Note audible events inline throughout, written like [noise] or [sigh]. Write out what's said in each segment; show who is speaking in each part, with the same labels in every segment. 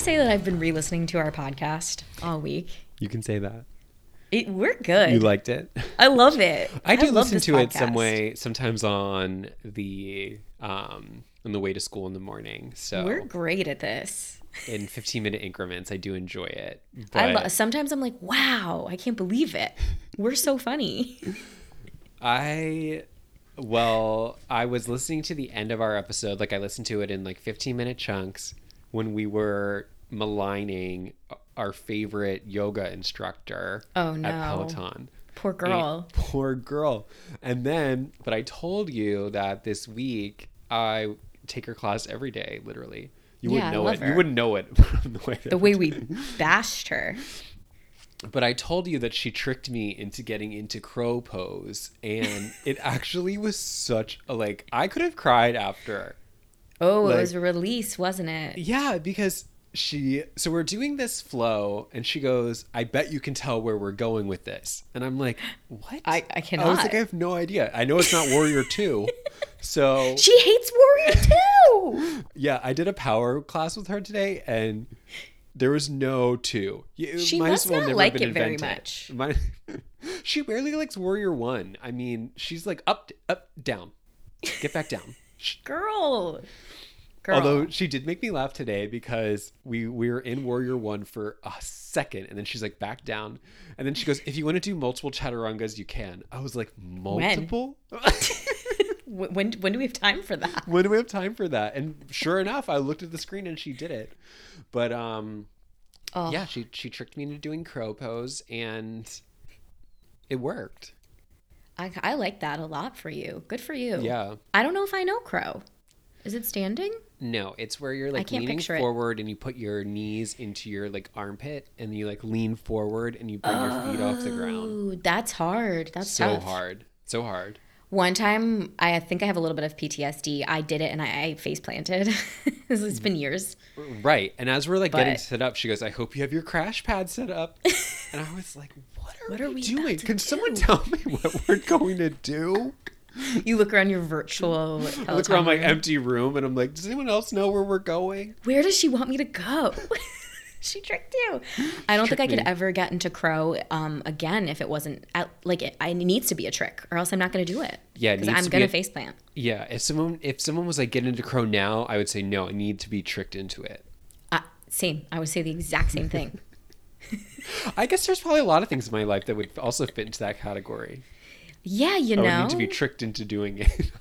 Speaker 1: say that I've been re-listening to our podcast all week?
Speaker 2: You can say that.
Speaker 1: It, we're good.
Speaker 2: You liked it.
Speaker 1: I love it.
Speaker 2: [laughs] I do
Speaker 1: love
Speaker 2: listen
Speaker 1: this
Speaker 2: to it some
Speaker 1: podcast.
Speaker 2: way, sometimes on the um on the way to school in the morning. So
Speaker 1: We're great at this.
Speaker 2: in 15 minute increments, I do enjoy it.
Speaker 1: I
Speaker 2: But
Speaker 1: lo- sometimes I'm like, wow, I can't believe it. We're so funny. [laughs]
Speaker 2: I well, I was listening to the end of our episode. Like I listened to it in like 15 minute chunks when we were maligning our favorite yoga instructor
Speaker 1: Oh,
Speaker 2: at
Speaker 1: no.
Speaker 2: Peloton.
Speaker 1: Poor
Speaker 2: And-
Speaker 1: girl.
Speaker 2: poor girl. And then, but I told you that this week I take her class every day, literally. You
Speaker 1: Yeah, I
Speaker 2: wouldn't know
Speaker 1: love
Speaker 2: it.
Speaker 1: her.
Speaker 2: You wouldn't know it [laughs] from the way.
Speaker 1: The way we bashed her.
Speaker 2: But I told you that she tricked me into getting into crow pose, and
Speaker 1: [laughs]
Speaker 2: it actually was such a like. I could have cried after.
Speaker 1: Oh,
Speaker 2: Like-
Speaker 1: it was a release, wasn't it?
Speaker 2: Yeah, because she so we're doing this flow and she goes, I bet you can tell where we're going with this. And I'm
Speaker 1: [gasps]
Speaker 2: like, What?
Speaker 1: I- I
Speaker 2: I was like,
Speaker 1: cannot.
Speaker 2: I have no idea. I know it's not
Speaker 1: [laughs]
Speaker 2: Warrior Two. So
Speaker 1: She hates
Speaker 2: [laughs]
Speaker 1: Warrior too.
Speaker 2: yeah, I did a power class with her today and there was no two. uh, You-
Speaker 1: She must not like it very much.
Speaker 2: Might- [laughs] she barely likes Warrior One. I mean, she's like up up down. Get back down.
Speaker 1: Girl. [laughs] Girl. [laughs]
Speaker 2: Although she did make me laugh today because we we were in Warrior One for a second, and then she's like back down, and then she goes, "If you want to do multiple chaturangas, you can." I was like, "Multiple? [laughs]
Speaker 1: Wh- when, when do we have time for that?
Speaker 2: when do we have time for that?" And sure enough, I looked at the screen and she did it. But um,
Speaker 1: Oh.
Speaker 2: yeah, she she tricked me into doing crow pose, and it worked.
Speaker 1: I, I like that a lot for you. Good for you.
Speaker 2: Yeah.
Speaker 1: I don't know if I know Crow. Is it standing?
Speaker 2: No, it's where you're like
Speaker 1: can't
Speaker 2: leaning
Speaker 1: picture it.
Speaker 2: forward and you put your knees into your like armpit and you like lean forward and you bring your feet off the ground.
Speaker 1: Ooh, that's hard. That's
Speaker 2: so
Speaker 1: tough.
Speaker 2: hard so hard
Speaker 1: One time, I think I have a little bit of PTSD. I did it and I, I face planted. [laughs] This has been years.
Speaker 2: right and as we're like getting
Speaker 1: But-
Speaker 2: set up she goes i hope you have your crash pad set
Speaker 1: [laughs]
Speaker 2: up and i was like what are,
Speaker 1: What
Speaker 2: we,
Speaker 1: are we
Speaker 2: doing
Speaker 1: about to
Speaker 2: can someone tell me what we're going to do
Speaker 1: You look around your virtual.
Speaker 2: i [laughs] look
Speaker 1: Peloton
Speaker 2: around my
Speaker 1: room.
Speaker 2: empty room and i'm like does anyone else know where we're going
Speaker 1: Where does she want me to go? [laughs] she tricked you. I don't think I
Speaker 2: tricked
Speaker 1: could
Speaker 2: me.
Speaker 1: ever get into Crow um, again if it wasn't at, like it, I, it needs to be a trick or else I'm not going to do it.
Speaker 2: Yeah, it
Speaker 1: because
Speaker 2: needs
Speaker 1: I'm
Speaker 2: to be
Speaker 1: going
Speaker 2: a-
Speaker 1: to face plant.
Speaker 2: yeah if someone if someone was like get into crow now i would say no i need to be tricked into it
Speaker 1: Uh, same. I would say the exact same thing.
Speaker 2: [laughs] i guess there's probably a lot of things in my life that would also fit into that category
Speaker 1: yeah, you
Speaker 2: i would
Speaker 1: know.
Speaker 2: need Oh, to be tricked into doing it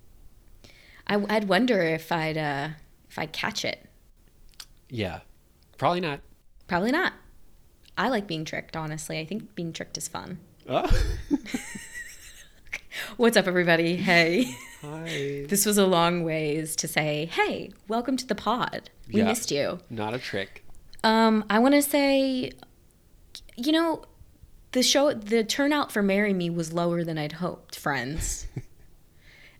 Speaker 2: [laughs]
Speaker 1: I, would wonder if I'd uh, if I'd catch it.
Speaker 2: yeah probably not
Speaker 1: Probably not. I like being tricked, honestly. I think being tricked is fun.
Speaker 2: oh.
Speaker 1: What's up, everybody? Hey.
Speaker 2: hi
Speaker 1: This was a long ways to say, hey, welcome to the pod. We
Speaker 2: Yeah.
Speaker 1: missed you.
Speaker 2: not a trick
Speaker 1: Um, I want to say, you know, the show, the turnout for Marry Me was lower than I'd hoped, friends.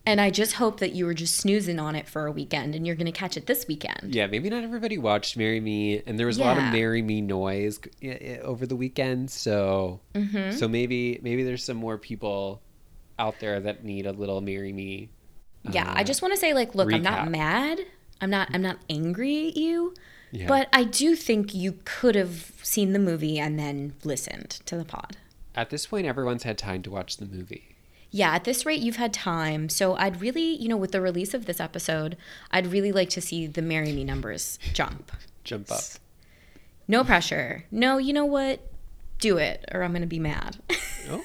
Speaker 1: and I just hope that you were just snoozing on it for a weekend and you're going to catch it this weekend.
Speaker 2: Yeah, maybe not everybody watched "Marry Me," and there was a lot of
Speaker 1: Yeah.
Speaker 2: "Marry Me" noise eh, eh, over the weekend. So, so maybe maybe there's some more people out there that need a little "Marry Me."
Speaker 1: Yeah, I just want to say like look, I'm
Speaker 2: Uh, recap.
Speaker 1: not mad. I'm not I'm not angry at you.
Speaker 2: Yeah.
Speaker 1: But I do think you could have seen the movie and then listened to the pod.
Speaker 2: At this point, everyone's had time to watch the movie.
Speaker 1: Yeah, at this rate you've had time. So I'd really, you know, with the release of this episode, I'd really like to see the marry me numbers jump.
Speaker 2: Jump up.
Speaker 1: No pressure. No, you know what? Do it or I'm going to be mad. [laughs]
Speaker 2: Oh.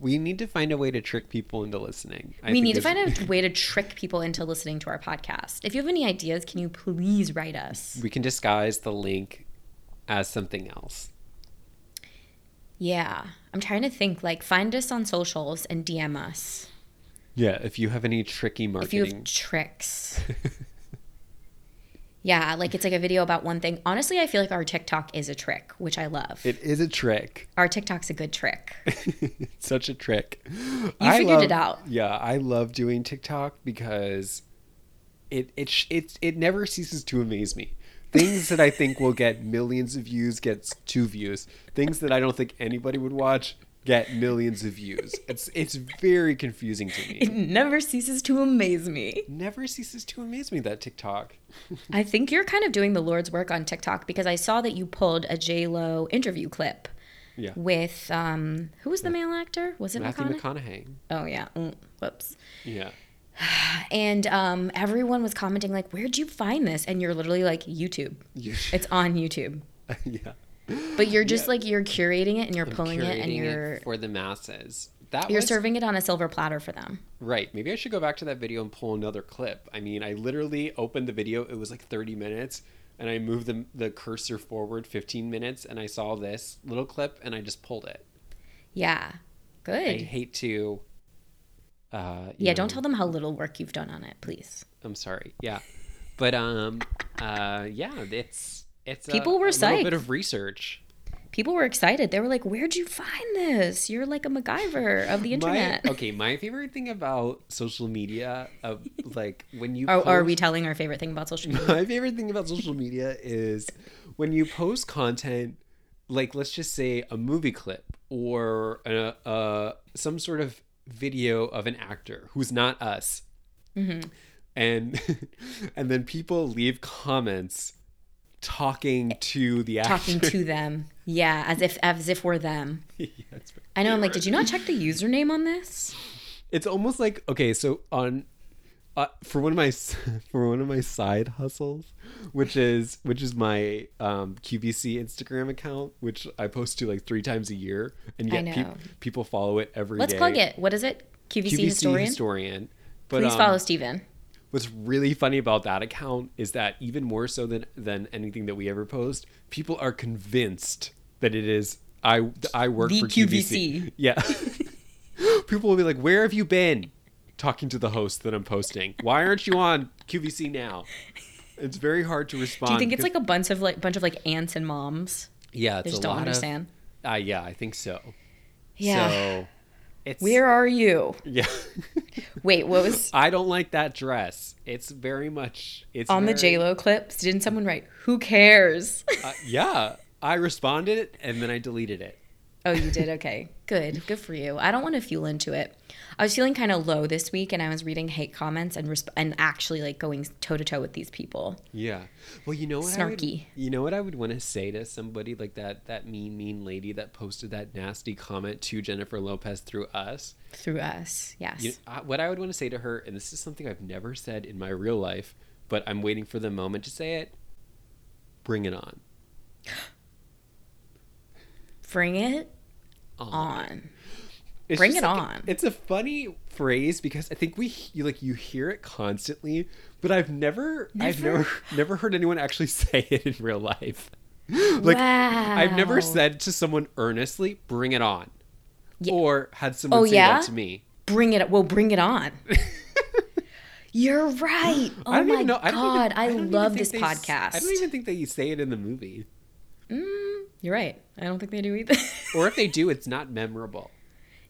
Speaker 2: We need to find a way to trick people into listening. I
Speaker 1: we
Speaker 2: think
Speaker 1: need to
Speaker 2: is-
Speaker 1: find a way to trick people into listening to our podcast. If you have any ideas, can you please write us?
Speaker 2: We can disguise the link as something else.
Speaker 1: Yeah. I'm trying to think like find us on socials and DM us.
Speaker 2: Yeah, if you have any tricky
Speaker 1: if you
Speaker 2: marketing,
Speaker 1: have
Speaker 2: [laughs]
Speaker 1: tricks. yeah, like it's like a video about one thing. Honestly, I feel like our TikTok is a trick, which I love.
Speaker 2: it is a trick.
Speaker 1: our TikTok's a good
Speaker 2: [laughs]
Speaker 1: trick.
Speaker 2: such a trick. You
Speaker 1: figured it out.
Speaker 2: Yeah, I love doing TikTok because it it sh- it it never ceases to amaze me. Things that I think will get millions of views gets two views. Things that I don't think anybody would watch get millions of views. It's it's very confusing to me.
Speaker 1: It never ceases to amaze me.
Speaker 2: Never ceases to amaze me that TikTok.
Speaker 1: I think you're kind of doing the Lord's work on TikTok because I saw that you pulled a J Lo interview clip
Speaker 2: Yeah.
Speaker 1: with um who was the male actor? Was it
Speaker 2: Matthew
Speaker 1: McConaughey?
Speaker 2: McConaughey.
Speaker 1: oh yeah. Mm, whoops.
Speaker 2: Yeah.
Speaker 1: And um everyone was commenting like, "Where'd you find this?" And you're literally like, "YouTube.
Speaker 2: You-
Speaker 1: It's on YouTube."
Speaker 2: [laughs] yeah.
Speaker 1: But you're just like you're curating it and you're pulling it and
Speaker 2: Curating
Speaker 1: you're
Speaker 2: for the masses. That
Speaker 1: you're
Speaker 2: was
Speaker 1: serving it on a silver platter for them.
Speaker 2: right. Maybe I should go back to that video and pull another clip. I mean, I literally opened the video. It was like 30 minutes, and I moved the the cursor forward 15 minutes, and I saw this little clip, and I just pulled it.
Speaker 1: Yeah.
Speaker 2: I
Speaker 1: Good.
Speaker 2: hate to. Uh, you
Speaker 1: yeah, don't
Speaker 2: know,
Speaker 1: tell them how little work you've done on it, please.
Speaker 2: I'm sorry. Yeah, but um, uh, yeah, it's it's a-
Speaker 1: People were
Speaker 2: a little bit
Speaker 1: psyched.
Speaker 2: of research.
Speaker 1: People were excited. They were like, "Where'd you find this? You're like a MacGyver of the internet."
Speaker 2: My, okay, my favorite thing about social media of like when you
Speaker 1: Or, [laughs] are we
Speaker 2: post-
Speaker 1: telling [laughs] our favorite thing about
Speaker 2: [laughs]
Speaker 1: social media?
Speaker 2: my favorite thing about social media is when you post content like let's just say a movie clip or a, a, some sort of video of an actor who's not us
Speaker 1: Mm-hmm.
Speaker 2: and [laughs] and then people leave comments talking to the actor
Speaker 1: Talking to them, yeah, as if as if we're them.
Speaker 2: [laughs] Yeah, it's very-
Speaker 1: I know. I'm like, did you not check the username on this?
Speaker 2: it's almost like okay so on uh, for one of my s- [laughs] for one of my side hustles which is which is my um qvc instagram account which i post to like three times a year and
Speaker 1: I
Speaker 2: yet
Speaker 1: know.
Speaker 2: peop people follow it every
Speaker 1: Let's
Speaker 2: day.
Speaker 1: plug it. What is it? QVC,
Speaker 2: qvc historian,
Speaker 1: historian.
Speaker 2: But,
Speaker 1: Please
Speaker 2: um,
Speaker 1: follow Steven.
Speaker 2: what's really funny about that account is that even more so than than anything that we ever post people are convinced that it is i i work
Speaker 1: The
Speaker 2: for qvc
Speaker 1: QVC.
Speaker 2: yeah [laughs] people will be like where have you been talking to the host that i'm posting why aren't you on qvc now it's very hard to respond
Speaker 1: Do you think it's like a bunch of like bunch of like aunts and moms?
Speaker 2: yeah
Speaker 1: They
Speaker 2: it's
Speaker 1: just
Speaker 2: a
Speaker 1: don't
Speaker 2: lot of-
Speaker 1: understand.
Speaker 2: uh, yeah i think so
Speaker 1: Yeah. [laughs]
Speaker 2: [laughs] so it's
Speaker 1: Where are you?
Speaker 2: yeah [laughs]
Speaker 1: Wait, what was
Speaker 2: i don't like that dress it's very much it's
Speaker 1: on the
Speaker 2: very-
Speaker 1: J Lo clips? Didn't someone write, "Who cares"? [laughs]
Speaker 2: Uh, yeah, I responded and then I deleted it.
Speaker 1: Oh, you did? Okay. Good. Good for you. I don't want to fuel into it. I was feeling kind of low this week and I was reading hate comments and resp- and actually like going toe to toe with these people.
Speaker 2: Yeah. Well, you know what? I would-
Speaker 1: Snarky.
Speaker 2: you know what I would want to say to somebody like that that mean mean lady that posted that nasty comment to Jennifer Lopez through us.
Speaker 1: Through us. Yes.
Speaker 2: You I- what I would want to say to her, and this is something I've never said in my real life, but I'm waiting for the moment to say it. Bring it on.
Speaker 1: Bring it
Speaker 2: On.
Speaker 1: on.
Speaker 2: It's
Speaker 1: Bring
Speaker 2: just
Speaker 1: it
Speaker 2: like-
Speaker 1: on.
Speaker 2: It's a funny phrase because I think we you like you hear it constantly, but I've never, I've
Speaker 1: Never?
Speaker 2: never [laughs] never heard anyone actually [laughs] say it in real life. [laughs] Like I've
Speaker 1: Wow.
Speaker 2: never said to someone earnestly, "Bring it on,"
Speaker 1: Yeah.
Speaker 2: or had someone
Speaker 1: Oh,
Speaker 2: say
Speaker 1: yeah?
Speaker 2: that to me.
Speaker 1: Bring it well, bring it
Speaker 2: [laughs]
Speaker 1: on. You're right. Oh
Speaker 2: I don't
Speaker 1: my
Speaker 2: even know. I don't even-
Speaker 1: god, I,
Speaker 2: don't even
Speaker 1: love
Speaker 2: think
Speaker 1: this
Speaker 2: they s-
Speaker 1: podcast.
Speaker 2: I don't even think they say it in the movie,
Speaker 1: You're right. I don't think they do either.
Speaker 2: or if they do, it's not memorable.
Speaker 1: [laughs]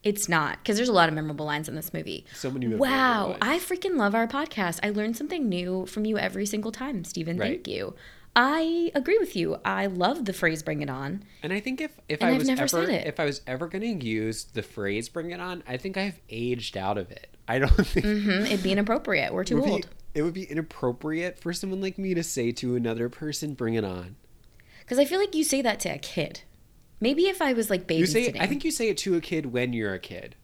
Speaker 1: It's not because there's a lot of memorable lines in this movie.
Speaker 2: So many memorable
Speaker 1: Wow,
Speaker 2: lines.
Speaker 1: I freaking love our podcast. I learn something new from you every single time, Stephen.
Speaker 2: Right.
Speaker 1: Thank you. I agree with you. I love the phrase "bring it on."
Speaker 2: And I think if if
Speaker 1: And
Speaker 2: I
Speaker 1: I've
Speaker 2: was
Speaker 1: never
Speaker 2: ever
Speaker 1: said it.
Speaker 2: if I was ever going to use the phrase "bring it on," I think I've aged out of it. I don't [laughs] think
Speaker 1: Hmm, it'd be inappropriate. We're too
Speaker 2: would be-
Speaker 1: old.
Speaker 2: it would be inappropriate for someone like me to say to another person, "Bring it on."
Speaker 1: Because I feel like you say that to a kid. Maybe if I was like babysitting,
Speaker 2: You say, I think you say it to a kid when you're a kid.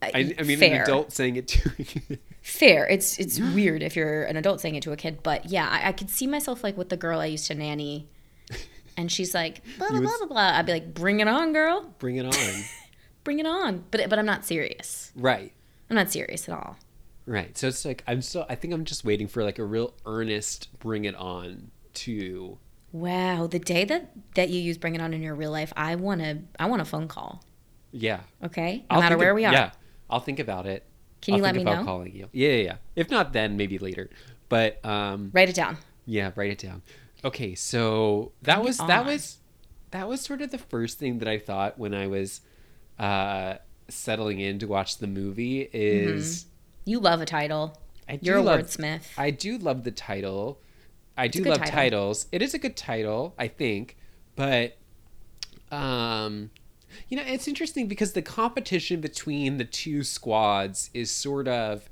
Speaker 2: I, I mean, an
Speaker 1: fair,
Speaker 2: adult saying it to a kid. [laughs]
Speaker 1: fair. It's it's weird if you're an adult saying it to a kid, but yeah, I, I could see myself like with the girl I used to
Speaker 2: [laughs]
Speaker 1: nanny, and she's like blah blah
Speaker 2: would
Speaker 1: blah blah blah. I'd be like, "Bring it on, girl,
Speaker 2: Bring it on.
Speaker 1: bring it on." But but I'm not serious.
Speaker 2: right.
Speaker 1: I'm not serious at all.
Speaker 2: Right. So it's like I'm so I think I'm just waiting for like a real earnest "bring it on" to.
Speaker 1: Wow, the day that that you use bring it on in your real life, I want to I want a phone call,
Speaker 2: Yeah.
Speaker 1: okay? No
Speaker 2: I'll
Speaker 1: matter
Speaker 2: think
Speaker 1: where
Speaker 2: ab-
Speaker 1: we are.
Speaker 2: Yeah, I'll think about it.
Speaker 1: Can you
Speaker 2: I'll
Speaker 1: let
Speaker 2: think
Speaker 1: me
Speaker 2: about
Speaker 1: know?
Speaker 2: Calling you. Yeah, yeah, yeah. If not, then maybe later. But um,
Speaker 1: Write it down.
Speaker 2: yeah, write it down. Okay, so that
Speaker 1: Bring it
Speaker 2: was that
Speaker 1: on.
Speaker 2: was that was sort of the first thing that I thought when I was uh, settling in to watch the movie
Speaker 1: Mm-hmm.
Speaker 2: is
Speaker 1: You love a title.
Speaker 2: I do
Speaker 1: You're a
Speaker 2: love-
Speaker 1: wordsmith.
Speaker 2: I do love the title. I do
Speaker 1: a good
Speaker 2: love
Speaker 1: title.
Speaker 2: titles. It is a good title, I think, but um You know, it's interesting because the competition between the two squads is sort of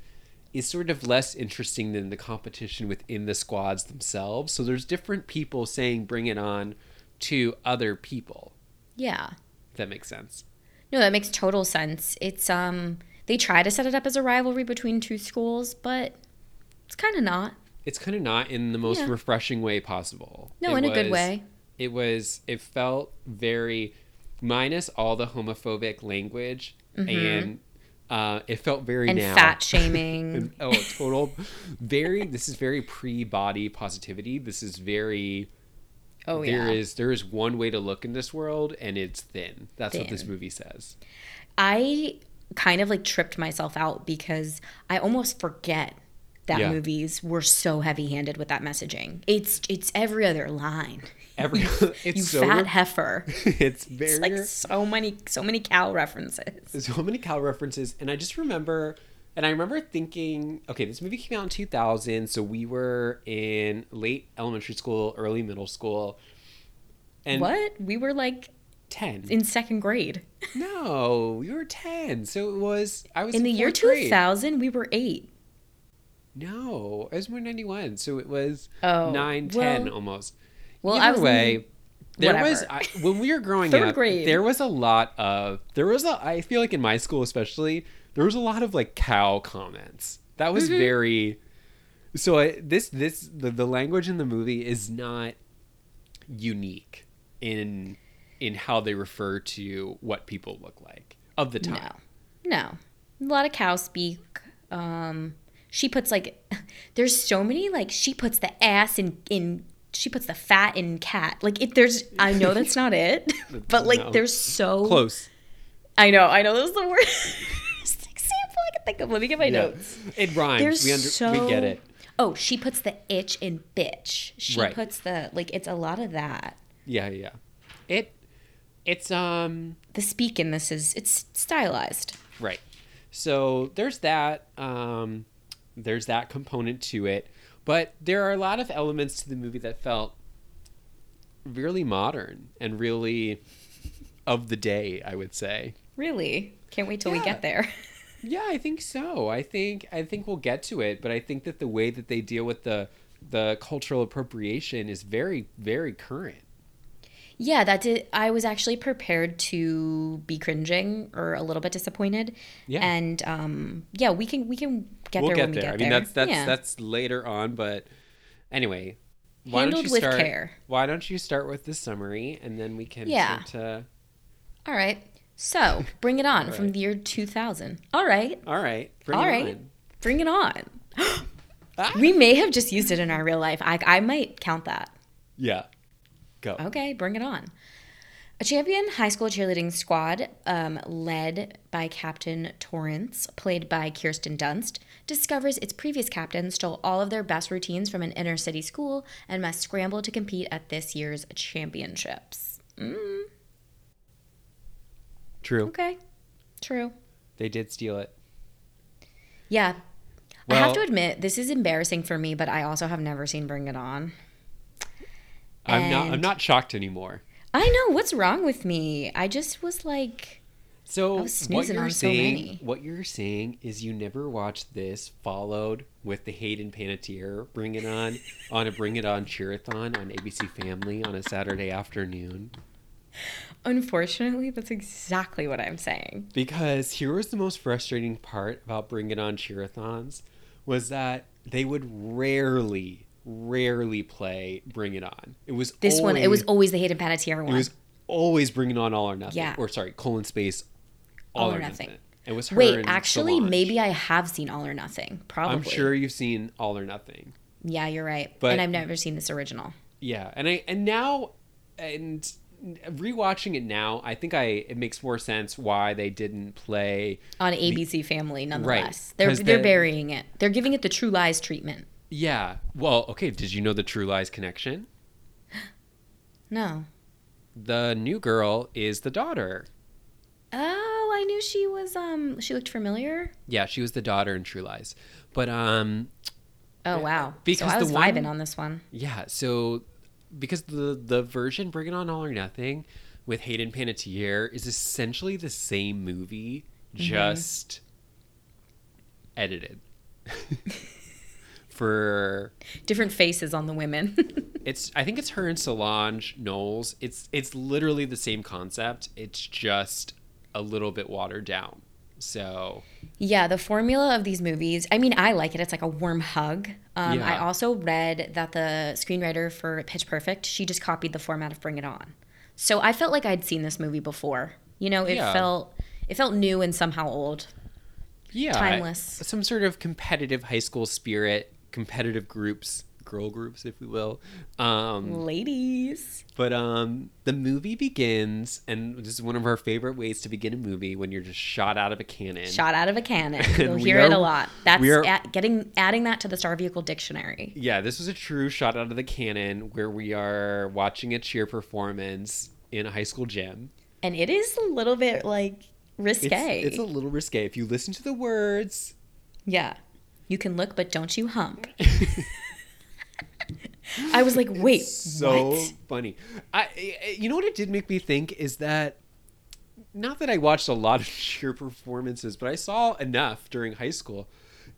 Speaker 2: is sort of less interesting than the competition within the squads themselves. So there's different people saying bring it on to other people.
Speaker 1: Yeah.
Speaker 2: If that makes sense.
Speaker 1: No, that makes total sense. It's um they try to set it up as a rivalry between two schools, but it's kind of not.
Speaker 2: It's kind of not in the most
Speaker 1: Yeah.
Speaker 2: refreshing way possible.
Speaker 1: No,
Speaker 2: It
Speaker 1: in a good
Speaker 2: was-
Speaker 1: way.
Speaker 2: It was it felt very minus all the homophobic language and uh, it felt very
Speaker 1: Mm-hmm. And
Speaker 2: now. [laughs]
Speaker 1: fat shaming.
Speaker 2: And- oh, total. very. This is very pre-body positivity. This is very.
Speaker 1: oh yeah.
Speaker 2: There is there is one way to look in this world, and it's thin. That's what this
Speaker 1: Thin.
Speaker 2: movie says. [laughs]
Speaker 1: I kind of like tripped myself out because I almost forget that
Speaker 2: Yeah.
Speaker 1: movies were so heavy-handed with that messaging. It's it's every other line. [laughs]
Speaker 2: Every it's
Speaker 1: You
Speaker 2: so
Speaker 1: fat heifer.
Speaker 2: it's very
Speaker 1: It's like so many so many cow references.
Speaker 2: so [laughs] many cow references, and I just remember. And I remember thinking, okay, this movie came out in 2000, so we were in late elementary school, early middle school, and
Speaker 1: what? We were like
Speaker 2: 10.
Speaker 1: in second grade.
Speaker 2: no, we were 10, so it was I was
Speaker 1: In the year
Speaker 2: fourth grade.
Speaker 1: 2000, we were 8.
Speaker 2: No, I was born in 91, so it was
Speaker 1: Oh,
Speaker 2: nine,
Speaker 1: well-
Speaker 2: ten almost.
Speaker 1: Well,
Speaker 2: Either
Speaker 1: I was in-
Speaker 2: way, there was I,
Speaker 1: whatever.
Speaker 2: when we
Speaker 1: [laughs]
Speaker 2: were growing
Speaker 1: Third
Speaker 2: up,
Speaker 1: grade.
Speaker 2: there was a lot of there was a I feel like in my school especially, there was a lot of like cow comments. That was
Speaker 1: Mm-hmm.
Speaker 2: very so I, this this the, the language in the movie is not unique in in how they refer to what people look like of the time.
Speaker 1: No. No. A lot of cow speak. Um she puts like [laughs] there's so many like she puts the ass in in she puts the fat in cat. Like it there's I know that's not
Speaker 2: [laughs]
Speaker 1: it, [laughs] but like
Speaker 2: No.
Speaker 1: there's so
Speaker 2: Close.
Speaker 1: I know, I know that's the [laughs] worst example I can think of. Let me get my notes.
Speaker 2: It rhymes.
Speaker 1: There's
Speaker 2: we under,
Speaker 1: so
Speaker 2: we get it.
Speaker 1: Oh, she puts the itch in bitch. She
Speaker 2: Right.
Speaker 1: puts the like it's a lot of that.
Speaker 2: Yeah, yeah. It it's um
Speaker 1: The speak in this is it's stylized.
Speaker 2: right. So there's that um there's that component to it, but there are a lot of elements to the movie that felt really modern and really of the day, I would say.
Speaker 1: Really? Can't wait till we
Speaker 2: Yeah.
Speaker 1: get there. [laughs]
Speaker 2: Yeah, I think so. I think I think we'll get to it, but I think that the way that they deal with the the cultural appropriation is very very current.
Speaker 1: Yeah, that did. I was actually prepared to be cringing or a little bit disappointed.
Speaker 2: Yeah.
Speaker 1: And um, yeah, we can we can get
Speaker 2: we'll
Speaker 1: there
Speaker 2: get
Speaker 1: when
Speaker 2: there.
Speaker 1: we get
Speaker 2: I mean,
Speaker 1: there.
Speaker 2: that's that's
Speaker 1: yeah.
Speaker 2: that's later on, but anyway,
Speaker 1: Handled with care.
Speaker 2: Why don't you start with the summary, and then we can
Speaker 1: Yeah.
Speaker 2: yeah. To,
Speaker 1: all right. So bring it on
Speaker 2: [laughs]
Speaker 1: from
Speaker 2: right.
Speaker 1: the year two thousand. All right,
Speaker 2: all right, bring
Speaker 1: all
Speaker 2: it
Speaker 1: right,
Speaker 2: on.
Speaker 1: bring it on. [gasps]
Speaker 2: Ah!
Speaker 1: We may have just used it in our real life. I I might count that.
Speaker 2: yeah, go.
Speaker 1: Okay, bring it on. A champion high school cheerleading squad, um, led by Captain Torrance, played by Kirsten Dunst, discovers its previous captain stole all of their best routines from an inner city school and must scramble to compete at this year's championships. Mm,
Speaker 2: True,
Speaker 1: Okay, true.
Speaker 2: they did steal it.
Speaker 1: Yeah. I have
Speaker 2: Well-
Speaker 1: to admit, this is embarrassing for me, but I also have never seen Bring It On.
Speaker 2: I'm not. I'm
Speaker 1: And-
Speaker 2: not shocked anymore.
Speaker 1: I know, what's wrong with me? I just was like,
Speaker 2: So
Speaker 1: was
Speaker 2: what
Speaker 1: snoozing
Speaker 2: you're
Speaker 1: on so
Speaker 2: saying,
Speaker 1: many.
Speaker 2: what you're saying is you never watched this followed with the Hayden Panettiere Bring It On on a Bring It On cheerathon on ABC Family on a Saturday afternoon.
Speaker 1: unfortunately, that's exactly what I'm saying.
Speaker 2: Because here was the most frustrating part about Bring It On Cheerathons was that they would rarely, rarely play Bring It On. It was
Speaker 1: This one, it was
Speaker 2: always-
Speaker 1: always the Hayden Panettiere
Speaker 2: it
Speaker 1: one.
Speaker 2: was always Bring It On All or Nothing.
Speaker 1: Yeah.
Speaker 2: Or sorry, colon space All, or, nothing. It was her
Speaker 1: Wait,
Speaker 2: and
Speaker 1: actually,
Speaker 2: Solange.
Speaker 1: maybe I have seen All or Nothing. Probably.
Speaker 2: I'm sure you've seen All or Nothing.
Speaker 1: Yeah, you're right.
Speaker 2: But-
Speaker 1: and I've never seen this original.
Speaker 2: Yeah, and I and now and rewatching it now, I think I it makes more sense why they didn't play
Speaker 1: On ABC Family, nonetheless. They're
Speaker 2: 'cause
Speaker 1: they're
Speaker 2: the-
Speaker 1: burying it. They're giving it the True Lies treatment.
Speaker 2: Yeah. Well, okay, did you know the True Lies connection?
Speaker 1: No.
Speaker 2: the new girl is the daughter.
Speaker 1: Oh, I knew she was. Um, she looked familiar.
Speaker 2: Yeah, she was the daughter in True Lies. But um
Speaker 1: Oh wow!
Speaker 2: because
Speaker 1: so I
Speaker 2: the
Speaker 1: was
Speaker 2: one-
Speaker 1: vibing on this one.
Speaker 2: yeah, so because the the version Bring It On All or Nothing with Hayden Panettiere is essentially the same movie, just edited [laughs] for
Speaker 1: Different faces on the women. [laughs]
Speaker 2: it's I think it's her and Solange Knowles. It's it's literally the same concept. It's just a little bit watered down. So
Speaker 1: yeah, the formula of these movies, I mean, I like it. It's like a warm hug. Um, I
Speaker 2: Yeah.
Speaker 1: also read that the screenwriter for Pitch Perfect, she just copied the format of Bring It On. So I felt like I'd seen this movie before. You know, it
Speaker 2: Yeah.
Speaker 1: felt it felt new and somehow old.
Speaker 2: yeah,
Speaker 1: Timeless.
Speaker 2: Some sort of competitive high school spirit, competitive groups, girl groups, if we will. Um,
Speaker 1: Ladies.
Speaker 2: But um, the movie begins, and this is one of our favorite ways to begin a movie when you're just shot out of a cannon.
Speaker 1: Shot out of a
Speaker 2: [laughs]
Speaker 1: cannon. You'll
Speaker 2: we
Speaker 1: hear it
Speaker 2: are-
Speaker 1: a lot. That's
Speaker 2: we are-
Speaker 1: at, getting adding that to the Star Vehicle Dictionary.
Speaker 2: Yeah, this was a true shot out of the cannon where we are watching a cheer performance in a high school gym.
Speaker 1: And it is a little bit like
Speaker 2: It's,
Speaker 1: risque.
Speaker 2: it's a little risque. If you listen to the words,
Speaker 1: Yeah. You can look, but don't you hump.
Speaker 2: [laughs]
Speaker 1: I was like, wait,
Speaker 2: so
Speaker 1: what?
Speaker 2: funny. I, I- you know what it did make me think is that not that I watched a lot of [laughs] cheer performances, but I saw enough during high school.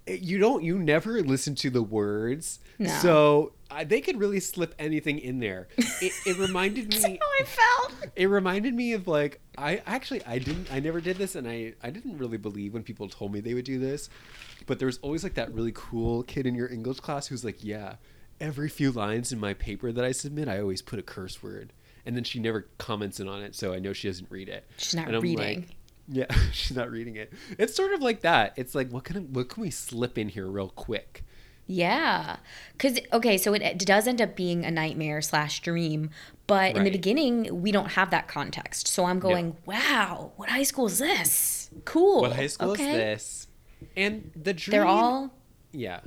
Speaker 2: It- You don't, you never listen to the words,
Speaker 1: No.
Speaker 2: so I, they could really slip anything in there. It,
Speaker 1: [laughs]
Speaker 2: it reminded
Speaker 1: That's how
Speaker 2: me.
Speaker 1: I felt.
Speaker 2: It reminded me of like I actually I didn't I never did this and I I didn't really believe when people told me they would do this, but there was always like that really cool kid in your English class who's like, yeah, every few lines in my paper that I submit, I always put a curse word, and then she never comments on it, so I know she doesn't read it.
Speaker 1: She's not
Speaker 2: And I'm
Speaker 1: reading.
Speaker 2: Like, yeah, [laughs] she's not reading it. It's sort of like that. It's like what can what can we slip in here real quick?
Speaker 1: Yeah. Because, okay, so it, it does end up being a nightmare slash dream. But in the
Speaker 2: Right.
Speaker 1: beginning, we don't have that context. So I'm going, wow, what high school is this? Cool.
Speaker 2: What high school
Speaker 1: okay.
Speaker 2: is this? And the dream.
Speaker 1: They're all,
Speaker 2: yeah.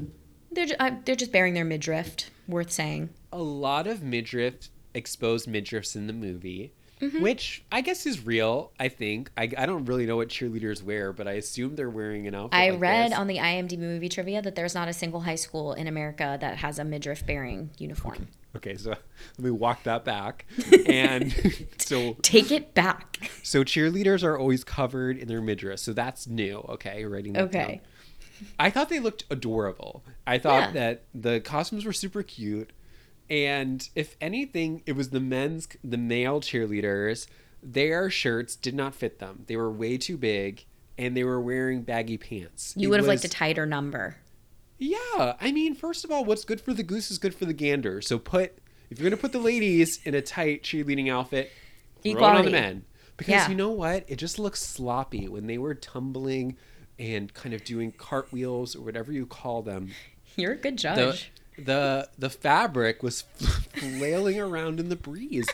Speaker 1: they're, ju- uh, they're just bearing their midriff, worth saying.
Speaker 2: a lot of midriff exposed midriffs in the movie
Speaker 1: Mm-hmm.
Speaker 2: which i guess is real i think I, I don't really know what cheerleaders wear but i assume they're wearing an outfit
Speaker 1: I
Speaker 2: like
Speaker 1: read
Speaker 2: this.
Speaker 1: on the IMDb movie trivia that there's not a single high school in America that has a midriff bearing uniform.
Speaker 2: okay so [laughs] let me walk
Speaker 1: [laughs]
Speaker 2: that back and [laughs] so
Speaker 1: Take it back.
Speaker 2: so cheerleaders are always covered in their midriffs so that's new okay writing that
Speaker 1: Okay.
Speaker 2: down. i thought they looked adorable i
Speaker 1: Yeah.
Speaker 2: thought that the costumes were super cute and if anything it was the men's the male cheerleaders their shirts did not fit them they were way too big and they were wearing baggy pants
Speaker 1: You
Speaker 2: It
Speaker 1: would have liked
Speaker 2: was-
Speaker 1: a tighter number.
Speaker 2: yeah i mean first of all what's good for the goose is good for the gander so put if you're gonna put the ladies in a tight cheerleading outfit throw it on the
Speaker 1: Equality.
Speaker 2: men because
Speaker 1: Yeah.
Speaker 2: you know what it just looks sloppy when they were tumbling and kind of doing cartwheels or whatever you call them
Speaker 1: You're a good
Speaker 2: the
Speaker 1: judge.
Speaker 2: the the fabric was [laughs] flailing around in the breeze.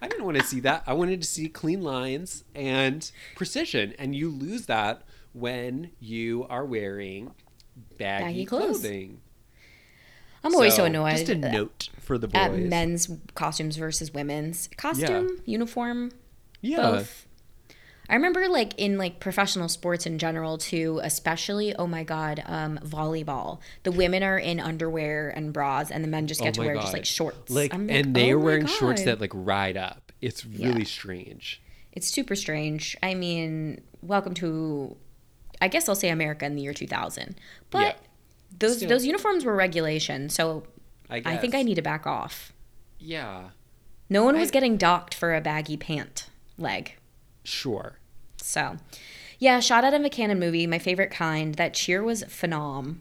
Speaker 2: I didn't want to see that. I wanted to see clean lines and precision, and you lose that when you are wearing baggy,
Speaker 1: Baggy clothes.
Speaker 2: clothing.
Speaker 1: I'm always so, annoyed
Speaker 2: Just a note for the
Speaker 1: at
Speaker 2: boys.
Speaker 1: men's costumes versus women's costume, uniform,
Speaker 2: yeah,
Speaker 1: both. I remember like in like professional sports in general too, especially oh my god, um, volleyball. The women are in underwear and bras, and the men just get to
Speaker 2: Oh my
Speaker 1: wear just like
Speaker 2: God.
Speaker 1: shorts.
Speaker 2: like,
Speaker 1: I'm
Speaker 2: and they
Speaker 1: oh
Speaker 2: are
Speaker 1: my
Speaker 2: wearing shorts
Speaker 1: God.
Speaker 2: that like ride up. It's really strange.
Speaker 1: It's super strange. I mean, welcome to, I guess I'll say America in the year 2000. But
Speaker 2: Yeah.
Speaker 1: those
Speaker 2: Still.
Speaker 1: those uniforms were regulation, so
Speaker 2: I
Speaker 1: I
Speaker 2: guess.
Speaker 1: think I need to back off.
Speaker 2: Yeah,
Speaker 1: No one was
Speaker 2: I-
Speaker 1: getting docked for a baggy pant leg.
Speaker 2: sure.
Speaker 1: So, yeah, shot out of a cannon movie, my favorite kind. That cheer was phenom.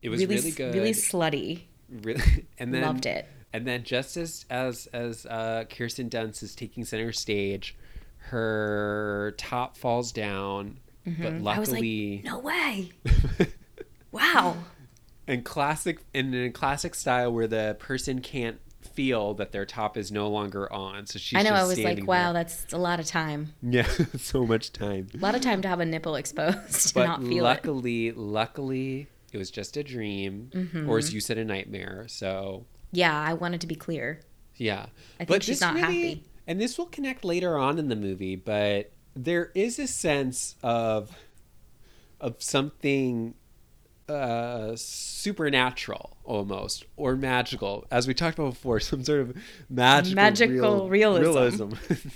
Speaker 2: It was
Speaker 1: really,
Speaker 2: really,
Speaker 1: s-
Speaker 2: good.
Speaker 1: really slutty.
Speaker 2: really [laughs] and then
Speaker 1: Loved it.
Speaker 2: and then just as as as uh kirsten dunst is taking center stage her top falls down but
Speaker 1: Mm-hmm. I was like,
Speaker 2: luckily
Speaker 1: no
Speaker 2: [laughs]
Speaker 1: way. wow.
Speaker 2: in classic and in a classic style where the person can't feel that their top is no longer on so she's
Speaker 1: I know.
Speaker 2: just
Speaker 1: I was like,
Speaker 2: standing
Speaker 1: wow, that's a lot of time.
Speaker 2: there. yeah [laughs] so much time
Speaker 1: A lot of time to have a nipple [laughs] exposed and
Speaker 2: but
Speaker 1: not feel it.
Speaker 2: luckily luckily it was just a dream or
Speaker 1: Mm-hmm.
Speaker 2: as you said a nightmare so
Speaker 1: Yeah, I wanted to be clear.
Speaker 2: Yeah.
Speaker 1: think she's
Speaker 2: this
Speaker 1: not happy.
Speaker 2: And this will connect later on in the movie, but there is a sense of of something uh supernatural almost or [laughs] magical as we talked about before some sort of magical
Speaker 1: Magical realism.
Speaker 2: realism. [laughs]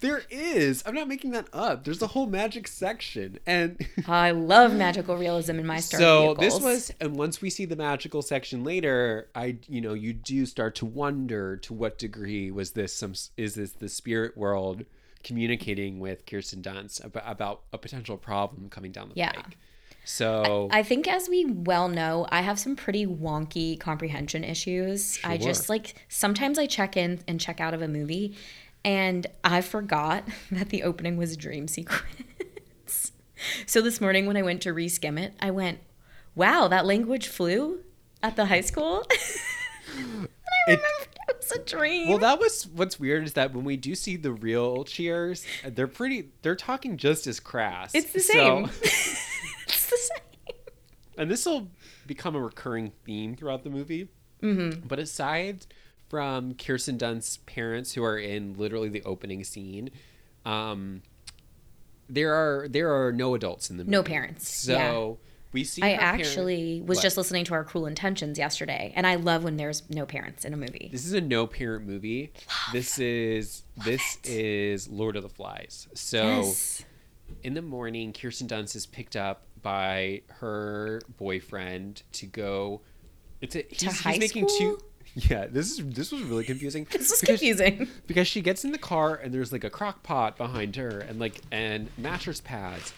Speaker 2: There is. I'm not making that up. There's a whole magic section. And [laughs]
Speaker 1: I love magical realism in my Star
Speaker 2: so
Speaker 1: Vehicles.
Speaker 2: this was and once we see the magical section later, I you know, you do start to wonder to what degree was this some is this the spirit world communicating with Kirsten Dunst about, about a potential problem coming down the
Speaker 1: Yeah.
Speaker 2: pike. So
Speaker 1: I think, as we well know, I have some pretty wonky comprehension issues. I
Speaker 2: Sure.
Speaker 1: just like sometimes I check in and check out of a movie, and I forgot [laughs] that the opening was a dream sequence. so this morning, when I went to reskim it, I went, "Wow, that language flew at the high school." [laughs]
Speaker 2: it,
Speaker 1: it was a dream.
Speaker 2: well that was what's weird is that when we do see the real cheers, they're pretty they're talking just as crass.
Speaker 1: it's the
Speaker 2: So-
Speaker 1: same. [laughs] it's the same.
Speaker 2: and this will become a recurring theme throughout the movie. Mm-hmm. But aside from Kirsten Dunst's parents, who are in literally the opening scene, um, there are there are no adults in the movie.
Speaker 1: No parents,
Speaker 2: So we see.
Speaker 1: I
Speaker 2: her parent-
Speaker 1: actually was
Speaker 2: What?
Speaker 1: just listening to our Cruel Intentions yesterday, and I love when there's no parents in a movie.
Speaker 2: This is a no parent movie. This is this
Speaker 1: it.
Speaker 2: is Lord of the Flies. So.
Speaker 1: Yes.
Speaker 2: in the morning, Kirsten Dunst is picked up by her boyfriend to go. It's a, he's,
Speaker 1: high
Speaker 2: he's making
Speaker 1: school?
Speaker 2: two. [laughs] Yeah, this is this was really confusing.
Speaker 1: [laughs] This was
Speaker 2: because,
Speaker 1: confusing.
Speaker 2: because she gets in the car and there's like a crock pot behind her and like and mattress pads,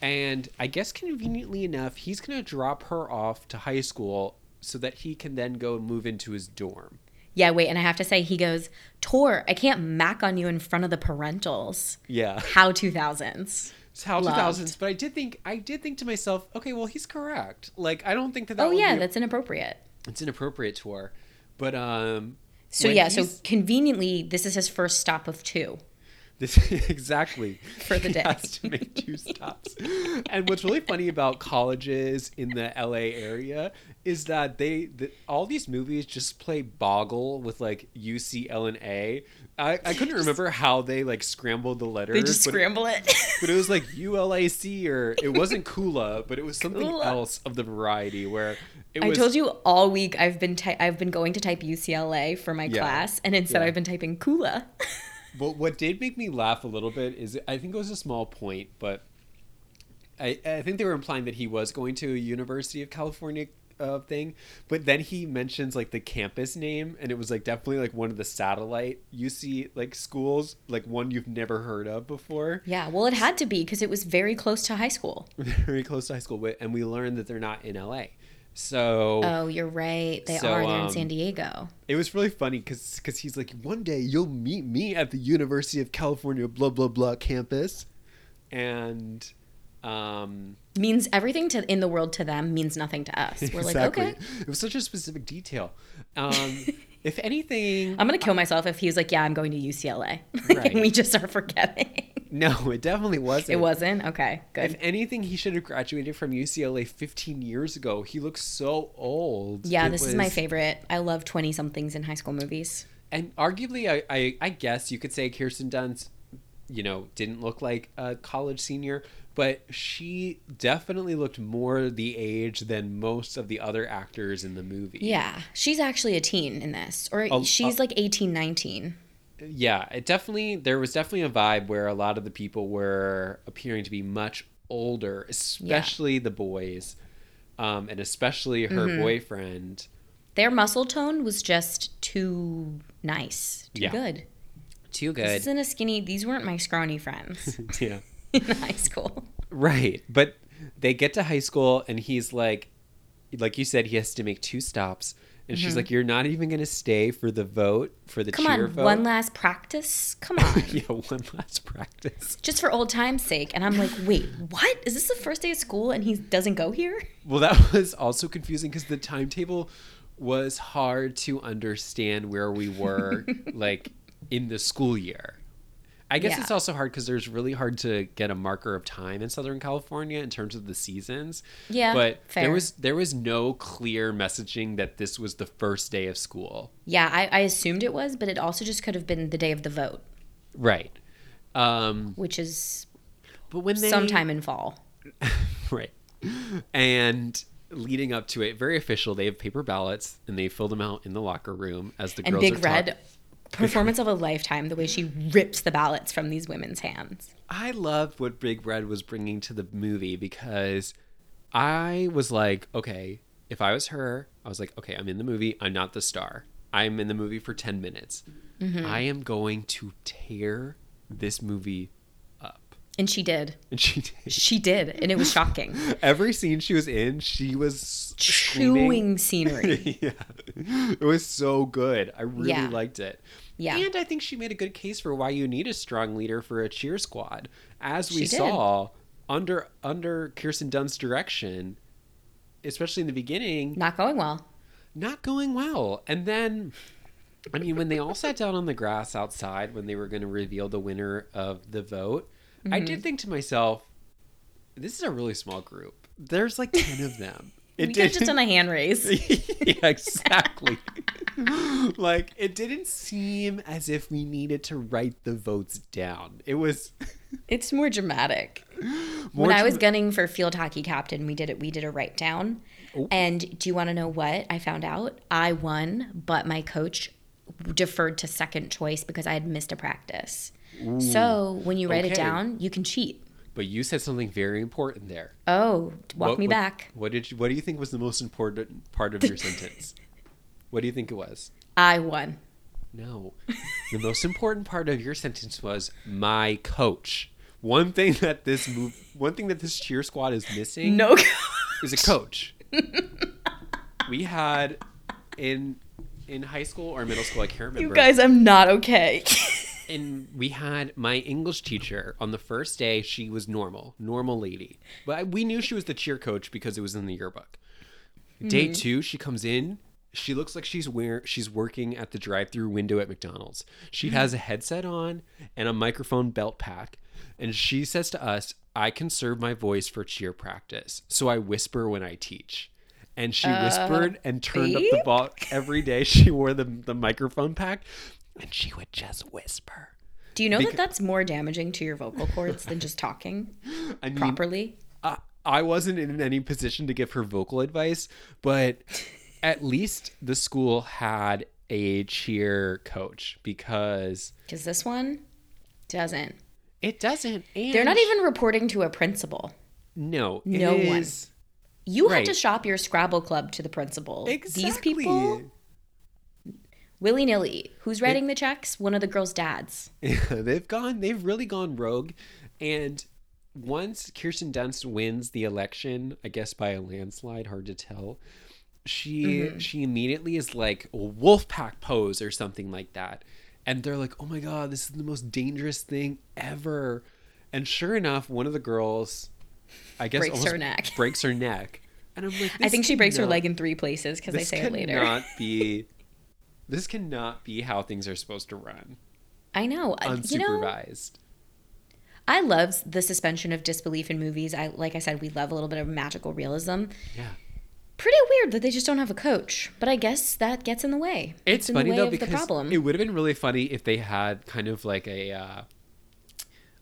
Speaker 2: and I guess conveniently enough, he's gonna drop her off to high school so that he can then go and move into his dorm.
Speaker 1: Yeah, wait, and I have to say, he goes, Tor, I can't mac on you in front of the parentals.
Speaker 2: Yeah.
Speaker 1: How 2000s.
Speaker 2: It's how two
Speaker 1: Loved.
Speaker 2: thousands, but I did think I did think to myself, okay, well he's correct. Like I don't think that that
Speaker 1: oh,
Speaker 2: would
Speaker 1: yeah,
Speaker 2: be a
Speaker 1: that's inappropriate.
Speaker 2: it's inappropriate to her. But um
Speaker 1: So,
Speaker 2: when
Speaker 1: yeah, so
Speaker 2: he's- [laughs]
Speaker 1: conveniently, this is his first stop of two.
Speaker 2: this exactly
Speaker 1: [laughs] For the
Speaker 2: He
Speaker 1: day.
Speaker 2: has to make two stops. and what's really funny about colleges in the LA area is that they the, all these movies just play boggle with like UCLNA. I,
Speaker 1: [laughs]
Speaker 2: I couldn't remember how they like scrambled the letters.
Speaker 1: They just
Speaker 2: but it-
Speaker 1: scramble it.
Speaker 2: [laughs] But it was like ULAC or it wasn't Kula, but it was something
Speaker 1: Kula.
Speaker 2: else of the variety where it
Speaker 1: I
Speaker 2: was
Speaker 1: told you all week I've been ty- I've been going to type UCLA for my
Speaker 2: Yeah.
Speaker 1: class, and instead
Speaker 2: Yeah.
Speaker 1: I've been typing Kula.
Speaker 2: But what did make me laugh a little bit is I think it was a small point, but I, I think they were implying that he was going to a University of California uh, thing. But then he mentions like the campus name, and it was like definitely like one of the satellite UC like schools, like one you've never heard of before, [laughs]
Speaker 1: yeah, well, it had to be because it was very close to high school.
Speaker 2: very close to high school. Wi- And we learned that they're not in LA. So
Speaker 1: Oh, you're right. They
Speaker 2: So,
Speaker 1: are. They're
Speaker 2: um,
Speaker 1: in San Diego.
Speaker 2: it was really funny because he's like, one day you'll meet me at the University of California, blah blah blah campus, and um,
Speaker 1: Means everything to in the world to them means nothing to us. We're like, okay,
Speaker 2: It was such a specific detail.
Speaker 1: [laughs]
Speaker 2: Um, if anything,
Speaker 1: I'm gonna kill myself if he was like, yeah, I'm going to [laughs] UCLA.
Speaker 2: Right.
Speaker 1: and we just are forgetting.
Speaker 2: no, it definitely wasn't.
Speaker 1: it wasn't okay. Good.
Speaker 2: If anything, he should have graduated from UCLA 15 years ago. He looks so old.
Speaker 1: yeah,
Speaker 2: It
Speaker 1: this is my
Speaker 2: was-
Speaker 1: favorite. I love twenty somethings in high school movies.
Speaker 2: And arguably, I, I, I guess you could say Kirsten Dunst, you know, didn't look like a college senior, but she definitely looked more the age than most of the other actors in the movie.
Speaker 1: Yeah, she's actually a teen in this, or
Speaker 2: Oh,
Speaker 1: she's like 18, 19.
Speaker 2: yeah it definitely there was definitely a vibe where a lot of the people were appearing to be much older especially the boys um, and especially her boyfriend
Speaker 1: Their muscle tone was just too nice, too
Speaker 2: Yeah.
Speaker 1: good.
Speaker 2: too
Speaker 1: This isn't a skinny. These weren't my scrawny friends
Speaker 2: [laughs]
Speaker 1: [laughs]
Speaker 2: yeah
Speaker 1: in high school.
Speaker 2: right but they get to high school and he's like like you said he has to make two stops and she's like you're not even going to stay for the vote for the
Speaker 1: Mm-hmm. Come
Speaker 2: cheer
Speaker 1: on,
Speaker 2: vote
Speaker 1: one last practice. Come
Speaker 2: [laughs]
Speaker 1: on.
Speaker 2: yeah one last practice
Speaker 1: just for old time's sake. And I'm like, wait, what? Is this the first day of school and he doesn't go here?
Speaker 2: Well, that [laughs] was also confusing because the timetable was hard to understand where we
Speaker 1: [laughs]
Speaker 2: were, like in the school year. I guess
Speaker 1: Yeah.
Speaker 2: it's also hard because there's really hard to get a marker of time in Southern California in terms of the seasons.
Speaker 1: Yeah,
Speaker 2: but there
Speaker 1: fair.
Speaker 2: was there was no clear messaging that this was the first day of school.
Speaker 1: Yeah, I, I assumed it was, but it also just could have been the day of the vote,
Speaker 2: Right. Um,
Speaker 1: which is
Speaker 2: but when they
Speaker 1: sometime in fall.
Speaker 2: [laughs] right. And leading up to it, very official. They have paper ballots and they fill them out in the locker room as the
Speaker 1: And
Speaker 2: girls are [laughs]
Speaker 1: Big
Speaker 2: talk-
Speaker 1: Red performance of a lifetime the way she rips the ballots from these women's hands.
Speaker 2: I loved what Big Red was bringing to the movie because I was like, okay, if I was her, I was like, okay, I'm in the movie. I'm not the star. I'm in the movie for 10 minutes.
Speaker 1: Mm-hmm.
Speaker 2: I am going to tear this movie up.
Speaker 1: And she did.
Speaker 2: And she did.
Speaker 1: She did. And it was shocking.
Speaker 2: Every scene she was in, she was screaming.
Speaker 1: Chewing
Speaker 2: [laughs]
Speaker 1: scenery.
Speaker 2: yeah. It was so good. I really
Speaker 1: Yeah.
Speaker 2: liked it.
Speaker 1: Yeah.
Speaker 2: And I think she made a good case for why you need a strong leader for a cheer squad. As we
Speaker 1: She did.
Speaker 2: saw under under Kirsten Dunst's direction, especially in the beginning,
Speaker 1: Not going well.
Speaker 2: not going well. And then I mean when they all sat down on the grass outside when they were going to reveal the winner of the vote, I
Speaker 1: Mm-hmm.
Speaker 2: did think to myself, this is a really small group. There's like 10 of them.
Speaker 1: [laughs]
Speaker 2: It
Speaker 1: we could have just
Speaker 2: didn't-
Speaker 1: done a hand
Speaker 2: [laughs]
Speaker 1: raise.
Speaker 2: yeah, exactly. [laughs] like it didn't seem as if we needed to write the votes down. It was [laughs]
Speaker 1: It's more dramatic.
Speaker 2: more
Speaker 1: when I was
Speaker 2: to-
Speaker 1: gunning for field hockey captain, we did it. We did a write down. And do you want to know what I found out? I won, but my coach deferred to second choice because I had missed a practice. so when you write
Speaker 2: okay.
Speaker 1: it down, you can cheat.
Speaker 2: But you said something very important there.
Speaker 1: Oh, walk
Speaker 2: What
Speaker 1: me
Speaker 2: wa-
Speaker 1: back.
Speaker 2: What did you, what do you think was the most important part of
Speaker 1: [laughs]
Speaker 2: your sentence? What do you think it was?
Speaker 1: I won.
Speaker 2: No. The most important part of your sentence was my coach. One thing that this move one thing that this cheer squad is missing
Speaker 1: No. [laughs]
Speaker 2: is a coach. we had in in high school or middle school, I can't remember.
Speaker 1: you guys, I'm not okay. [laughs]
Speaker 2: And we had my English teacher on the first day. She was normal, normal lady, but I- we knew she was the cheer coach because it was in the yearbook. Day two, she comes in. She looks like she's wear she's working at the drive-through window at McDonald's. She has a headset on and a microphone belt pack, and she says to us, "I can serve my voice for cheer practice, so I whisper when I teach." And she whispered and turned up the
Speaker 1: beep?
Speaker 2: ball every day. [laughs] She wore the the microphone pack, and she would just whisper.
Speaker 1: do you know that that's more damaging to your vocal cords than just
Speaker 2: [laughs]
Speaker 1: talking
Speaker 2: I mean,
Speaker 1: properly?
Speaker 2: I, I wasn't in any position to give her vocal advice, but
Speaker 1: [laughs]
Speaker 2: at least the school had a cheer coach because
Speaker 1: Because this one doesn't.
Speaker 2: it doesn't. And
Speaker 1: They're not even reporting to a principal.
Speaker 2: No, it
Speaker 1: No one.
Speaker 2: is-
Speaker 1: You
Speaker 2: Right.
Speaker 1: had to shop your Scrabble club to the principal.
Speaker 2: Exactly.
Speaker 1: These people, willy nilly. Who's writing the checks? One of the girls' dads.
Speaker 2: [laughs] they've gone. They've really gone rogue, and. Once Kirsten Dunst wins the election, I guess by a landslide, hard to tell. She
Speaker 1: Mm-hmm.
Speaker 2: she immediately is like Wolfpack pose or something like that, and they're like, "Oh my god, this is the most dangerous thing ever!" And sure enough, one of the girls, I guess,
Speaker 1: Breaks her
Speaker 2: almost
Speaker 1: neck.
Speaker 2: [laughs] breaks her neck, and I'm like,
Speaker 1: I think she breaks her
Speaker 2: leg.
Speaker 1: leg in three places because I say it later. [laughs]
Speaker 2: cannot be. This cannot be how things are supposed to run
Speaker 1: I know. I- Uh, You know,
Speaker 2: unsupervised.
Speaker 1: I love the suspension of disbelief in movies. I like I said, we love a little bit of magical realism.
Speaker 2: yeah,
Speaker 1: Pretty weird that they just don't have a coach, but I guess that gets in the way.
Speaker 2: it's
Speaker 1: in
Speaker 2: funny
Speaker 1: the way
Speaker 2: though
Speaker 1: of the
Speaker 2: because
Speaker 1: problem.
Speaker 2: it would have been really funny if they had kind of like a uh,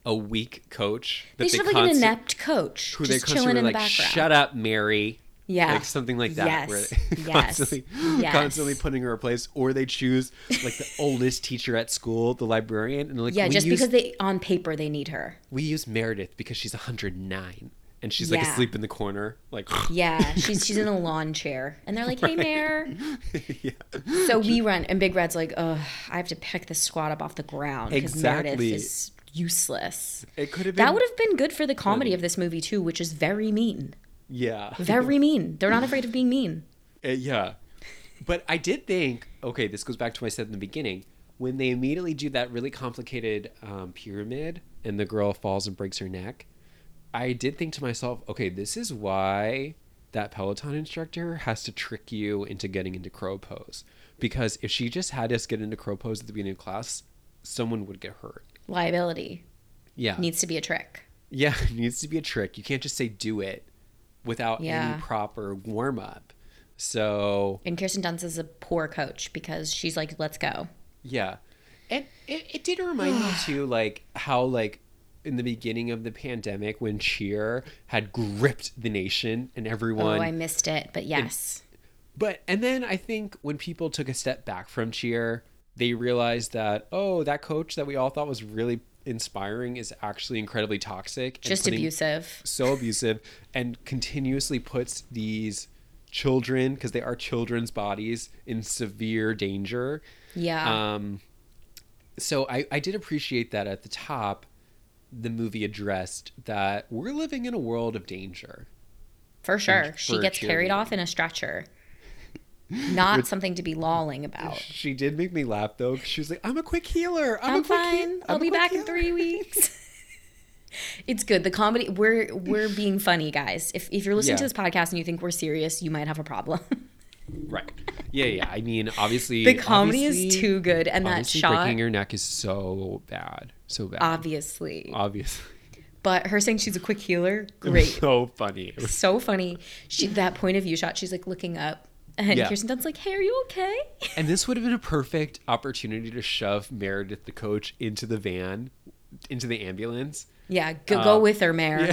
Speaker 2: a weak coach. That
Speaker 1: they should have like an
Speaker 2: constant-
Speaker 1: inept coach
Speaker 2: who they
Speaker 1: just
Speaker 2: constantly
Speaker 1: chilling in
Speaker 2: were
Speaker 1: the
Speaker 2: like,
Speaker 1: background.
Speaker 2: "Shut up, Mary."
Speaker 1: Yeah.
Speaker 2: like something like that.
Speaker 1: Yes.
Speaker 2: Where [laughs]
Speaker 1: Yes.
Speaker 2: constantly,
Speaker 1: Yes.
Speaker 2: constantly putting her in place, or they choose like the oldest teacher at school, the librarian, and like
Speaker 1: yeah,
Speaker 2: we
Speaker 1: just
Speaker 2: use
Speaker 1: because they on paper they need her.
Speaker 2: we use Meredith because she's 109 and she's like
Speaker 1: Yeah.
Speaker 2: asleep in the corner, like [laughs]
Speaker 1: Yeah, she's she's in a lawn chair, and they're like, "Hey, Mayor."
Speaker 2: yeah.
Speaker 1: So we run, and Big Red's like, "Ugh, I have to pick this squad up off the ground because
Speaker 2: Exactly.
Speaker 1: Meredith is useless."
Speaker 2: It could have been
Speaker 1: That would have been good for the comedy of this movie too, which is very mean,
Speaker 2: yeah,
Speaker 1: very mean. They're not afraid of being mean.
Speaker 2: Uh, yeah. But I did think okay, this goes back to what I said in the beginning when they immediately do that really complicated um, pyramid and the girl falls and breaks her neck. I did think to myself, okay, this is why that Peloton instructor has to trick you into getting into crow pose because if she just had us get into crow pose at the beginning of class, someone would get hurt.
Speaker 1: Liability
Speaker 2: Yeah.
Speaker 1: needs to be a trick.
Speaker 2: Yeah, [laughs] it needs to be a trick. You can't just say do it without
Speaker 1: Yeah.
Speaker 2: any proper warm up. So
Speaker 1: And Kirsten Dunst is a poor coach because she's like, "Let's go."
Speaker 2: yeah, and it, it did remind me too,
Speaker 1: [sighs]
Speaker 2: like how like in the beginning of the pandemic when cheer had gripped the nation and everyone
Speaker 1: Oh, I missed it, but yes,
Speaker 2: But and then I think when people took a step back from cheer, they realized that oh that coach that we all thought was really inspiring is actually incredibly toxic and
Speaker 1: Just
Speaker 2: putting-
Speaker 1: abusive.
Speaker 2: so abusive and continuously puts these children because they are children's bodies in severe danger
Speaker 1: Yeah.
Speaker 2: um so I, I did appreciate that at the top the movie addressed that we're living in a world of danger
Speaker 1: for sure. She
Speaker 2: for
Speaker 1: gets carried
Speaker 2: cheerleading.
Speaker 1: off in a stretcher. Not something to be lolling about.
Speaker 2: she did make me laugh though 'cause she was like i'm a quick healer i'm,
Speaker 1: I'm
Speaker 2: a quick heal-
Speaker 1: fine.
Speaker 2: I'm
Speaker 1: I'll
Speaker 2: a
Speaker 1: be
Speaker 2: quick
Speaker 1: back in
Speaker 2: healer."
Speaker 1: three weeks. [laughs] it's good. The comedy we're we're being funny, guys. If if you're listening to
Speaker 2: Yeah.
Speaker 1: this podcast and you think we're serious, you might have a problem. [laughs]
Speaker 2: right yeah yeah i mean obviously
Speaker 1: the comedy is
Speaker 2: obviously-
Speaker 1: too good and that
Speaker 2: obviously
Speaker 1: shot Ah.
Speaker 2: breaking your neck is so bad so bad
Speaker 1: obviously.
Speaker 2: obviously [laughs]
Speaker 1: But her saying she's a quick healer,
Speaker 2: It was [laughs]
Speaker 1: great.
Speaker 2: so funny It was-
Speaker 1: so funny. She that point of view shot, she's like looking up and
Speaker 2: Yeah.
Speaker 1: Kirsten Dunst's like, Hey, are you okay?
Speaker 2: and this would have been a perfect opportunity to shove meredith the coach into the van into the ambulance
Speaker 1: Yeah, go, go
Speaker 2: Um,
Speaker 1: with her, Mare.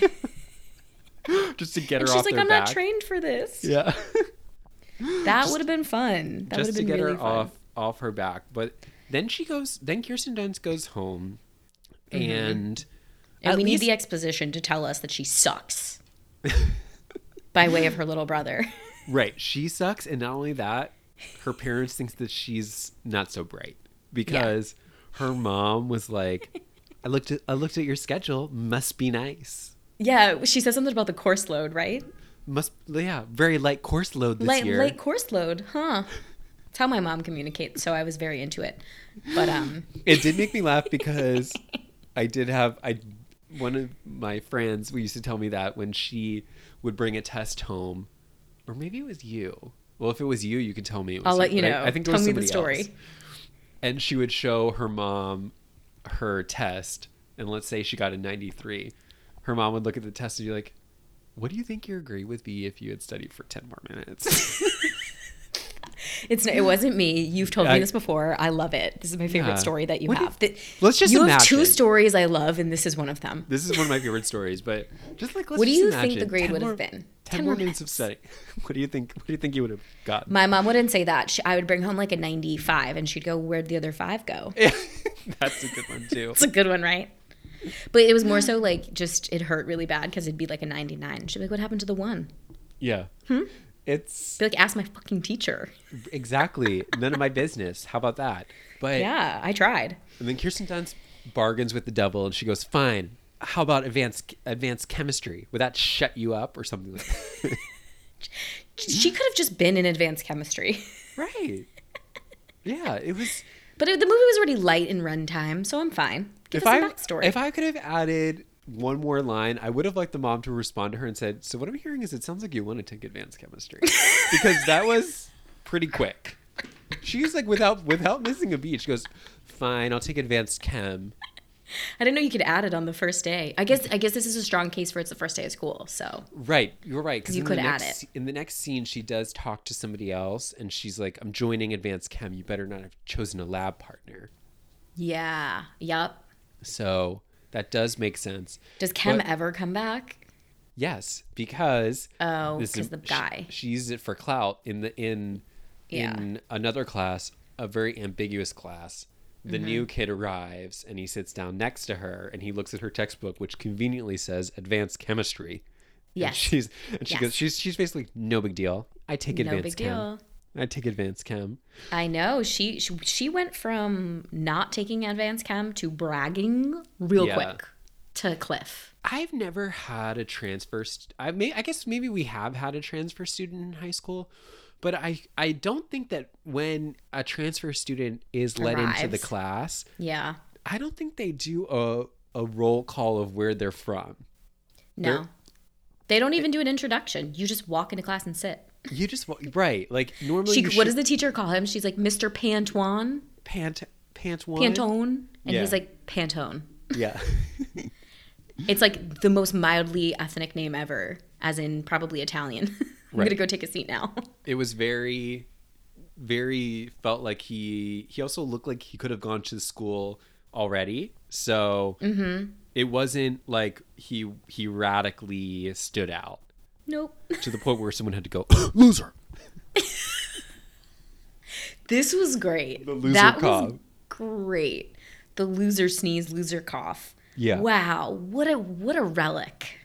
Speaker 2: yeah. [laughs] just to get her
Speaker 1: And [laughs]
Speaker 2: off
Speaker 1: she's like,
Speaker 2: their
Speaker 1: I'm
Speaker 2: back
Speaker 1: not trained for this.
Speaker 2: yeah [laughs]
Speaker 1: That would have been fun. That would
Speaker 2: just
Speaker 1: have
Speaker 2: to
Speaker 1: been
Speaker 2: get
Speaker 1: really
Speaker 2: her
Speaker 1: fun.
Speaker 2: off off her back but then she goes then kirsten dunst goes home
Speaker 1: Mm-hmm.
Speaker 2: and
Speaker 1: And
Speaker 2: at
Speaker 1: we
Speaker 2: least-
Speaker 1: need the exposition to tell us that she [laughs] sucks by way of her little brother.
Speaker 2: Right. She sucks. And not only that, her parents thinks that she's not so bright because her mom was like, I looked at I looked at your schedule. Must be nice.
Speaker 1: yeah, she says something about the course load, right?
Speaker 2: Must yeah, very light course load this
Speaker 1: Late,
Speaker 2: year.
Speaker 1: late course load, huh? It's how my mom communicates, so I was very into it. But um,
Speaker 2: It did make me laugh because I did have I one of my friends we used to tell me that when she would bring a test home, or maybe it was you. Well, if it was you, you can tell me. It was
Speaker 1: I'll let you
Speaker 2: but
Speaker 1: know.
Speaker 2: I, I think it
Speaker 1: tell
Speaker 2: was
Speaker 1: me the
Speaker 2: somebody
Speaker 1: story.
Speaker 2: else. and she would show her mom her test and let's say she got a 93 her mom would look at the test and be like what do you think you agree with me if you had studied for 10 more minutes [laughs]
Speaker 1: It's it wasn't me. You've told
Speaker 2: I-
Speaker 1: me this before. I love it. This is my favorite
Speaker 2: Yeah.
Speaker 1: story that you
Speaker 2: What
Speaker 1: have.
Speaker 2: if-
Speaker 1: Th-
Speaker 2: Let's just
Speaker 1: you have two
Speaker 2: imagine.
Speaker 1: stories I love, and this is one of them.
Speaker 2: this is one of my favorite stories but just like let's
Speaker 1: What do
Speaker 2: just
Speaker 1: you
Speaker 2: imagine
Speaker 1: think the grade
Speaker 2: 10
Speaker 1: would
Speaker 2: more-
Speaker 1: have been?
Speaker 2: 10 more minutes of studying [laughs] what do you think what do you think you would have gotten
Speaker 1: My mom wouldn't say that. She, I would bring home like a 95 and she'd go, Where'd the other five go?
Speaker 2: [laughs] [laughs] that's a good one too
Speaker 1: It's a good one, right? But it was more so like just it hurt really bad because it'd be like a 99. She'd be like, What happened to the one?
Speaker 2: yeah it's
Speaker 1: Be like, Ask my fucking teacher.
Speaker 2: exactly none of my business how about that but
Speaker 1: Yeah, I tried.
Speaker 2: And then Kirsten Dunst bargains with the devil, and she goes, "Fine. How about advanced advanced chemistry? Would that shut you up or something like that?"
Speaker 1: She could have just been in advanced chemistry.
Speaker 2: [laughs] [laughs] right. Yeah, it was.
Speaker 1: But it, the movie was already light in runtime, so I'm fine. Give
Speaker 2: if
Speaker 1: us
Speaker 2: I
Speaker 1: a backstory.
Speaker 2: if I could have added one more line, I would have liked the mom to respond to her and said, "So what I'm hearing is it sounds like you want to take advanced
Speaker 1: [laughs]
Speaker 2: chemistry," because that was pretty quick. She's like without without missing a beat. She goes, "Fine, I'll take advanced chem."
Speaker 1: I didn't know you could add it on the first day. I guess I guess this is a strong case for it's the first day of school. So
Speaker 2: Right, you're right. Because
Speaker 1: You
Speaker 2: in the
Speaker 1: could add
Speaker 2: next-
Speaker 1: it.
Speaker 2: in the next scene. She does talk to somebody else, and she's like, "I'm joining advanced chem. You better not have chosen a lab partner."
Speaker 1: yeah, yup.
Speaker 2: So that does make sense.
Speaker 1: Does Chem
Speaker 2: But-
Speaker 1: ever come back?
Speaker 2: Yes, because
Speaker 1: Oh,
Speaker 2: this is-
Speaker 1: 'cause the
Speaker 2: sh-
Speaker 1: guy.
Speaker 2: She, used it for clout in the in
Speaker 1: Yeah.
Speaker 2: in another class, a very ambiguous class. The
Speaker 1: Mm-hmm.
Speaker 2: new kid arrives and he sits down next to her and he looks at her textbook, which conveniently says advanced chemistry. And
Speaker 1: Yes.
Speaker 2: she's and she
Speaker 1: Yes.
Speaker 2: goes she's she's basically no big deal. I take
Speaker 1: No
Speaker 2: advanced
Speaker 1: big
Speaker 2: chem.
Speaker 1: deal.
Speaker 2: I take advanced chem.
Speaker 1: I know she, she she went from not taking advanced chem to bragging real
Speaker 2: Yeah.
Speaker 1: quick to Cliff.
Speaker 2: I've never had a transfer. St- I may, I guess maybe we have had a transfer student in high school, but I, I don't think that when a transfer student is let into the
Speaker 1: Arrives.
Speaker 2: class,
Speaker 1: Yeah,
Speaker 2: I don't think they do a a roll call of where they're from.
Speaker 1: no,
Speaker 2: They're-
Speaker 1: they don't even do an introduction. You just walk into class and sit.
Speaker 2: You just wa- right like normally.
Speaker 1: She
Speaker 2: you
Speaker 1: what
Speaker 2: should-
Speaker 1: does the teacher call him? She's like Mr. Pantone,
Speaker 2: pant pantone?
Speaker 1: Pantone, and
Speaker 2: Yeah.
Speaker 1: he's like Pantone.
Speaker 2: Yeah,
Speaker 1: It's like the most mildly ethnic name ever, as in probably Italian. [laughs] I'm
Speaker 2: Right.
Speaker 1: gonna go take a seat now. [laughs]
Speaker 2: it was very, very felt like he he also looked like he could have gone to school already. So
Speaker 1: Mm-hmm.
Speaker 2: it wasn't like he he radically stood out
Speaker 1: nope.
Speaker 2: to the point where someone had to go loser.
Speaker 1: This was great.
Speaker 2: The loser
Speaker 1: that
Speaker 2: cough.
Speaker 1: was great. The loser sneeze, loser cough.
Speaker 2: Yeah.
Speaker 1: Wow, what a what a relic.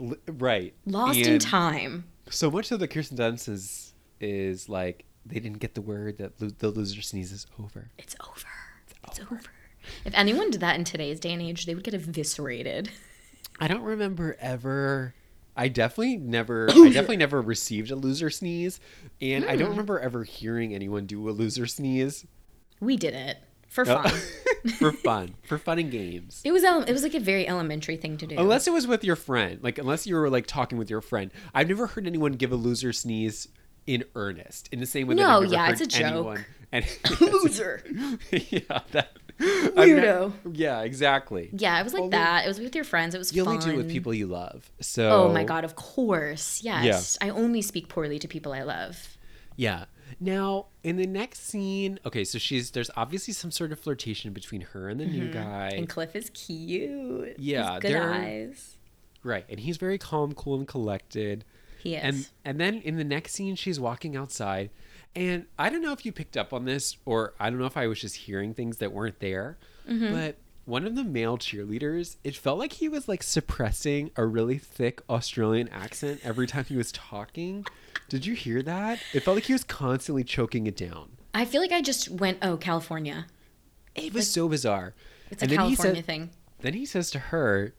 Speaker 2: L- right.
Speaker 1: Lost in
Speaker 2: And
Speaker 1: time.
Speaker 2: So much so that Kirsten Dunst is is like they didn't get the word that lo- the loser sneeze is over.
Speaker 1: It's over. It's over. If anyone did that in today's day and age, they would get eviscerated.
Speaker 2: I don't remember ever. I
Speaker 1: [clears throat]
Speaker 2: definitely never. I definitely never received a loser sneeze, and I
Speaker 1: Hmm.
Speaker 2: don't remember ever hearing anyone do a
Speaker 1: [laughs]
Speaker 2: loser sneeze
Speaker 1: We did it for
Speaker 2: No. [laughs]
Speaker 1: fun.
Speaker 2: for fun, for fun and games.
Speaker 1: It was ele- it was like a very elementary thing to do.
Speaker 2: Unless it was with your friend, like unless you were like talking with your friend. I've never heard anyone give a loser sneeze in earnest. In the same way, that
Speaker 1: No,
Speaker 2: I've never
Speaker 1: yeah, it's
Speaker 2: heard
Speaker 1: a joke.
Speaker 2: Anyone, and
Speaker 1: [laughs]
Speaker 2: [laughs]
Speaker 1: loser.
Speaker 2: yeah, that, I've
Speaker 1: Weirdo.
Speaker 2: ne- yeah, exactly.
Speaker 1: Yeah, it was like
Speaker 2: Only-
Speaker 1: that. It was with your friends. It was
Speaker 2: You
Speaker 1: fun.
Speaker 2: only do it with people you love. So.
Speaker 1: Oh my god, of course. Yes. I only speak poorly to people I love.
Speaker 2: Yeah. Now, in the next scene, okay, so she's there's obviously some sort of flirtation between her and the new guy.
Speaker 1: And Cliff is cute. He's
Speaker 2: Yeah,
Speaker 1: good
Speaker 2: they're-
Speaker 1: eyes.
Speaker 2: right. And he's very calm, cool, and collected.
Speaker 1: He is.
Speaker 2: And and then in the next scene she's walking outside. And I don't know if you picked up on this or I don't know if I was just hearing things that weren't there. But one of the male cheerleaders, it felt like he was like suppressing a really thick Australian accent every time he was talking. Did you hear that? It felt like he was constantly choking it down.
Speaker 1: I feel like I just went, oh, California.
Speaker 2: It was so bizarre.
Speaker 1: It's a
Speaker 2: then he
Speaker 1: California
Speaker 2: said-
Speaker 1: thing.
Speaker 2: Then he says to her,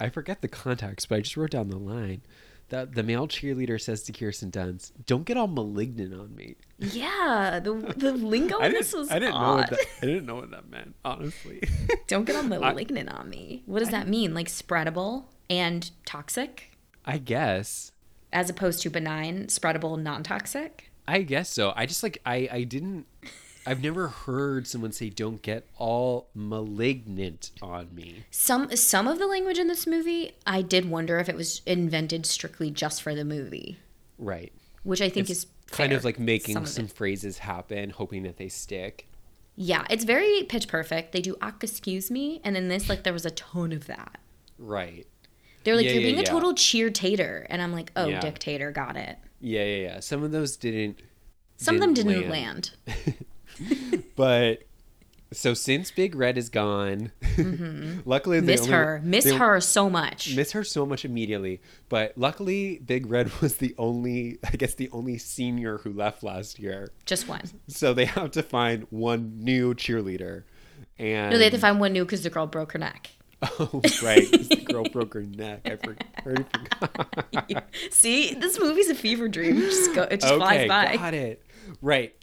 Speaker 2: I forget the context, but I just wrote down the line. The, the male cheerleader says to Kirsten Dunst, Don't get all malignant on me.
Speaker 1: Yeah, the
Speaker 2: [laughs]
Speaker 1: the lingo
Speaker 2: I
Speaker 1: on
Speaker 2: didn't,
Speaker 1: Oh, this was
Speaker 2: I didn't know
Speaker 1: odd.
Speaker 2: what that, I didn't know what that meant, honestly.
Speaker 1: [laughs] Don't get all malignant on me. What does that mean? Like spreadable and toxic,
Speaker 2: [laughs] I guess.
Speaker 1: as opposed to benign, spreadable, non-toxic.
Speaker 2: I guess so. I just like I I didn't I've never heard someone say don't get all malignant on me.
Speaker 1: Some some of the language in this movie, I did wonder if it was invented strictly just for the movie,
Speaker 2: Right.
Speaker 1: which I think
Speaker 2: It's
Speaker 1: is
Speaker 2: kind
Speaker 1: fair,
Speaker 2: of like making
Speaker 1: some of
Speaker 2: some
Speaker 1: it.
Speaker 2: phrases happen, hoping that they stick.
Speaker 1: Yeah, it's very pitch perfect. They do "Ach, excuse me," and in this, like, there was a tone of that.
Speaker 2: Right.
Speaker 1: They're like,
Speaker 2: Yeah,
Speaker 1: "You're
Speaker 2: yeah,
Speaker 1: being a
Speaker 2: yeah.
Speaker 1: total cheer tater," and I'm like, "Oh,
Speaker 2: Yeah.
Speaker 1: dictator, got it."
Speaker 2: Yeah, yeah, yeah. Some of those didn't
Speaker 1: Some of them
Speaker 2: Didn't
Speaker 1: didn't land.
Speaker 2: land. But so since Big Red is gone, [laughs] luckily [laughs]
Speaker 1: Mm-hmm.
Speaker 2: they
Speaker 1: Miss
Speaker 2: only-
Speaker 1: her, miss
Speaker 2: they
Speaker 1: her so much.
Speaker 2: miss her so much immediately. But luckily, Big Red [laughs] was the only, I guess, the only senior who left last year.
Speaker 1: Just
Speaker 2: [laughs]
Speaker 1: one.
Speaker 2: So they have to find one new cheerleader, and [laughs]
Speaker 1: No, they had to find one new because the girl broke her neck.
Speaker 2: oh right, this girl broke her neck. I for-
Speaker 1: [laughs]
Speaker 2: I already forgot.
Speaker 1: See, this movie's a fever dream. It just, go, it just flies by.
Speaker 2: got it. Right,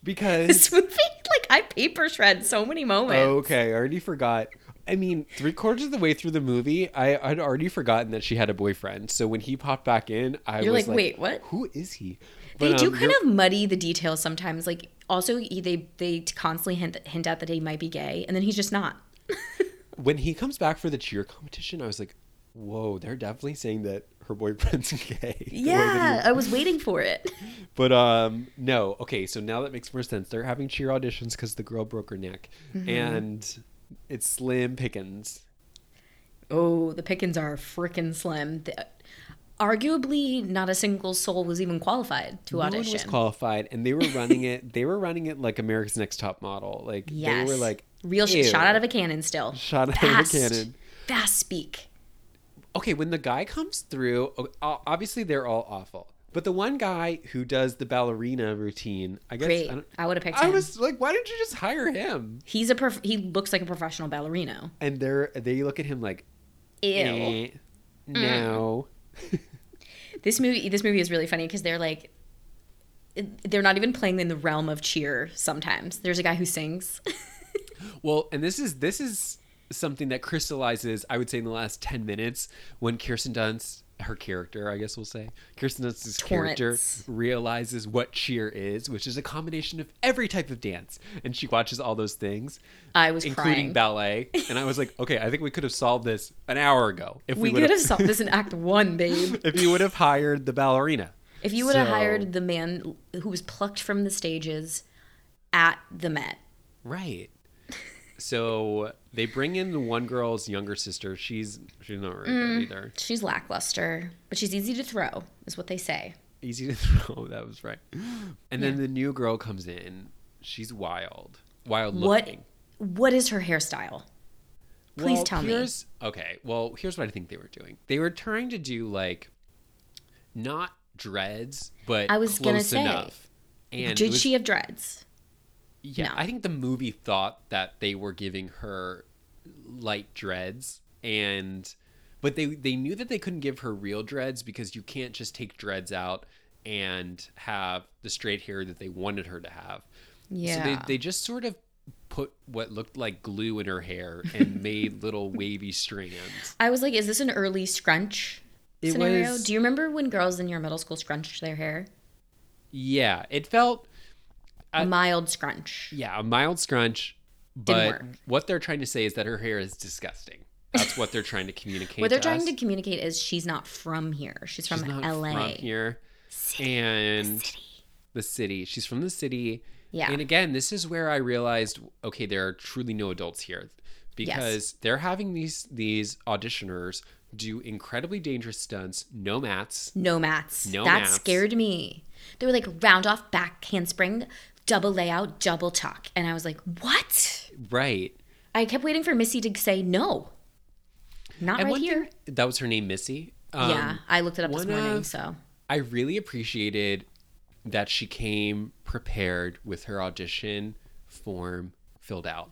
Speaker 1: [laughs]
Speaker 2: because
Speaker 1: This movie, like, I paper shred so many moments.
Speaker 2: Okay, I already forgot. I mean, three quarters of the way through the movie, I had already forgotten that she had a boyfriend. So when he popped back in, I
Speaker 1: You're
Speaker 2: was
Speaker 1: like, "Wait, what?"
Speaker 2: Who is he?
Speaker 1: they
Speaker 2: But,
Speaker 1: do
Speaker 2: um,
Speaker 1: kind
Speaker 2: you're-
Speaker 1: of muddy the details sometimes. Like, also, he- they they constantly hint, hint at that he might be gay, and then he's just not.
Speaker 2: when he comes back for the cheer competition. I was like, whoa, they're definitely saying that her boyfriend's [laughs] gay. the way that he-
Speaker 1: Yeah, I was waiting for it.
Speaker 2: [laughs] But um, no. Okay, so now that makes more sense. They're having cheer auditions because the girl broke her neck,
Speaker 1: Mm-hmm.
Speaker 2: and it's slim pickings.
Speaker 1: Oh, the pickings are frickin' slim. The- arguably, not a single soul was even qualified to
Speaker 2: No
Speaker 1: audition.
Speaker 2: one was qualified, and they were
Speaker 1: [laughs]
Speaker 2: running it. They were running it like America's Next Top Model. Like
Speaker 1: yes.
Speaker 2: they were like
Speaker 1: real shit
Speaker 2: "Ew."
Speaker 1: shot out of a cannon still.
Speaker 2: Shot out of a cannon.
Speaker 1: Fast speak.
Speaker 2: Okay, when the guy comes through, o- o- obviously they're all awful. But the one guy who does the ballerina routine, I guess
Speaker 1: Great.
Speaker 2: I,
Speaker 1: I,
Speaker 2: don't,
Speaker 1: would have picked
Speaker 2: I
Speaker 1: him.
Speaker 2: was like, why didn't you just hire him?
Speaker 1: He's a prof- he looks like a professional ballerino.
Speaker 2: And they're they look at him like,
Speaker 1: Ew.
Speaker 2: eh, no,
Speaker 1: This movie this movie is really funny because they're like they're not even playing in the realm of cheer sometimes. There's a guy who sings. [laughs]
Speaker 2: Well, and this is this is something that crystallizes, I would say, in the last ten minutes when Kirsten Dunst, her character, I guess we'll say, Kirsten Dunst's character
Speaker 1: Torrance.
Speaker 2: realizes what cheer is, which is a combination of every type of dance, and she watches all those things,
Speaker 1: I was
Speaker 2: including
Speaker 1: crying.
Speaker 2: ballet. And I was like, okay, I think we could have solved this an hour ago if
Speaker 1: we
Speaker 2: we,
Speaker 1: could
Speaker 2: would
Speaker 1: have solved this in act 1, babe.
Speaker 2: [laughs] if you would have hired the ballerina.
Speaker 1: If you would have
Speaker 2: So-
Speaker 1: hired the man who was plucked from the stages at the Met.
Speaker 2: Right. So they bring in the one girl's younger sister. She's she's not very
Speaker 1: Mm.
Speaker 2: good either.
Speaker 1: She's lackluster, but she's easy to throw, is what they say.
Speaker 2: [laughs] easy to throw. That was right. And then the new girl comes in. She's wild. Wild
Speaker 1: What
Speaker 2: looking.
Speaker 1: what is her hairstyle? Please
Speaker 2: Well,
Speaker 1: tell me.
Speaker 2: here's, me. Okay. Well, here's what I think they were doing. They were trying to do like not dreads, but
Speaker 1: I was gonna
Speaker 2: close
Speaker 1: say,
Speaker 2: enough. And it
Speaker 1: Did
Speaker 2: was-
Speaker 1: she have dreads?
Speaker 2: Yeah,
Speaker 1: No.
Speaker 2: I think the movie thought that they were giving her light dreads and but they they knew that they couldn't give her real dreads because you can't just take dreads out and have the straight hair that they wanted her to have. So
Speaker 1: Yeah.
Speaker 2: they they just sort of put what looked like glue in her hair
Speaker 1: [laughs]
Speaker 2: and made little wavy strands.
Speaker 1: I was like, is this an early scrunch
Speaker 2: It
Speaker 1: scenario?
Speaker 2: was-
Speaker 1: Do you remember when girls in your middle school scrunched their hair?
Speaker 2: Yeah, it felt
Speaker 1: A mild scrunch.
Speaker 2: yeah, a mild scrunch, but
Speaker 1: work.
Speaker 2: what they're trying to say is that her hair is disgusting. That's what they're trying to communicate.
Speaker 1: What they're
Speaker 2: to
Speaker 1: trying
Speaker 2: us.
Speaker 1: to communicate is she's not from here. She's from
Speaker 2: She's not
Speaker 1: LA.
Speaker 2: from here. and the city. She's from the city.
Speaker 1: Yeah.
Speaker 2: And again, this is where I realized okay, there are truly no adults here because they're having these these auditioners do incredibly dangerous stunts, no mats.
Speaker 1: No mats.
Speaker 2: No
Speaker 1: that
Speaker 2: mats.
Speaker 1: scared me. They were like round off back handspring, double layout, double tuck. And I was like, what?
Speaker 2: Right.
Speaker 1: I kept waiting for Missy to say no. Not
Speaker 2: And
Speaker 1: right
Speaker 2: one thing-
Speaker 1: here.
Speaker 2: that was her name, Missy. Um,
Speaker 1: yeah, I looked it up this
Speaker 2: one
Speaker 1: morning.
Speaker 2: of-
Speaker 1: so
Speaker 2: I really appreciated that she came prepared with her audition form filled out.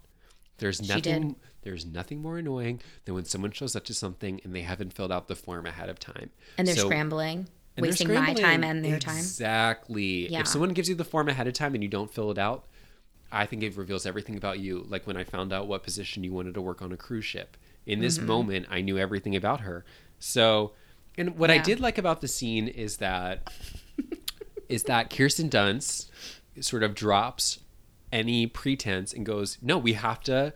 Speaker 2: There's nothing there's nothing more annoying than when someone shows up to something and they haven't filled out the form ahead of time.
Speaker 1: and they're
Speaker 2: So-
Speaker 1: scrambling,
Speaker 2: and they're
Speaker 1: wasting my
Speaker 2: scrambling.
Speaker 1: time and their time.
Speaker 2: Exactly.
Speaker 1: Yeah.
Speaker 2: If someone gives you the form ahead of time and you don't fill it out, I think it reveals everything about you. Like when I found out what position you wanted to work on a cruise ship. In this
Speaker 1: Mm-hmm.
Speaker 2: moment, I knew everything about her. So, and what I
Speaker 1: Yeah.
Speaker 2: did like about the scene is that is that Kirsten Dunst sort of drops any pretense and goes, "No, we have to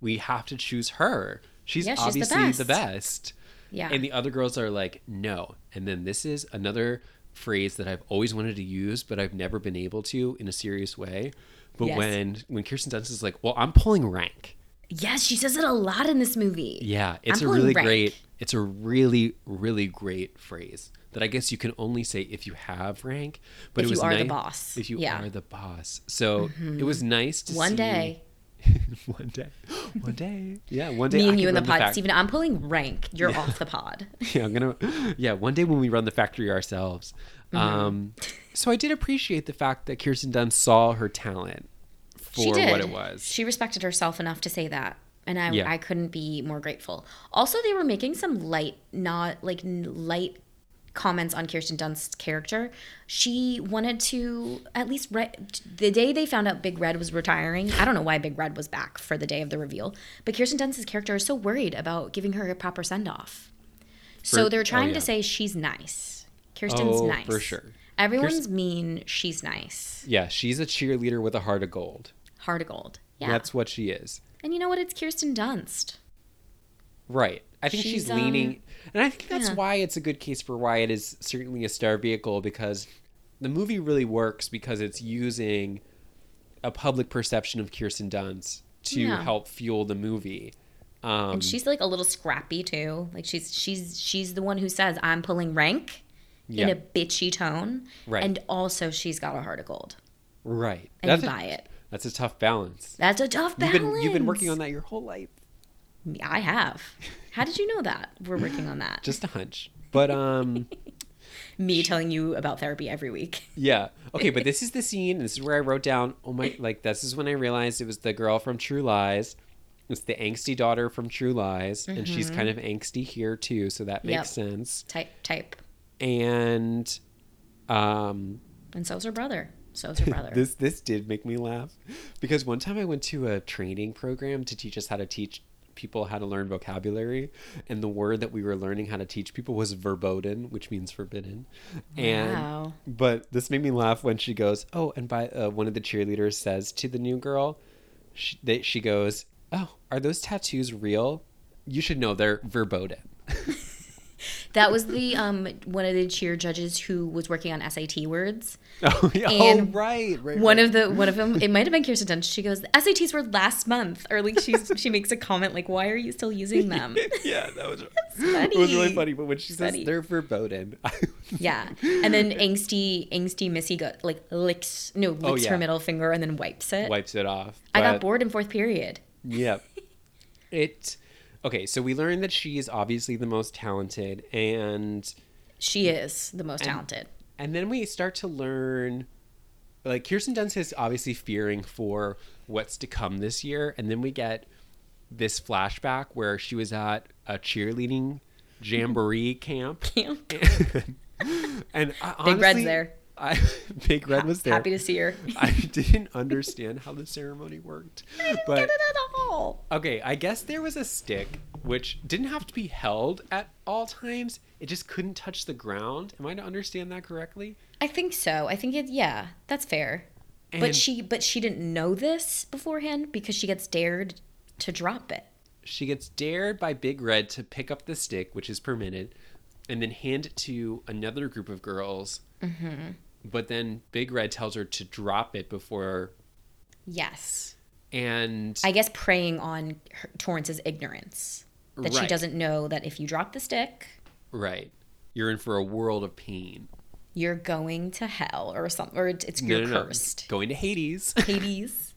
Speaker 2: we have to choose her. She's
Speaker 1: Yeah, she's the
Speaker 2: obviously The
Speaker 1: best.
Speaker 2: best.
Speaker 1: Yeah.
Speaker 2: And the other girls are like, no. And then this is another phrase that I've always wanted to use, but I've never been able to in a serious way. But
Speaker 1: Yes.
Speaker 2: when when Kirsten Dunst is like, well, I'm pulling rank.
Speaker 1: Yes, she says it a lot in this movie.
Speaker 2: Yeah, it's
Speaker 1: I'm
Speaker 2: a
Speaker 1: pulling
Speaker 2: really
Speaker 1: rank.
Speaker 2: great. It's a really really great phrase that I guess you can only say if you have rank. But
Speaker 1: If
Speaker 2: it
Speaker 1: you
Speaker 2: was
Speaker 1: are the
Speaker 2: nice-
Speaker 1: boss.
Speaker 2: If you
Speaker 1: Yeah. Mm-hmm.
Speaker 2: are the boss. So it was nice to
Speaker 1: One
Speaker 2: see-
Speaker 1: day.
Speaker 2: [laughs] one day. [gasps] One day. Yeah. One day.
Speaker 1: Me
Speaker 2: I
Speaker 1: and
Speaker 2: can
Speaker 1: you in the
Speaker 2: run
Speaker 1: pod,
Speaker 2: fact-
Speaker 1: Steven, I'm pulling rank. You're off
Speaker 2: [laughs]
Speaker 1: the pod.
Speaker 2: yeah, I'm gonna. Yeah, one day when we run the factory ourselves.
Speaker 1: Mm-hmm.
Speaker 2: Um, so I did appreciate the fact that Kirsten Dunst saw her talent for
Speaker 1: she did.
Speaker 2: what it was.
Speaker 1: She respected herself enough to say that. And I,
Speaker 2: Yeah.
Speaker 1: I couldn't be more grateful. Also, they were making some light, not like n- light comments on Kirsten Dunst's character. She wanted to at least Red, the day they found out Big Red was retiring. I don't know why Big Red was back for the day of the reveal, but Kirsten Dunst's character is so worried about giving her a proper send off. So
Speaker 2: For-
Speaker 1: they're
Speaker 2: oh,
Speaker 1: trying
Speaker 2: yeah.
Speaker 1: to say she's nice. Kirsten's
Speaker 2: Oh,
Speaker 1: nice
Speaker 2: for sure.
Speaker 1: Everyone's mean. She's nice.
Speaker 2: Yeah, she's a cheerleader with a heart of gold.
Speaker 1: Heart of gold. Yeah.
Speaker 2: That's what she is.
Speaker 1: And you know what? It's Kirsten Dunst.
Speaker 2: Right. I think she's,
Speaker 1: She's, um,
Speaker 2: leaning, and I think that's
Speaker 1: yeah.
Speaker 2: why it's a good case for why it is certainly a star vehicle because the movie really works because it's using a public perception of Kirsten Dunst to
Speaker 1: Yeah.
Speaker 2: help fuel the movie. Um,
Speaker 1: And she's like a little scrappy too. Like she's she's she's the one who says I'm pulling rank in
Speaker 2: Yeah.
Speaker 1: a bitchy tone.
Speaker 2: Right.
Speaker 1: And also she's got a heart of gold.
Speaker 2: right.
Speaker 1: And
Speaker 2: That's
Speaker 1: you
Speaker 2: a-
Speaker 1: buy it.
Speaker 2: That's a tough balance.
Speaker 1: That's a tough
Speaker 2: You've
Speaker 1: balance.
Speaker 2: been, you've been working on that your whole life.
Speaker 1: I have. How did you know that? We're working on that.
Speaker 2: Just a hunch. But um
Speaker 1: Me telling you about therapy every week. [laughs]
Speaker 2: yeah. Okay, but this is the scene. This is where I wrote down, oh my like this is when I realized it was the girl from True Lies. It's the angsty daughter from True Lies. And she's kind of angsty here too, so that makes
Speaker 1: Yep.
Speaker 2: sense.
Speaker 1: Type type.
Speaker 2: And um
Speaker 1: And so's her brother. So's
Speaker 2: [laughs]
Speaker 1: her brother.
Speaker 2: This this did make me laugh because one time I went to a training program to teach us how to teach people how to learn vocabulary, and the word that we were learning how to teach people was verboten, which means forbidden. And
Speaker 1: Wow.
Speaker 2: but this made me laugh when she goes, "Oh," and by uh, one of the cheerleaders says to the new girl, she, they, she goes, "Oh, are those tattoos real? You should know they're verboten." [laughs]
Speaker 1: that was the um one of the cheer judges who was working on SAT words.
Speaker 2: oh, yeah.
Speaker 1: And
Speaker 2: oh right, right.
Speaker 1: One
Speaker 2: right.
Speaker 1: of the one of them, it might have been Kirsten Dunst. She goes, "The SATs were last month," or like she's she makes a comment like, "Why are you
Speaker 2: [laughs]
Speaker 1: still using them?"
Speaker 2: [laughs] yeah, that was.
Speaker 1: [laughs] funny.
Speaker 2: It was really funny, but when she says
Speaker 1: funny.
Speaker 2: they're verboten, [laughs] I
Speaker 1: Yeah. And then angsty, angsty Missy go, like licks, no, licks her
Speaker 2: Oh, yeah.
Speaker 1: middle finger and then wipes it.
Speaker 2: wipes it off.
Speaker 1: I got
Speaker 2: but-
Speaker 1: bored in fourth period.
Speaker 2: Yep. It. Okay, so we learned that she is obviously the most talented, and
Speaker 1: She is the most talented.
Speaker 2: Mm.
Speaker 1: [laughs]
Speaker 2: and then we start to learn. Like Kirsten Dunst is obviously fearing for what's to come this year, and then we get this flashback where she was at a cheerleading jamboree camp, and I,
Speaker 1: Big Red's
Speaker 2: honestly,
Speaker 1: there.
Speaker 2: I, [laughs] Big Red was there.
Speaker 1: Happy to see her.
Speaker 2: [laughs] I didn't understand how the ceremony worked,
Speaker 1: [laughs]
Speaker 2: but
Speaker 1: Get it at all.
Speaker 2: Okay, I guess there was a stick which didn't have to be held at all times. It just couldn't touch the ground. Am I to understand that correctly?
Speaker 1: I think so. I think it. Yeah, that's fair. but
Speaker 2: And-
Speaker 1: she, but she didn't know this beforehand because she gets dared to drop it.
Speaker 2: She gets dared by Big Red to pick up the stick, which is permitted, and then hand it to another group of girls. Mm-hmm. But then Big Red tells her to drop it before,
Speaker 1: Yes.
Speaker 2: and
Speaker 1: I guess preying on her, Torrance's ignorance that she
Speaker 2: Right.
Speaker 1: doesn't know that if you drop the stick,
Speaker 2: right, you're in for a world of pain.
Speaker 1: you're going to hell or something, or it's it's- you're cursed.
Speaker 2: Going to Hades.
Speaker 1: Hades.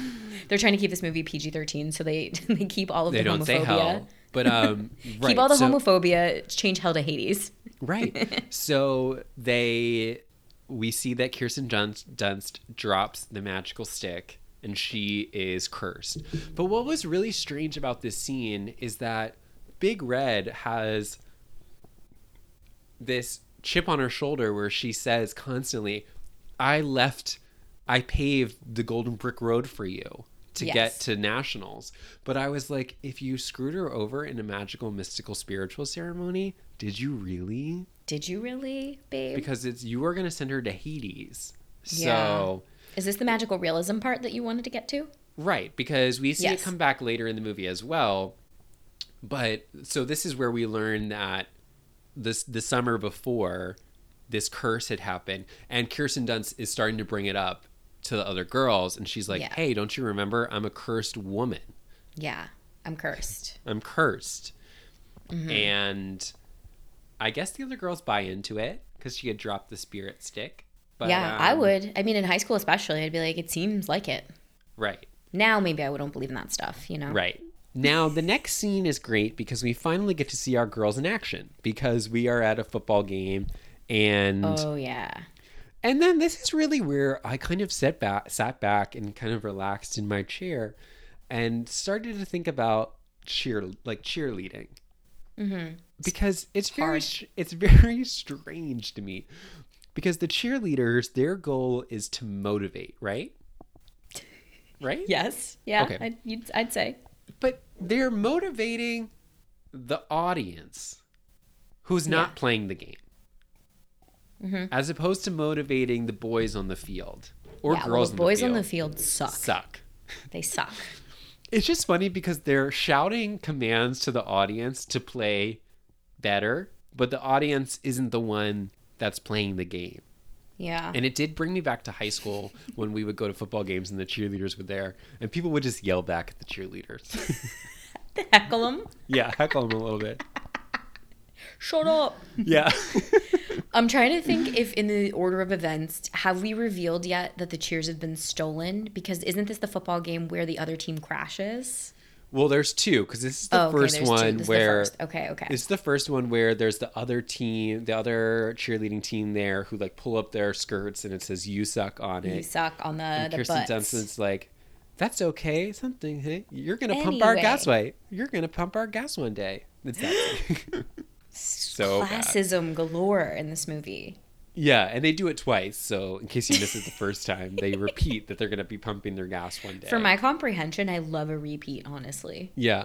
Speaker 1: [laughs] They're trying to keep this movie PG thirteen, so they [laughs] they keep all of
Speaker 2: they
Speaker 1: the
Speaker 2: don't
Speaker 1: homophobia.
Speaker 2: say hell, but um,
Speaker 1: [laughs]
Speaker 2: right.
Speaker 1: keep all the
Speaker 2: so-
Speaker 1: homophobia. Change hell to Hades.
Speaker 2: Right. so they, we see that Kirsten Dunst, Dunst drops the magical stick and she is cursed. But what was really strange about this scene is that Big Red has this chip on her shoulder where she says constantly, I left, I paved the Golden Brick Road for you to
Speaker 1: Yes.
Speaker 2: get to nationals. But I was like, if you screwed her over in a magical, mystical, spiritual ceremony, did you really?
Speaker 1: Did you really, babe?
Speaker 2: Because it's you are going to send her to Hades. So.
Speaker 1: Yeah. Is this the magical realism part that you wanted to get to?
Speaker 2: Right, because we see
Speaker 1: Yes.
Speaker 2: it come back later in the movie as well. But so this is where we learn that this the summer before this curse had happened, and Kirsten Dunst is starting to bring it up to the other girls, and she's like,
Speaker 1: Yeah.
Speaker 2: "Hey, don't you remember? I'm a cursed woman.
Speaker 1: Yeah, I'm cursed.
Speaker 2: I'm cursed."
Speaker 1: Mm-hmm.
Speaker 2: And I guess the other girls buy into it because she had dropped the spirit stick. But
Speaker 1: yeah, I
Speaker 2: um,
Speaker 1: would. I mean, in high school especially, I'd be like, it seems like it.
Speaker 2: Right.
Speaker 1: Now maybe I wouldn't believe in that stuff, you know?
Speaker 2: Right. Now, the next scene is great because we finally get to see our girls in action because we are at a football game. And
Speaker 1: Oh yeah.
Speaker 2: and then this is really where I kind of sat back, sat back and kind of relaxed in my chair and started to think about cheer like cheerleading. Because it's very
Speaker 1: hard.
Speaker 2: sh- it's very [laughs] strange to me because the cheerleaders their goal is to motivate, right? Right?
Speaker 1: Yes. Yeah.
Speaker 2: Okay.
Speaker 1: I'd, you'd, I'd say.
Speaker 2: but they're motivating the audience who's not playing the game
Speaker 1: Mm-hmm.
Speaker 2: as opposed to motivating the boys on the field or
Speaker 1: yeah. well,
Speaker 2: girls
Speaker 1: the boys
Speaker 2: on the
Speaker 1: on the
Speaker 2: field
Speaker 1: field suck.
Speaker 2: suck
Speaker 1: They suck.
Speaker 2: it's just funny because they're shouting commands to the audience to play better but the audience isn't the one that's playing the game
Speaker 1: Yeah.
Speaker 2: and it did bring me back to high school when we would go to football games and the cheerleaders were there and people would just yell back at the cheerleaders
Speaker 1: [laughs]
Speaker 2: [laughs]
Speaker 1: Heckle them.
Speaker 2: yeah heckle them a little bit
Speaker 1: Shut up.
Speaker 2: Yeah.
Speaker 1: I'm trying to think if, in the order of events, have we revealed yet that the cheers have been stolen? Because isn't this the football game where the other team crashes?
Speaker 2: well, there's two because this is the
Speaker 1: Oh, okay,
Speaker 2: first
Speaker 1: there's two.
Speaker 2: one
Speaker 1: This is the
Speaker 2: where
Speaker 1: first. Okay, okay.
Speaker 2: it's the first one where there's the other team, the other cheerleading team there who like pull up their skirts and it says "You suck" on
Speaker 1: You
Speaker 2: it.
Speaker 1: suck on the, the
Speaker 2: Kirsten
Speaker 1: butts.
Speaker 2: Dunst's like, "That's okay. Something. Hey, you're gonna pump our
Speaker 1: Anyway.
Speaker 2: gas. Way. You're gonna pump our gas one day." It's that. [laughs] so bad.
Speaker 1: Classism galore in this movie.
Speaker 2: Yeah, and they do it twice. So in case you miss it the first time, they repeat that they're gonna be pumping their gas one day.
Speaker 1: For my comprehension, I love a repeat, honestly.
Speaker 2: Yeah.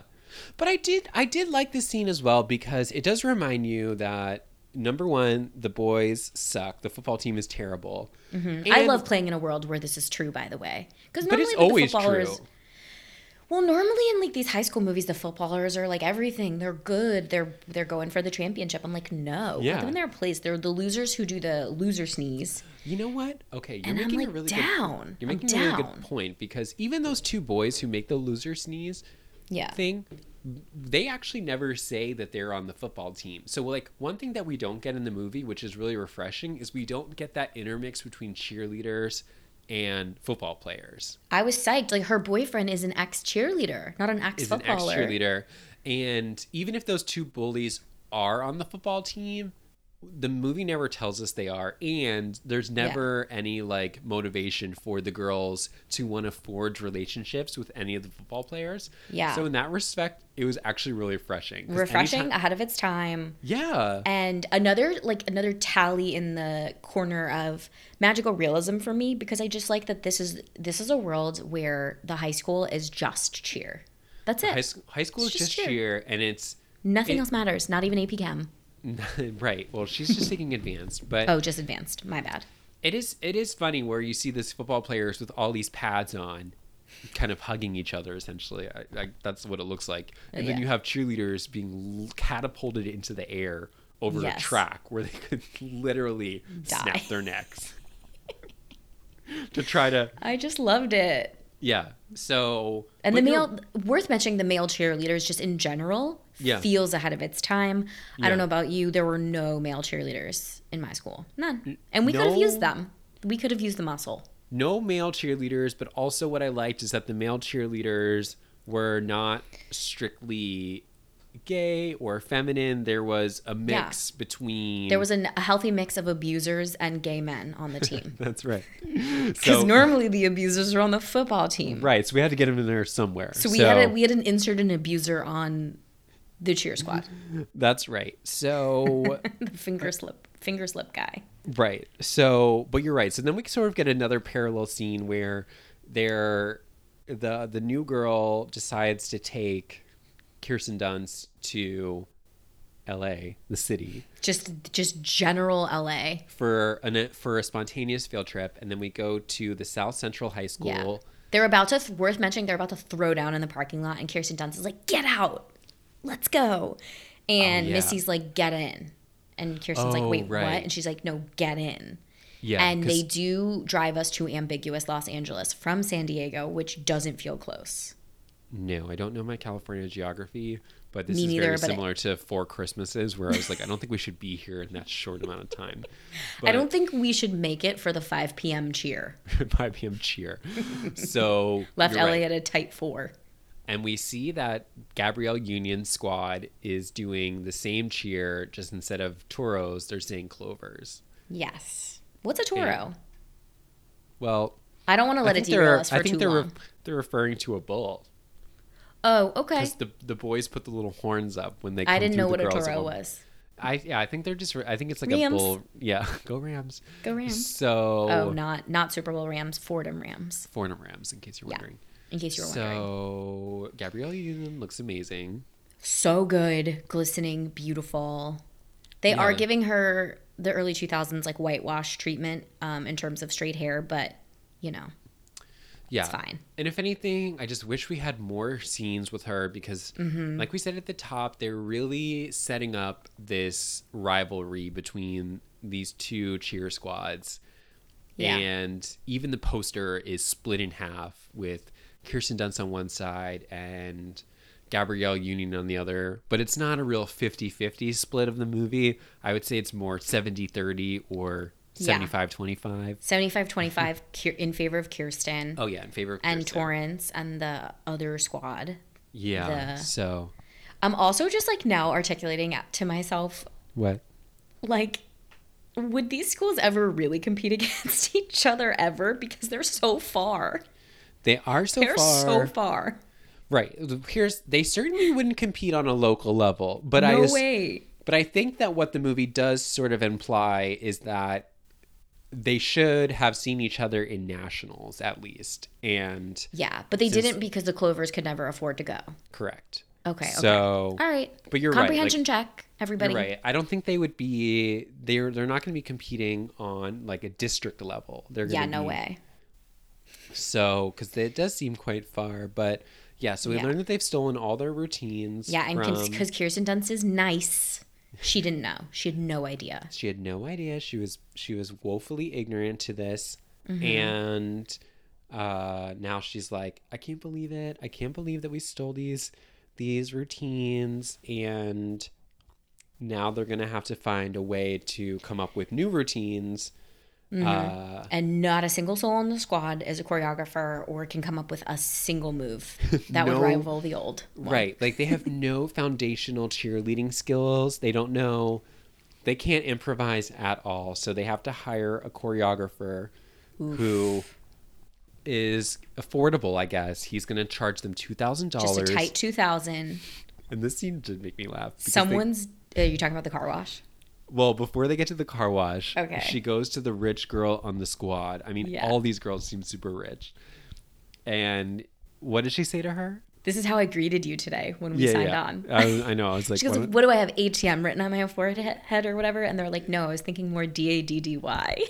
Speaker 2: But I did I did like this scene as well because it does remind you that number one, the boys suck. The football team is terrible.
Speaker 1: Mm-hmm. I
Speaker 2: And-
Speaker 1: love playing in a world where this is true, by the way. Because
Speaker 2: But
Speaker 1: normally
Speaker 2: it's
Speaker 1: like,
Speaker 2: always
Speaker 1: the
Speaker 2: true.
Speaker 1: footballers. Well, normally in like these high school movies, the footballers are like everything. They're good. They're they're going for the championship. I'm like, no.
Speaker 2: Yeah.
Speaker 1: Put them in their place. They're the losers who do the loser sneeze.
Speaker 2: You know what? Okay, you're
Speaker 1: And I'm,
Speaker 2: making
Speaker 1: like,
Speaker 2: a really
Speaker 1: down.
Speaker 2: good You're
Speaker 1: I'm
Speaker 2: making a really good
Speaker 1: down.
Speaker 2: point because even those two boys who make the loser sneeze
Speaker 1: Yeah.
Speaker 2: thing, they actually never say that they're on the football team. So like one thing that we don't get in the movie, which is really refreshing, is we don't get that intermix between cheerleaders and football players.
Speaker 1: I was psyched. Like her boyfriend is an ex cheerleader, not an ex
Speaker 2: Is an ex
Speaker 1: footballer.
Speaker 2: cheerleader, and even if those two bullies are on the football team, the movie never tells us they are, and there's never any like motivation for the girls to want to forge relationships with any of the football players.
Speaker 1: Yeah.
Speaker 2: So in that respect, it was actually really refreshing. 'Cause
Speaker 1: Refreshing,
Speaker 2: anytime-
Speaker 1: ahead of its time.
Speaker 2: yeah.
Speaker 1: and another like another tally in the corner of magical realism for me because I just like that this is this is a world where the high school is just cheer. That's it.
Speaker 2: High, s- high school is
Speaker 1: It's just
Speaker 2: just cheer, and it's [laughs]
Speaker 1: Nothing
Speaker 2: it-
Speaker 1: else matters. Not even AP Chem.
Speaker 2: right. Well, she's just taking advanced, but
Speaker 1: Oh, just advanced. My bad.
Speaker 2: it is it is funny where you see these football players with all these pads on, kind of hugging each other. Essentially, I, I, that's what it looks like. And then
Speaker 1: Yeah.
Speaker 2: you have cheerleaders being l- catapulted into the air over
Speaker 1: Yes.
Speaker 2: a track where they could [laughs] literally
Speaker 1: Die.
Speaker 2: snap their necks [laughs] to try to
Speaker 1: I just loved it.
Speaker 2: yeah. So
Speaker 1: And
Speaker 2: but
Speaker 1: the
Speaker 2: you're-
Speaker 1: male, worth mentioning, the male cheerleaders just in general
Speaker 2: Yeah.
Speaker 1: feels ahead of its time. I
Speaker 2: Yeah.
Speaker 1: don't know about you, there were no male cheerleaders in my school, none, and we could have
Speaker 2: no.
Speaker 1: used them. We could have used the muscle.
Speaker 2: no male cheerleaders, but also what I liked is that the male cheerleaders were not strictly gay or feminine. There was a
Speaker 1: Yeah.
Speaker 2: mix between.
Speaker 1: There was an, a healthy mix of abusers and gay men on the team.
Speaker 2: [laughs] That's right.
Speaker 1: Because
Speaker 2: [laughs] So
Speaker 1: normally the abusers are on the football team.
Speaker 2: right, so we had to get him in there somewhere.
Speaker 1: So we had a, we had an insert an abuser on the cheer squad.
Speaker 2: that's right.
Speaker 1: [laughs]
Speaker 2: So
Speaker 1: the finger slip finger slip guy.
Speaker 2: Right. So, but you're right. So then we sort of get another parallel scene where they're the the new girl decides to take Kirsten Dunst to L.A. the city
Speaker 1: Just just general LA.
Speaker 2: for an for a spontaneous field trip, and then we go to the South Central High School.
Speaker 1: Yeah. They're about to worth mentioning they're about to throw down in the parking lot and Kirsten Dunst is like, "Get out. Let's go." And
Speaker 2: Oh, yeah.
Speaker 1: Missy's like, "Get in." And Kirsten's like,
Speaker 2: Oh,
Speaker 1: "Wait, what?"
Speaker 2: right.
Speaker 1: And she's like, "No, get in."
Speaker 2: Yeah,
Speaker 1: and they
Speaker 2: 'cause-
Speaker 1: do drive us to ambiguous Los Angeles from San Diego, which doesn't feel close.
Speaker 2: no, I don't know my California geography, but this
Speaker 1: Me
Speaker 2: is
Speaker 1: neither,
Speaker 2: very
Speaker 1: but it-
Speaker 2: similar to Four Christmases, where I was like, I don't think we should be here in that short amount of time. [laughs]
Speaker 1: I don't think we should make it for the 5 p.m. cheer.
Speaker 2: [laughs] But 5 p.m. cheer. So
Speaker 1: [laughs] Left
Speaker 2: you're
Speaker 1: LA
Speaker 2: right.
Speaker 1: at a tight four.
Speaker 2: and we see that Gabrielle Union squad is doing the same cheer, just instead of toros, they're saying clovers.
Speaker 1: Yes. What's a Toro?
Speaker 2: Well,
Speaker 1: I don't want to let
Speaker 2: I
Speaker 1: it
Speaker 2: think they're
Speaker 1: derail us for
Speaker 2: I think
Speaker 1: too
Speaker 2: they're
Speaker 1: long.
Speaker 2: they're referring to a bull
Speaker 1: oh, okay.
Speaker 2: because the the boys put the little horns up when they. Come
Speaker 1: I didn't
Speaker 2: through
Speaker 1: know
Speaker 2: the
Speaker 1: what a
Speaker 2: girls'
Speaker 1: Toro
Speaker 2: home.
Speaker 1: was.
Speaker 2: I yeah, I think they're just. re- I think it's like
Speaker 1: Rams.
Speaker 2: a bull. Yeah, [laughs] go Rams.
Speaker 1: Go Rams.
Speaker 2: So
Speaker 1: Oh, not not Super Bowl Rams, Fordham Rams.
Speaker 2: Fornum Rams, in case you're
Speaker 1: Yeah,
Speaker 2: wondering.
Speaker 1: in case you were wondering.
Speaker 2: So Gabrielle Union looks amazing.
Speaker 1: So good, glistening, beautiful. They are
Speaker 2: Yeah.
Speaker 1: giving her the early 2000s like whitewash treatment um, in terms of straight hair, but you know,
Speaker 2: Yeah.
Speaker 1: it's fine.
Speaker 2: And if anything, I just wish we had more scenes with her because,
Speaker 1: Mm-hmm.
Speaker 2: like we said at the top, they're really setting up this rivalry between these two cheer squads.
Speaker 1: Yeah.
Speaker 2: And even the poster is split in half with Kirsten Dunst on one side and Gabrielle Union on the other. But it's not a real 50 50 split of the movie. I would say it's more 70 30 or
Speaker 1: Yeah.
Speaker 2: 75 25. [laughs]
Speaker 1: 75-25 Kier- in favor of Kirsten
Speaker 2: Oh, yeah, in favor of
Speaker 1: and
Speaker 2: Kirsten.
Speaker 1: Torrance and the other squad.
Speaker 2: Yeah.
Speaker 1: the-
Speaker 2: So.
Speaker 1: I'm also just like now articulating at- to myself,
Speaker 2: What?
Speaker 1: like, would these schools ever really compete [laughs] against each other ever? Because they're so far.
Speaker 2: They are so
Speaker 1: They're
Speaker 2: far.
Speaker 1: so far.
Speaker 2: Right. Here's they certainly wouldn't compete on a local level, but I
Speaker 1: no
Speaker 2: just,
Speaker 1: way.
Speaker 2: but I think that what the movie does sort of imply is that they should have seen each other in nationals at least. And
Speaker 1: Yeah, but they
Speaker 2: Since-
Speaker 1: didn't because the Clovers could never afford to go.
Speaker 2: correct.
Speaker 1: Okay. okay.
Speaker 2: So
Speaker 1: All right.
Speaker 2: Oh. but you're right, like-
Speaker 1: comprehension check,
Speaker 2: you're
Speaker 1: everybody.
Speaker 2: right. I don't think they would be they're they're not going to be competing on like a district level. They're gonna
Speaker 1: Yeah, no
Speaker 2: be-
Speaker 1: way.
Speaker 2: So cuz it does seem quite far, but yeah, so we
Speaker 1: Yeah.
Speaker 2: learned that they've stolen all their routines.
Speaker 1: Yeah, and
Speaker 2: from-
Speaker 1: because Kirsten Dunst is nice, she didn't know. She had no idea.
Speaker 2: She had no idea. She was she was woefully ignorant to this, and uh, now she's like, I can't believe it. I can't believe that we stole these these routines and now they're going to have to find a way to come up with new routines. Uh,
Speaker 1: and not a single soul on the squad is a choreographer or can come up with a single
Speaker 2: [laughs]
Speaker 1: move that
Speaker 2: No.
Speaker 1: would rival the old. one.
Speaker 2: Right. Like they
Speaker 1: [laughs]
Speaker 2: have no foundational cheerleading skills. They don't know, they can't improvise at all. So they have to hire a choreographer who is affordable, I guess. He's going to charge them $2,000.
Speaker 1: Just a tight 2000.
Speaker 2: And this scene did make me laugh. because they-
Speaker 1: Someone's. Are you talking about the car wash?
Speaker 2: well, before they get to the car wash,
Speaker 1: Okay.
Speaker 2: she goes to the rich girl on the squad. I mean,
Speaker 1: Yeah.
Speaker 2: all these girls seem super rich. And what did she say to her?
Speaker 1: This is how I greeted you today when we signed on.
Speaker 2: I, I know. I was
Speaker 1: [laughs]
Speaker 2: like,
Speaker 1: She goes,
Speaker 2: "What-
Speaker 1: What do I have ATM written on my forehead head or whatever? And they're like, No, I was thinking more D A D D Y. [laughs]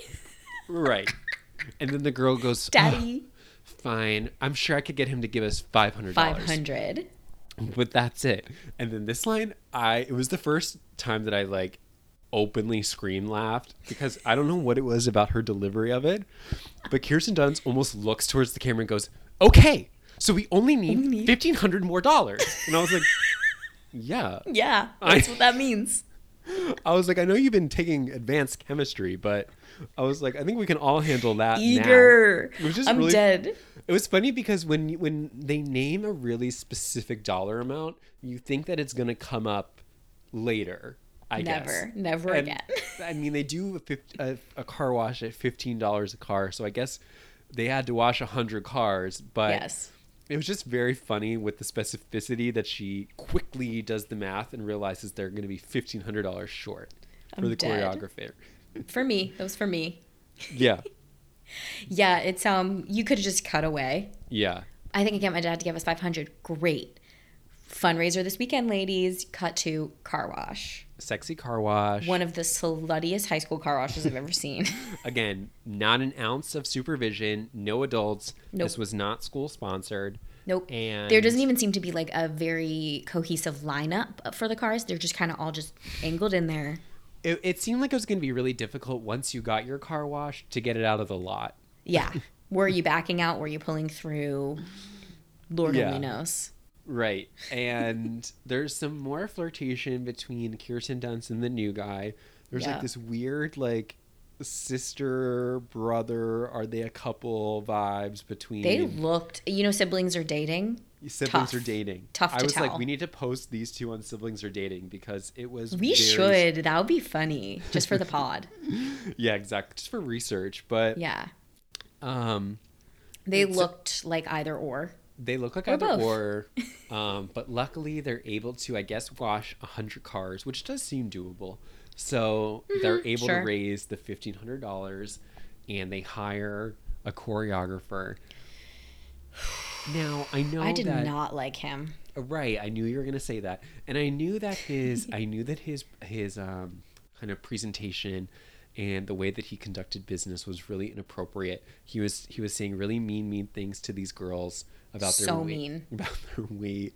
Speaker 2: Right. And then the girl goes, "Ugh,
Speaker 1: Daddy
Speaker 2: fine. I'm sure I could get him to give us five hundred
Speaker 1: five
Speaker 2: dollars.
Speaker 1: hundred.
Speaker 2: But that's it. And then this line, I it was the first time that I like openly scream laughed because I don't know what it was about her delivery of it. But Kirsten Dunst almost looks towards the camera and goes, Okay, so we only need,
Speaker 1: need-
Speaker 2: fifteen hundred more dollars. And I was like, [laughs] Yeah. [laughs]
Speaker 1: Yeah.
Speaker 2: I-
Speaker 1: That's what that means.
Speaker 2: I was like, I know you've been taking advanced chemistry, but I was like, I think we can all handle that. now."
Speaker 1: Eager.
Speaker 2: It was just
Speaker 1: I'm
Speaker 2: really-
Speaker 1: dead.
Speaker 2: It was funny because when you- when they name a really specific dollar amount, you think that it's going to come up later. I
Speaker 1: Never,
Speaker 2: guess.
Speaker 1: never
Speaker 2: And, [laughs]
Speaker 1: again. [laughs]
Speaker 2: I mean, they do a, fif- a, a car wash at fifteen dollars a car, so I guess they had to wash hundred cars. But
Speaker 1: Yes.
Speaker 2: it was just very funny with the specificity that she quickly does the math and realizes they're going to be fifteen hundred dollars short for
Speaker 1: I'm
Speaker 2: the
Speaker 1: dead.
Speaker 2: choreographer.
Speaker 1: For me. That was for me.
Speaker 2: Yeah,
Speaker 1: Yeah, it's um you could have just cut away.
Speaker 2: yeah.
Speaker 1: I think I get my dad to give us five hundred. Great. Fundraiser this weekend, ladies. Cut to car wash.
Speaker 2: Sexy car wash.
Speaker 1: One of the sluttiest high school car washes I've ever seen.
Speaker 2: [laughs]
Speaker 1: [laughs]
Speaker 2: Again, not an ounce of supervision, no adults.
Speaker 1: Nope.
Speaker 2: This was not school sponsored.
Speaker 1: Nope.
Speaker 2: And
Speaker 1: there doesn't even seem to be like a very cohesive lineup for the cars. They're just kind of all just angled in there.
Speaker 2: It, it seemed like it was going to be really difficult once you got your car washed to get it out of the lot. [laughs]
Speaker 1: Yeah. were you backing out? Were you pulling through? Lord
Speaker 2: Yeah.
Speaker 1: only knows.
Speaker 2: Right. And [laughs] there's some more flirtation between Kirsten Dunst and the new guy. There's
Speaker 1: Yeah.
Speaker 2: like this weird, like, sister, brother, are they a couple vibes between
Speaker 1: They looked, you know, siblings are dating.
Speaker 2: siblings
Speaker 1: tough.
Speaker 2: are dating.
Speaker 1: Tough
Speaker 2: I
Speaker 1: to
Speaker 2: was like,
Speaker 1: tell.
Speaker 2: we need to post these two on siblings are dating because it was
Speaker 1: We
Speaker 2: very-
Speaker 1: should. That would be funny just for the
Speaker 2: [laughs]
Speaker 1: pod.
Speaker 2: Yeah, exactly. Just for research, but
Speaker 1: yeah.
Speaker 2: um
Speaker 1: They
Speaker 2: It's-
Speaker 1: looked like either or.
Speaker 2: they look like
Speaker 1: Or
Speaker 2: either
Speaker 1: both. [laughs]
Speaker 2: or. Um, but luckily, they're able to, I guess, wash hundred cars, which does seem doable. So they're
Speaker 1: Mm-hmm,
Speaker 2: able
Speaker 1: sure.
Speaker 2: to raise the fifteen hundred dollars, and they hire a
Speaker 1: [sighs]
Speaker 2: choreographer. Now I know
Speaker 1: I did
Speaker 2: that
Speaker 1: not like him.
Speaker 2: right. I knew you were going to say that, and I knew that
Speaker 1: [laughs]
Speaker 2: his I knew that his his um, kind of presentation and the way that he conducted business was really inappropriate. He was he was saying really mean mean things to these girls about their
Speaker 1: So
Speaker 2: weight,
Speaker 1: mean.
Speaker 2: [laughs] about their weight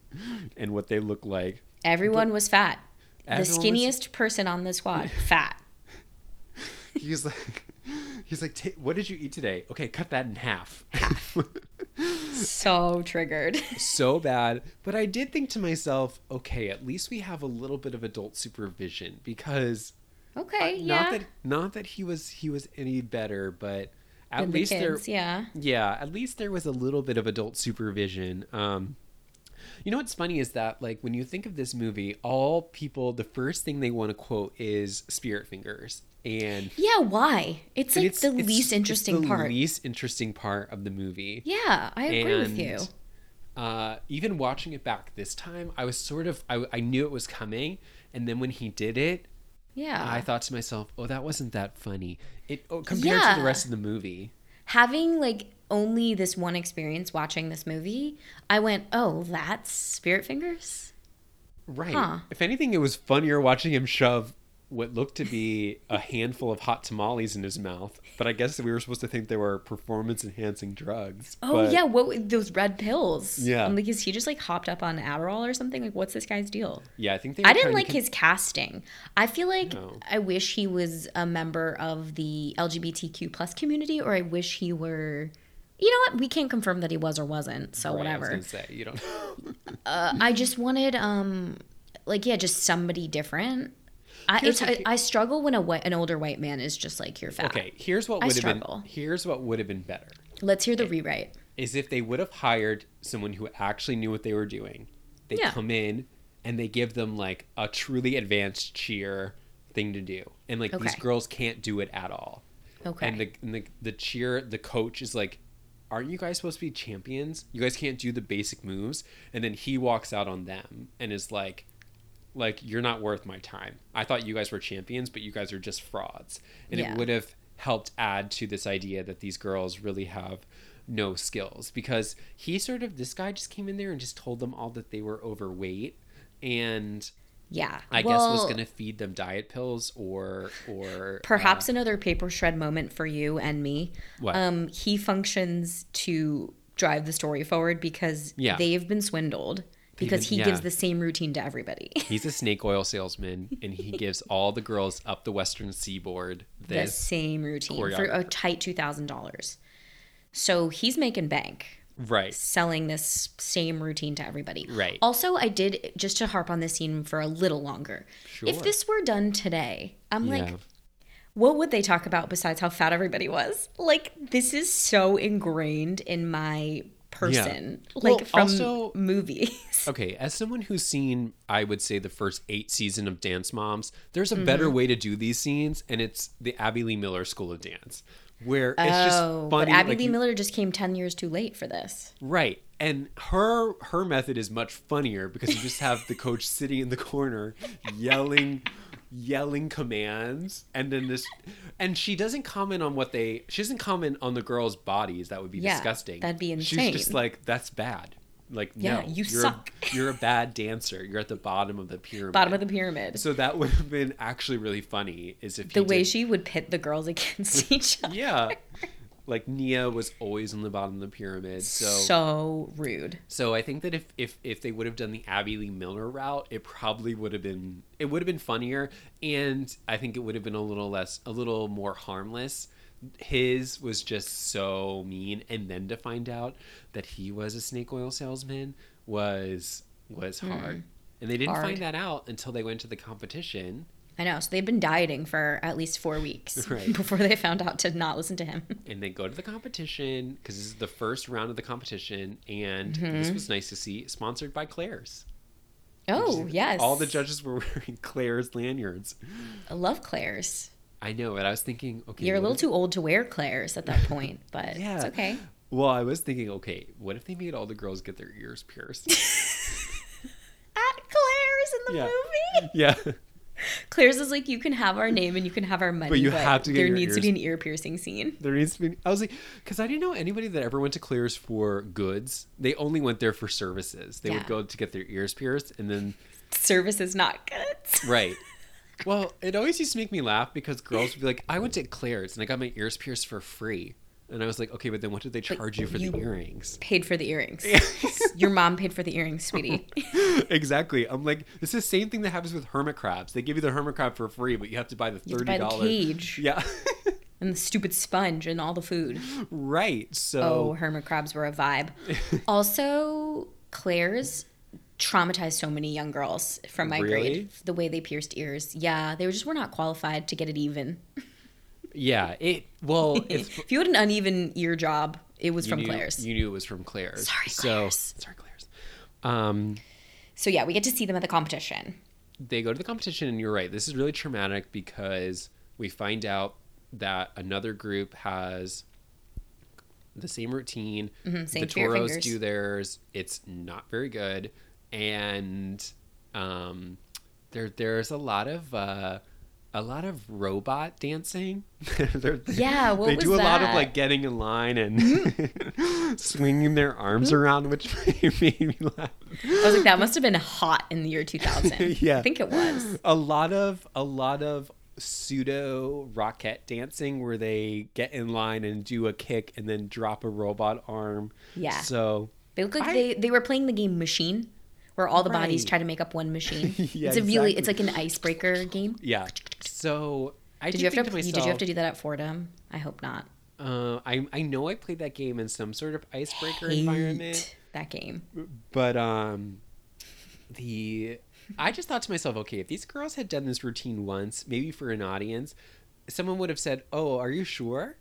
Speaker 2: and what they look like.
Speaker 1: Everyone was fat. The
Speaker 2: Everyone was-
Speaker 1: skinniest person on the squad,
Speaker 2: [laughs]
Speaker 1: fat.
Speaker 2: He's like [laughs] he's like "Ta- what did you eat today? Okay, cut that in half.
Speaker 1: So triggered.
Speaker 2: [laughs] so bad. But I did think to myself, okay, at least we have a little bit of adult supervision because
Speaker 1: Okay, yeah.
Speaker 2: Uh, not that not that he was he was any better, but at
Speaker 1: Than the
Speaker 2: least
Speaker 1: kids,
Speaker 2: there
Speaker 1: yeah.
Speaker 2: yeah, at least there was a little bit of adult supervision. Um you know what's funny is that like when you think of this movie, all people the first thing they want to quote is Spirit Fingers. And
Speaker 1: Yeah, why? It's like
Speaker 2: it's
Speaker 1: the
Speaker 2: it's-
Speaker 1: least
Speaker 2: it's
Speaker 1: interesting
Speaker 2: the
Speaker 1: part.
Speaker 2: least interesting part of the movie.
Speaker 1: Yeah, I agree with you.
Speaker 2: Uh, even watching it back this time, I was sort of I, I knew it was coming, and then when he did it,
Speaker 1: Yeah.
Speaker 2: I thought to myself, "Oh, that wasn't that funny." It oh, compared to
Speaker 1: Yeah.
Speaker 2: the rest of the movie.
Speaker 1: Having like only this one experience watching this movie, I went, "Oh, that's Spirit Fingers?"
Speaker 2: Right.
Speaker 1: Huh.
Speaker 2: If anything, it was funnier watching him shove what looked to be a handful of hot tamales in his mouth. But I guess we were supposed to think they were performance enhancing drugs.
Speaker 1: Oh,
Speaker 2: but-
Speaker 1: yeah, what were- those red pills?
Speaker 2: Yeah.
Speaker 1: I'm like is he just like hopped up on Adderall or something? Like what's this guy's deal?
Speaker 2: Yeah, I think they. Were
Speaker 1: I didn't
Speaker 2: trying to
Speaker 1: like
Speaker 2: con-
Speaker 1: his casting. I feel like
Speaker 2: No.
Speaker 1: I wish he was a member of the LGBTQ plus community, or I wish he were You know what? We can't confirm that he was or wasn't, so
Speaker 2: Right, I
Speaker 1: whatever.
Speaker 2: was gonna say you don't.
Speaker 1: Uh, I just wanted, um, like, yeah, just somebody different. I, it's,
Speaker 2: Here's the
Speaker 1: I,
Speaker 2: ki-
Speaker 1: I struggle when a white, an older white man is just like, you're fat.
Speaker 2: okay, here's what
Speaker 1: I
Speaker 2: would have been.
Speaker 1: struggle.
Speaker 2: Here's what would have been better
Speaker 1: Let's hear the rewrite.
Speaker 2: is if they would have hired someone who actually knew what they were doing. They
Speaker 1: Yeah.
Speaker 2: come in and they give them like a truly advanced cheer thing to do, and like these
Speaker 1: Okay.
Speaker 2: girls can't do it at all.
Speaker 1: Okay.
Speaker 2: And the, and the the cheer, the coach is like, "Aren't you guys supposed to be champions? You guys can't do the basic moves." And then he walks out on them and is like, "Like you're not worth my time. I thought you guys were champions, but you guys are just frauds." And
Speaker 1: Yeah.
Speaker 2: it would have helped add to this idea that these girls really have no skills because he sort of this guy just came in there and just told them all that they were overweight and
Speaker 1: yeah.
Speaker 2: I guess was
Speaker 1: Well,
Speaker 2: going to feed them diet pills or or uh,
Speaker 1: Perhaps another paper shred moment for you and me.
Speaker 2: What?
Speaker 1: Um, he functions to drive the story forward because
Speaker 2: Yeah.
Speaker 1: they've been swindled because
Speaker 2: been-
Speaker 1: he gives
Speaker 2: yeah.
Speaker 1: the same routine to everybody. [laughs]
Speaker 2: He's a snake oil salesman, and he gives all the girls up the western seaboard
Speaker 1: the
Speaker 2: this.
Speaker 1: same routine for a
Speaker 2: choreographer.
Speaker 1: tight $2,000. So he's making bank.
Speaker 2: Right.
Speaker 1: selling this same routine to everybody.
Speaker 2: Right.
Speaker 1: Also, I did just to harp on this scene for a little longer.
Speaker 2: Sure.
Speaker 1: If this were done today, I'm
Speaker 2: Yeah.
Speaker 1: like, what would they talk about besides how fat everybody was? Like, this is so ingrained in my person,
Speaker 2: Well,
Speaker 1: like from
Speaker 2: also- [laughs]
Speaker 1: movies.
Speaker 2: Okay, as someone who's seen, I would say the first eight season of Dance Moms, there's a better
Speaker 1: Mm-hmm.
Speaker 2: way to do these scenes, and it's the Abby Lee Miller School of Dance, where it's just
Speaker 1: oh,
Speaker 2: funny.
Speaker 1: but Abby
Speaker 2: like,
Speaker 1: Lee
Speaker 2: you-
Speaker 1: Miller just came ten years too late for this.
Speaker 2: Right. And her her method is much funnier because you just have the coach sitting in the corner yelling yelling commands and then this and she doesn't comment on what they she doesn't comment on the girls' bodies that would be
Speaker 1: Yeah,
Speaker 2: disgusting.
Speaker 1: that'd be
Speaker 2: She's just
Speaker 1: insane.
Speaker 2: like that's bad. Like
Speaker 1: Yeah,
Speaker 2: no,
Speaker 1: you
Speaker 2: you're
Speaker 1: suck. [laughs]
Speaker 2: A, you're a bad dancer. You're at the bottom of the pyramid.
Speaker 1: Bottom of the pyramid.
Speaker 2: So that would have been actually really funny is if
Speaker 1: the
Speaker 2: he
Speaker 1: way
Speaker 2: did-
Speaker 1: she would pit the girls [laughs] against each other.
Speaker 2: Yeah. Like Nia was always on the bottom of the
Speaker 1: [laughs]
Speaker 2: pyramid.
Speaker 1: so rude.
Speaker 2: So I think that if if if they would have done the Abby Lee Miller route, it probably would have been it would have been funnier, and I think it would have been a little less a little more harmless. His was just so mean, and then to find out that he was a snake oil salesman was was hard, and they didn't
Speaker 1: Hard.
Speaker 2: find that out until they went to the competition.
Speaker 1: I know. So they've been dieting for at least four weeks
Speaker 2: [laughs] Right.
Speaker 1: before they found out to not listen to him.
Speaker 2: and they go to the competition because this is the first round of the competition, and this was nice to see. Sponsored by Claire's.
Speaker 1: Oh, yes.
Speaker 2: All the judges were [laughs] wearing Claire's lanyards.
Speaker 1: I love Claire's.
Speaker 2: I know, and I was thinking, okay,
Speaker 1: You're a
Speaker 2: what
Speaker 1: little
Speaker 2: if-
Speaker 1: too old to wear Claire's at that point, but
Speaker 2: Yeah.
Speaker 1: it's
Speaker 2: [laughs]
Speaker 1: okay.
Speaker 2: Well, I was thinking, okay, what if they made all the girls get their ears pierced? [laughs]
Speaker 1: At Claire's in the
Speaker 2: Yeah.
Speaker 1: movie.
Speaker 2: yeah,
Speaker 1: Claire's is like, you can have our name and you can have our money, but,
Speaker 2: you have to get
Speaker 1: there
Speaker 2: your
Speaker 1: needs to
Speaker 2: ears-
Speaker 1: be an ear piercing scene.
Speaker 2: there needs to be. I was like, because I didn't know anybody that ever went to Claire's for goods. They only went there for services. They
Speaker 1: Yeah.
Speaker 2: would go to get their ears pierced, and then
Speaker 1: Service is not good. [laughs]
Speaker 2: right. Well, it always used to make me laugh because girls would be like, "I went to Claire's and I got my ears pierced for free," and I was like, "Okay, but then what did they charge you for the
Speaker 1: you-
Speaker 2: earrings?"
Speaker 1: Paid for the
Speaker 2: [laughs]
Speaker 1: earrings. Your mom paid for the earrings, sweetie.
Speaker 2: exactly. I'm like, it's the same thing that happens with hermit crabs. They give you the hermit crab for free, but you have to buy the
Speaker 1: You have to buy
Speaker 2: thirty
Speaker 1: the
Speaker 2: dollars.
Speaker 1: cage
Speaker 2: [laughs] Yeah,
Speaker 1: and the stupid sponge and all the food.
Speaker 2: right.
Speaker 1: Oh,
Speaker 2: So
Speaker 1: hermit crabs were a
Speaker 2: [laughs]
Speaker 1: vibe. also, Claire's traumatized so many young girls from my
Speaker 2: Really?
Speaker 1: grade. The way they pierced ears. Yeah, they were just were not qualified to get it even.
Speaker 2: yeah, it
Speaker 1: [laughs]
Speaker 2: well, it's
Speaker 1: if you had an uneven ear job, it was from
Speaker 2: you knew,
Speaker 1: Claire's.
Speaker 2: you knew it was from Claire's.
Speaker 1: Sorry, Claire's.
Speaker 2: So, sorry, Claire's. Um,
Speaker 1: so yeah, we get to see them at the competition.
Speaker 2: they go to the competition, and you're right. This is really traumatic because we find out that another group has the same routine.
Speaker 1: Mm-hmm, same
Speaker 2: the
Speaker 1: three
Speaker 2: Toros
Speaker 1: fingers.
Speaker 2: do theirs. It's not very good, and um, there there's a lot of uh, a lot of robot dancing. [laughs] They're-
Speaker 1: Yeah, what
Speaker 2: they do
Speaker 1: was
Speaker 2: a lot
Speaker 1: that?
Speaker 2: of
Speaker 1: Mm-hmm.
Speaker 2: like getting in line and [laughs] swinging their arms around, which [laughs] made me laugh.
Speaker 1: I was like, that must have been hot in the year
Speaker 2: [laughs]
Speaker 1: 2000.
Speaker 2: Yeah.
Speaker 1: I think it was.
Speaker 2: [clears throat] a lot of a lot of pseudo rocket dancing where they get in line and do a kick and then drop a robot arm.
Speaker 1: Yeah.
Speaker 2: So
Speaker 1: They look like
Speaker 2: I-
Speaker 1: they, they were playing the game Machine, where all the bodies
Speaker 2: Right.
Speaker 1: try to make up one machine.
Speaker 2: [laughs] Yeah,
Speaker 1: it's a really,
Speaker 2: exactly.
Speaker 1: it's like an icebreaker game.
Speaker 2: yeah. So I
Speaker 1: Did you have to?
Speaker 2: think to
Speaker 1: you-
Speaker 2: myself,
Speaker 1: Did you have to do that at Fordham? I hope not.
Speaker 2: Uh, I I know I played that game in some sort of icebreaker environment,
Speaker 1: Hate that game.
Speaker 2: but um, the I just thought to myself, okay, if these girls had done this routine once, maybe for an audience, someone would have said, "Oh, are you sure?"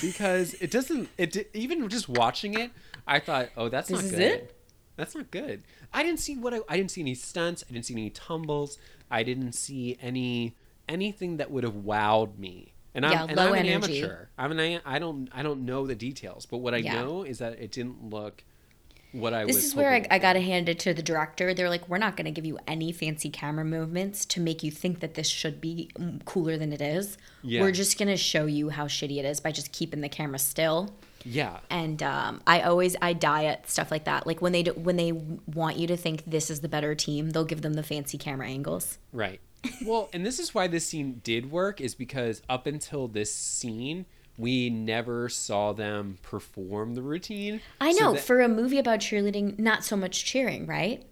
Speaker 2: Because it doesn't. It di- even just watching it, I thought, "Oh, that's
Speaker 1: This
Speaker 2: not
Speaker 1: is
Speaker 2: good."
Speaker 1: it?
Speaker 2: That's not good. I didn't see what I, I didn't see any stunts. I didn't see any tumbles. I didn't see any anything that would have wowed me. And I'm,
Speaker 1: Yeah,
Speaker 2: and
Speaker 1: low
Speaker 2: I'm an
Speaker 1: energy.
Speaker 2: amateur. I'm an I- I don't I don't know the details, but what I
Speaker 1: Yeah.
Speaker 2: know is that it didn't look what I was.
Speaker 1: This is where I,
Speaker 2: hoping
Speaker 1: I got to hand it to the director. They're like, we're not going to give you any fancy camera movements to make you think that this should be mm, cooler than it is.
Speaker 2: Yeah.
Speaker 1: We're just going to show you how shitty it is by just keeping the camera still.
Speaker 2: Yeah.
Speaker 1: And um, I always I die at stuff like that. Like when they do, when they want you to think this is the better team, they'll give them the fancy camera angles.
Speaker 2: Right. Well, and this is why this scene did work is because up until this scene, we never saw them perform the routine.
Speaker 1: I
Speaker 2: So
Speaker 1: know
Speaker 2: that-
Speaker 1: for a movie about cheerleading, not so much cheering, right?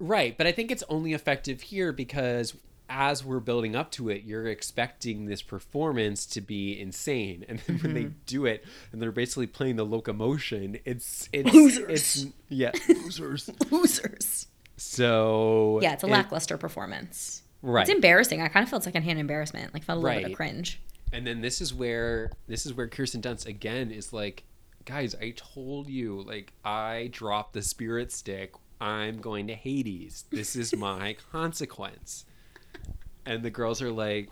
Speaker 2: right, but I think it's only effective here because as we're building up to it, you're expecting this performance to be insane, and then when
Speaker 1: Mm-hmm.
Speaker 2: they do it, and they're basically playing the locomotion, it's it's it's
Speaker 1: [laughs]
Speaker 2: yeah [laughs] losers.
Speaker 1: Losers.
Speaker 2: So
Speaker 1: Yeah, it's a
Speaker 2: it-
Speaker 1: lackluster performance.
Speaker 2: Right.
Speaker 1: It's embarrassing. I kind of felt secondhand embarrassment. Like felt a little bit
Speaker 2: Right.
Speaker 1: of cringe.
Speaker 2: And then this is where this is where Kirsten Dunst again is like, guys, I told you, like I dropped the spirit stick. I'm going to Hades. This
Speaker 1: [laughs]
Speaker 2: is my consequence. And the girls are like,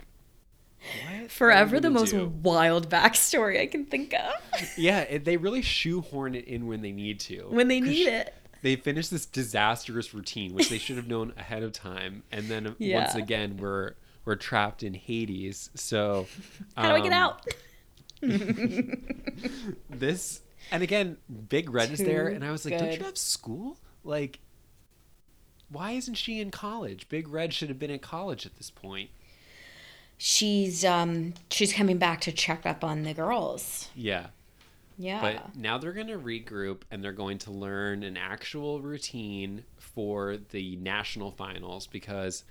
Speaker 2: what?
Speaker 1: Forever
Speaker 2: are we
Speaker 1: the
Speaker 2: gonna
Speaker 1: most
Speaker 2: do?
Speaker 1: wild backstory I can think of [laughs]
Speaker 2: Yeah, it, they really shoehorn it in when they need to.
Speaker 1: when they
Speaker 2: 'Cause
Speaker 1: need
Speaker 2: sh-
Speaker 1: it.
Speaker 2: They finish this disastrous routine, which they should have known ahead of time, and then once
Speaker 1: Yeah.
Speaker 2: again we're we're trapped in Hades. So
Speaker 1: How do I get
Speaker 2: um,
Speaker 1: out?
Speaker 2: this and again big red is there
Speaker 1: Too
Speaker 2: and i was like don't
Speaker 1: good.
Speaker 2: you have school like why isn't she in college big red should have been in college at this point
Speaker 1: She's um she's coming back to check up on the girls.
Speaker 2: yeah
Speaker 1: Yeah.
Speaker 2: but now they're going to regroup and they're going to learn an actual routine for the national finals because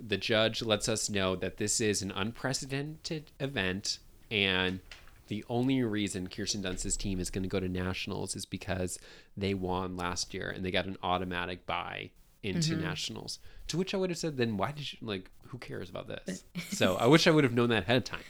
Speaker 2: the judge lets us know that this is an unprecedented event and the only reason Kirsten Dunst's team is going to go to nationals is because they won last year and they got an automatic buy into nationals. To which I would have said, then why did you like? Who cares about this? so I wish I would have known that ahead of time.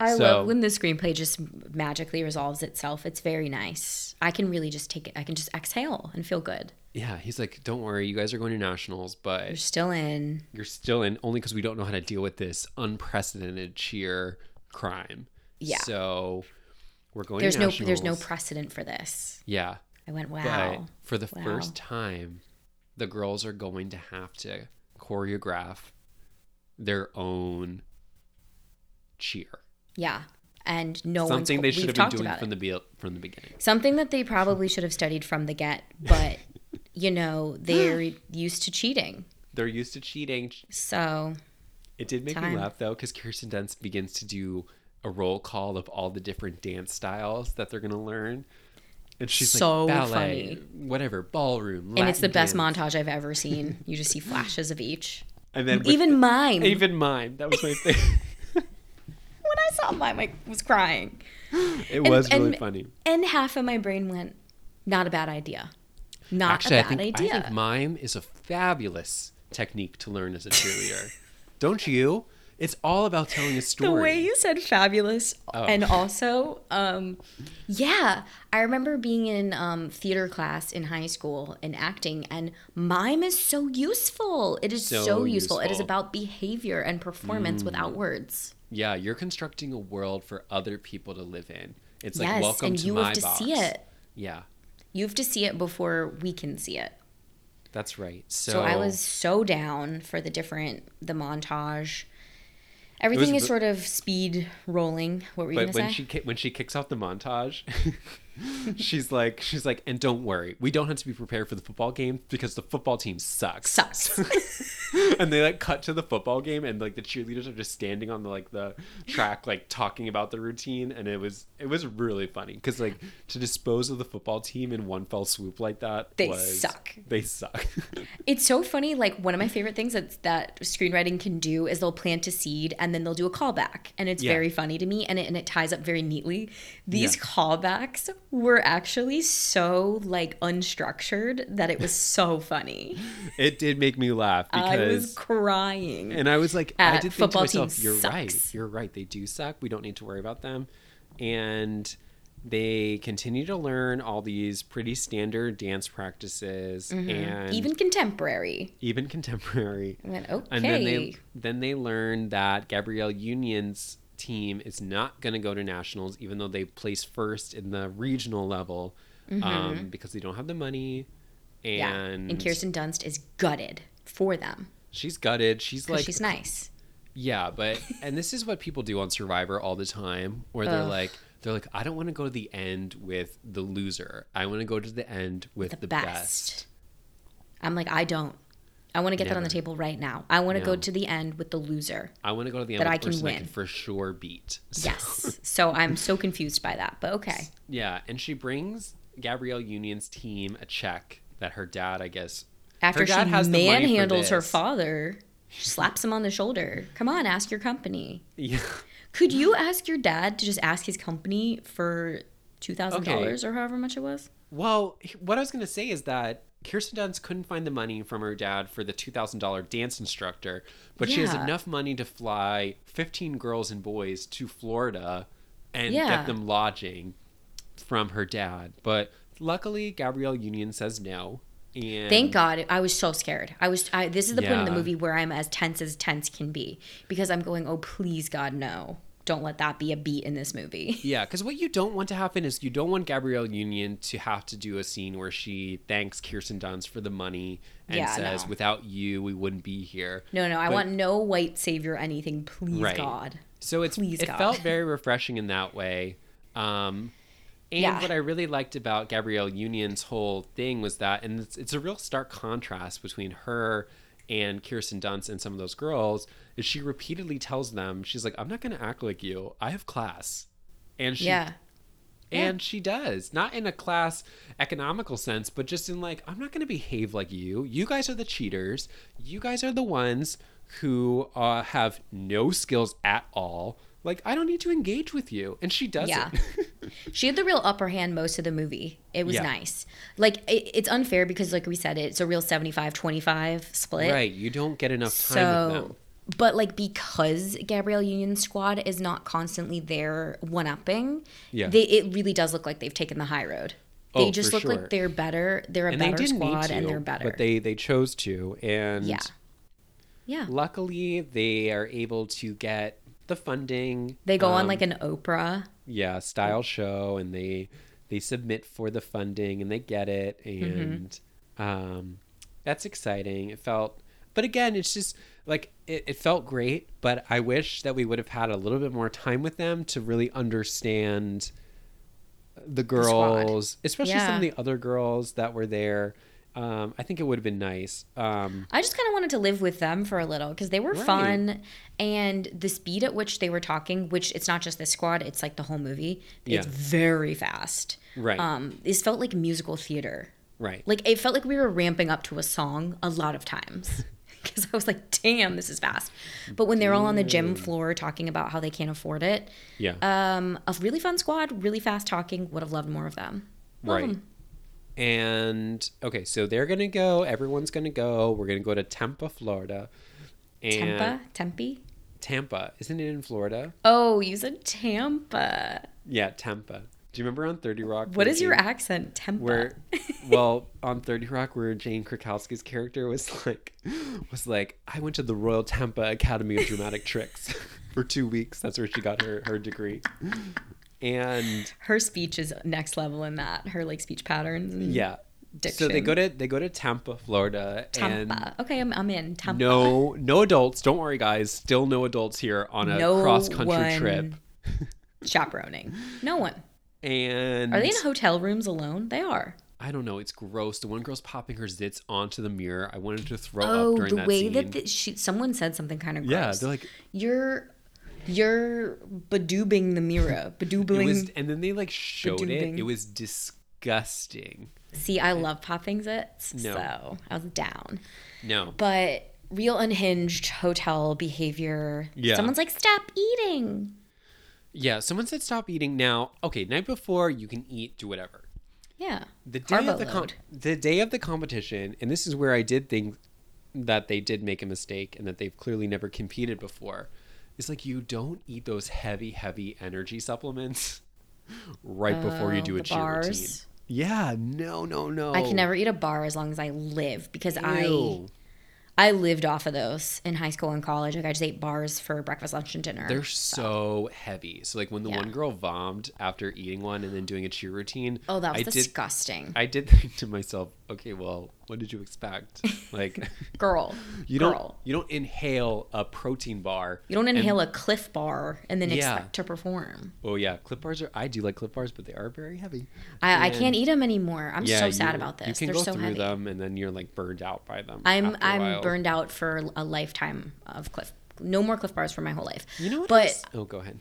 Speaker 1: I
Speaker 2: so-
Speaker 1: love when the screenplay just magically resolves itself. It's very nice. I can really just take it. I can just exhale and feel good.
Speaker 2: Yeah, he's like, don't worry, you guys are going to nationals, but
Speaker 1: You're still in.
Speaker 2: you're still in only because we don't know how to deal with this unprecedented cheer crime.
Speaker 1: Yeah.
Speaker 2: So we're going.
Speaker 1: There's
Speaker 2: to
Speaker 1: no there's no
Speaker 2: nationals.
Speaker 1: precedent for this.
Speaker 2: yeah,
Speaker 1: I went
Speaker 2: but
Speaker 1: wow.
Speaker 2: for the
Speaker 1: Wow.
Speaker 2: first time, the girls are going to have to choreograph their own cheer.
Speaker 1: yeah. And no
Speaker 2: Something
Speaker 1: one's,
Speaker 2: they should
Speaker 1: we've
Speaker 2: have been
Speaker 1: talked
Speaker 2: doing
Speaker 1: about
Speaker 2: from
Speaker 1: it.
Speaker 2: the be- from the beginning.
Speaker 1: Something that they probably should have studied from the get, but you know, they're used to cheating.
Speaker 2: They're used to cheating.
Speaker 1: So
Speaker 2: It did make
Speaker 1: Time.
Speaker 2: me laugh though, because Kirsten Dunst begins to do a roll call of all the different dance styles that they're gonna learn, and she's
Speaker 1: So
Speaker 2: like ballet,
Speaker 1: funny.
Speaker 2: whatever, ballroom,
Speaker 1: and it's the best
Speaker 2: montage.
Speaker 1: montage I've ever
Speaker 2: [laughs]
Speaker 1: seen. You just see flashes of each.
Speaker 2: And then with-
Speaker 1: Even mime.
Speaker 2: even mine, that was my thing.
Speaker 1: [laughs] when I saw mime, I was crying.
Speaker 2: it
Speaker 1: And-
Speaker 2: was really
Speaker 1: and-
Speaker 2: funny.
Speaker 1: And half of my brain went, not a bad idea. Not
Speaker 2: Actually,
Speaker 1: a
Speaker 2: I
Speaker 1: bad
Speaker 2: think
Speaker 1: idea.
Speaker 2: I think mime is a fabulous technique to learn as a cheerleader. Don't you? It's all about telling a story.
Speaker 1: [laughs]
Speaker 2: Oh.
Speaker 1: the way you said fabulous and also um yeah i remember being in um theater class in high school and acting and mime is so useful it is
Speaker 2: So
Speaker 1: so, useful. it is
Speaker 2: useful. Mm.
Speaker 1: about behavior and performance without words
Speaker 2: yeah, you're constructing a world for other people to live in. It's like
Speaker 1: Yes,
Speaker 2: welcome
Speaker 1: and
Speaker 2: to
Speaker 1: you
Speaker 2: my
Speaker 1: have to
Speaker 2: box.
Speaker 1: see it.
Speaker 2: Yeah,
Speaker 1: you have to see it before we can see it
Speaker 2: that's right. So,
Speaker 1: so, i was so down for the different the montage everything
Speaker 2: was
Speaker 1: is
Speaker 2: the-
Speaker 1: sort of speed rolling what were you
Speaker 2: But
Speaker 1: gonna
Speaker 2: when
Speaker 1: say
Speaker 2: she ki- when she kicks off the montage, [laughs] she's like, she's like, and don't worry, we don't have to be prepared for the football game because the football team sucks.
Speaker 1: Sucks.
Speaker 2: [laughs]
Speaker 1: [laughs]
Speaker 2: and they like cut to the football game, and like the cheerleaders are just standing on the like the track, like talking about the routine, and it was it was really funny because like to dispose of the football team in one fell swoop like that,
Speaker 1: They
Speaker 2: was-
Speaker 1: suck.
Speaker 2: They suck. [laughs]
Speaker 1: It's so funny. Like one of my favorite things that that screenwriting can do is they'll plant a seed and then they'll do a callback, and it's
Speaker 2: Yeah.
Speaker 1: very funny to me, and it and it ties up very neatly. These
Speaker 2: Yeah.
Speaker 1: callbacks were actually so like unstructured that it was so funny.
Speaker 2: it did make me laugh because
Speaker 1: I was crying.
Speaker 2: And I was like, I
Speaker 1: at
Speaker 2: did think to
Speaker 1: football
Speaker 2: myself,
Speaker 1: team
Speaker 2: you're right.
Speaker 1: sucks."
Speaker 2: You're right. They do suck. We don't need to worry about them. And they continue to learn all these pretty standard dance practices and
Speaker 1: Mm-hmm. Even contemporary.
Speaker 2: even [laughs] contemporary.
Speaker 1: I went,
Speaker 2: And then they
Speaker 1: okay.
Speaker 2: then they learn that Gabrielle Union's team is not going to go to nationals, even though they placed first in the regional level, um, because they don't have the money. And,
Speaker 1: Mm-hmm. yeah. And Kirsten Dunst is gutted for them
Speaker 2: she's gutted. She's
Speaker 1: because
Speaker 2: like,
Speaker 1: she's nice.
Speaker 2: Yeah, but and this is what people do on Survivor all the time, where they're
Speaker 1: Ugh.
Speaker 2: like, they're like, I don't want to go to the end with the loser. I want to go to the end with
Speaker 1: The
Speaker 2: the,
Speaker 1: best.
Speaker 2: best.
Speaker 1: I'm like, I don't. I want to get that on the
Speaker 2: Never.
Speaker 1: table right now. I want to go
Speaker 2: No.
Speaker 1: to the end with the
Speaker 2: [laughs]
Speaker 1: loser.
Speaker 2: I want to go to the end
Speaker 1: That
Speaker 2: with
Speaker 1: I
Speaker 2: the
Speaker 1: can
Speaker 2: person I
Speaker 1: win.
Speaker 2: can for sure beat. So-
Speaker 1: Yes. so I'm so confused by that, but okay.
Speaker 2: yeah, and she brings Gabrielle Union's team a check that her dad, I guess, [laughs]
Speaker 1: After she
Speaker 2: dad has the money for
Speaker 1: manhandles her
Speaker 2: this.
Speaker 1: father, she slaps him on the shoulder. Come on, ask your company.
Speaker 2: yeah,
Speaker 1: Could
Speaker 2: [sighs]
Speaker 1: you ask your dad to just ask his company for two thousand dollars or however much it was?
Speaker 2: Well, h- what I was going to say is that Kirsten Dunst couldn't find the money from her dad for the $2,000 dance instructor, but she has
Speaker 1: Yeah.
Speaker 2: enough money to fly 15 girls and boys to Florida and
Speaker 1: Yeah.
Speaker 2: get them lodging from her dad. But luckily, Gabrielle Union says no. And
Speaker 1: Thank God. I was so scared. I was. I, this is the point in the
Speaker 2: Yeah.
Speaker 1: movie where I'm as tense as tense can be because I'm going, oh please God no, don't let that be a beat in this movie. [laughs]
Speaker 2: Yeah, because what you don't want to happen is you don't want Gabrielle Union to have to do a scene where she thanks Kirsten Dunst for the money and
Speaker 1: Yeah,
Speaker 2: says,
Speaker 1: no.
Speaker 2: without you, we wouldn't be here.
Speaker 1: No, no, I
Speaker 2: But-
Speaker 1: want no white savior anything. Please
Speaker 2: Right.
Speaker 1: God.
Speaker 2: So it's
Speaker 1: Please,
Speaker 2: it
Speaker 1: God.
Speaker 2: felt very refreshing in that way. Um, and
Speaker 1: Yeah.
Speaker 2: what I really liked about Gabrielle Union's whole thing was that, and it's, it's a real stark contrast between her and Kirsten Dunst and some of those girls, is she repeatedly tells them, she's like, I'm not going to act like you. I have class. And she
Speaker 1: yeah.
Speaker 2: and she does. Not in a class economical sense, but just in like, I'm not going to behave like you. You guys are the cheaters. You guys are the ones who uh, have no skills at all. Like, I don't need to engage with you. And she doesn't.
Speaker 1: Yeah. She had the real upper hand most of the movie. It was
Speaker 2: Yeah.
Speaker 1: nice. Like it, it's unfair because like we said it's a real 75-25 split.
Speaker 2: [laughs] right. You don't get enough time with
Speaker 1: So
Speaker 2: them.
Speaker 1: but like because Gabrielle Union's squad is not constantly there one-upping,
Speaker 2: Yeah.
Speaker 1: they it really does look like they've taken the high road. They
Speaker 2: Oh,
Speaker 1: just
Speaker 2: for
Speaker 1: look
Speaker 2: sure.
Speaker 1: like they're better. They're a
Speaker 2: And they
Speaker 1: better
Speaker 2: didn't
Speaker 1: squad
Speaker 2: need to,
Speaker 1: and they're better.
Speaker 2: but they they chose to. And
Speaker 1: yeah. Yeah.
Speaker 2: luckily, they are able to get the funding.
Speaker 1: They go on
Speaker 2: um,
Speaker 1: like an Oprah.
Speaker 2: yeah style show and they they submit for the funding and they get it
Speaker 1: Mm-hmm.
Speaker 2: and um that's exciting it felt but again it's just like it, it felt great but i wish that we would have had a little bit more time with them to really understand the
Speaker 1: squad.
Speaker 2: girls especially some of
Speaker 1: Yeah.
Speaker 2: the other girls that were there um i think it would have been nice um
Speaker 1: I just kind of wanted to live with them for a little because they were
Speaker 2: Right.
Speaker 1: fun, and the speed at which they were talking, which it's not just this squad, it's like the whole movie. It's
Speaker 2: Yeah.
Speaker 1: very fast.
Speaker 2: Right.
Speaker 1: Um, this felt like musical theater.
Speaker 2: right
Speaker 1: Like it felt like we were ramping up to a song a lot of times. [laughs] Because I was like, damn, this is fast. But when they're all on the gym floor talking about how they can't afford it,
Speaker 2: yeah
Speaker 1: um, a really fun squad, really fast talking, would have loved more of them. Love
Speaker 2: Right.
Speaker 1: 'em.
Speaker 2: And okay, so they're gonna go. Everyone's gonna go. We're gonna go to Tampa, Florida. And
Speaker 1: Tampa? Tempe?
Speaker 2: Tampa, isn't it in Florida?
Speaker 1: Oh, you said Tampa.
Speaker 2: Yeah, Tampa. Do you remember on Thirty Rock?
Speaker 1: What
Speaker 2: where
Speaker 1: is your
Speaker 2: Jane-
Speaker 1: accent, Tempa? [laughs]
Speaker 2: Where, well, on Thirty Rock, where Jane Krakowski's character was like, was like, I went to the Royal Tampa Academy of
Speaker 1: [laughs]
Speaker 2: Dramatic Tricks [laughs] for two weeks. That's where she got her her degree. And
Speaker 1: her speech is next level in that. Her like speech patterns. And
Speaker 2: yeah, so they
Speaker 1: Diction.
Speaker 2: go to they go to Tampa, Florida, and
Speaker 1: Tampa. okay, I'm, I'm in Tampa.
Speaker 2: No, no adults. Don't worry, guys. Still no adults here on a
Speaker 1: No [laughs]
Speaker 2: cross country
Speaker 1: one.
Speaker 2: trip.
Speaker 1: chaperoning. No one.
Speaker 2: And
Speaker 1: Are they in hotel rooms alone? They are.
Speaker 2: I don't know. It's gross. The one girl's popping her zits onto the mirror. I wanted to throw up
Speaker 1: Oh,
Speaker 2: during
Speaker 1: the
Speaker 2: that
Speaker 1: way
Speaker 2: scene.
Speaker 1: that the, she, someone said something kind of gross.
Speaker 2: yeah, they're like
Speaker 1: you're you're bedoobing the mirror,
Speaker 2: [laughs] it
Speaker 1: bedoobling.
Speaker 2: was, and then they like showed it.
Speaker 1: Ba-doobing.
Speaker 2: It was disgusting.
Speaker 1: See, I love popping zits,
Speaker 2: No.
Speaker 1: so I was down.
Speaker 2: No,
Speaker 1: But real unhinged hotel behavior.
Speaker 2: Yeah.
Speaker 1: Someone's like, stop eating.
Speaker 2: yeah. Someone said stop eating now. Okay, night before you can eat, do whatever.
Speaker 1: Yeah.
Speaker 2: The day
Speaker 1: Carbo
Speaker 2: of the com-
Speaker 1: load.
Speaker 2: the day of the competition, and this is where I did think that they did make a mistake and that they've clearly never competed before. It's like you don't eat those heavy, heavy energy supplements [laughs] right before you
Speaker 1: Oh,
Speaker 2: do a
Speaker 1: the
Speaker 2: cheer routine.
Speaker 1: bars.
Speaker 2: Yeah, no, no, no.
Speaker 1: I can never eat a bar as long as I live because I
Speaker 2: Oh. Ew.
Speaker 1: I lived off of those in high school and college. Like I just ate bars for breakfast, lunch, and dinner.
Speaker 2: They're so heavy. So like when the
Speaker 1: Yeah.
Speaker 2: one girl vomed after eating one and then doing a cheer routine.
Speaker 1: oh, that was
Speaker 2: I did.
Speaker 1: disgusting,
Speaker 2: I did [laughs] think to myself, okay, well, what did you
Speaker 1: [laughs]
Speaker 2: expect? Like,
Speaker 1: girl.
Speaker 2: you
Speaker 1: girl.
Speaker 2: don't you don't inhale a protein bar.
Speaker 1: You don't inhale a Cliff Bar and then
Speaker 2: Yeah.
Speaker 1: expect to perform.
Speaker 2: Oh yeah, clip bars are. I do like clip bars, but they are very heavy.
Speaker 1: I, I
Speaker 2: And-
Speaker 1: can't eat them anymore. I'm
Speaker 2: Yeah,
Speaker 1: so sad
Speaker 2: you-
Speaker 1: about this.
Speaker 2: You can
Speaker 1: They're
Speaker 2: go
Speaker 1: so
Speaker 2: through
Speaker 1: heavy.
Speaker 2: them, and then you're like burned out by them.
Speaker 1: I'm
Speaker 2: after a
Speaker 1: I'm
Speaker 2: while.
Speaker 1: burned out for a lifetime of Cliff. No more Cliff Bars for my whole life.
Speaker 2: You know what?
Speaker 1: But
Speaker 2: else- oh, go ahead.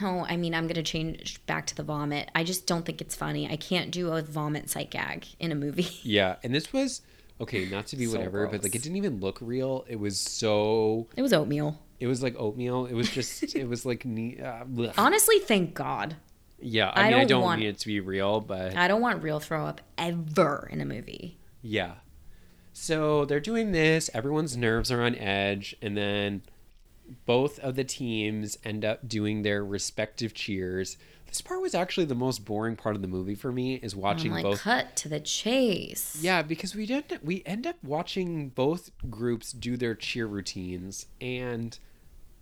Speaker 1: no, I mean I'm gonna change back to the vomit. I just don't think it's funny. I can't do a vomit sight gag in a movie. [laughs]
Speaker 2: Yeah, and this was okay. Not to be
Speaker 1: So
Speaker 2: whatever, but like it
Speaker 1: gross.
Speaker 2: didn't even look real. It was so.
Speaker 1: It was oatmeal.
Speaker 2: It was like oatmeal. It was just. it was like. ne- Uh, blech.
Speaker 1: Honestly, thank God.
Speaker 2: yeah, I
Speaker 1: I
Speaker 2: mean, I
Speaker 1: don't
Speaker 2: don't
Speaker 1: want-
Speaker 2: need it to be real, but
Speaker 1: I don't want real throw up ever in a movie.
Speaker 2: Yeah. So they're doing this, everyone's nerves are on edge, and then both of the teams end up doing their respective cheers. This part was actually the most boring part of the movie for me is
Speaker 1: I'm
Speaker 2: watching
Speaker 1: like,
Speaker 2: both
Speaker 1: cut to the chase.
Speaker 2: Yeah, because we didn't we end up watching both groups do their cheer routines and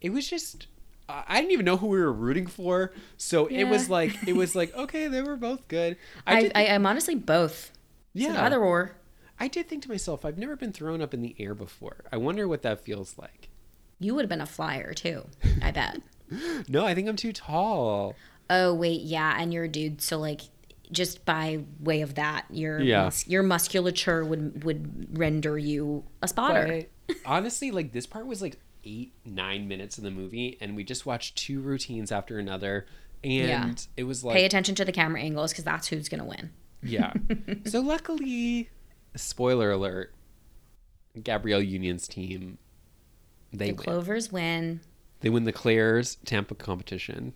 Speaker 2: it was just I I didn't even know who we were rooting for, so it was
Speaker 1: Yeah.
Speaker 2: like it was like okay, they were
Speaker 1: [laughs]
Speaker 2: both good. I,
Speaker 1: I,
Speaker 2: did,
Speaker 1: I, I'm honestly both.
Speaker 2: yeah,
Speaker 1: Either or.
Speaker 2: I did think to myself, I've never been thrown up in the air before. I wonder what that feels like. [gasps]
Speaker 1: You would have been a flyer too, I
Speaker 2: [laughs]
Speaker 1: bet.
Speaker 2: No, I think I'm too tall.
Speaker 1: oh wait, yeah, and you're a dude, so like just by way of that, your
Speaker 2: Yeah.
Speaker 1: mus- your musculature would would render you a spotter. [laughs]
Speaker 2: But honestly, like this part was like eight, nine minutes in the movie, and we just watched two routines after another. And
Speaker 1: Yeah.
Speaker 2: it was
Speaker 1: Pay
Speaker 2: like,
Speaker 1: attention to the camera angles because that's who's gonna win. [laughs]
Speaker 2: yeah. so luckily, spoiler alert, Gabrielle Union's team, they
Speaker 1: The
Speaker 2: win.
Speaker 1: Clovers win.
Speaker 2: They win the Claire's
Speaker 1: [laughs]
Speaker 2: Tampa competition.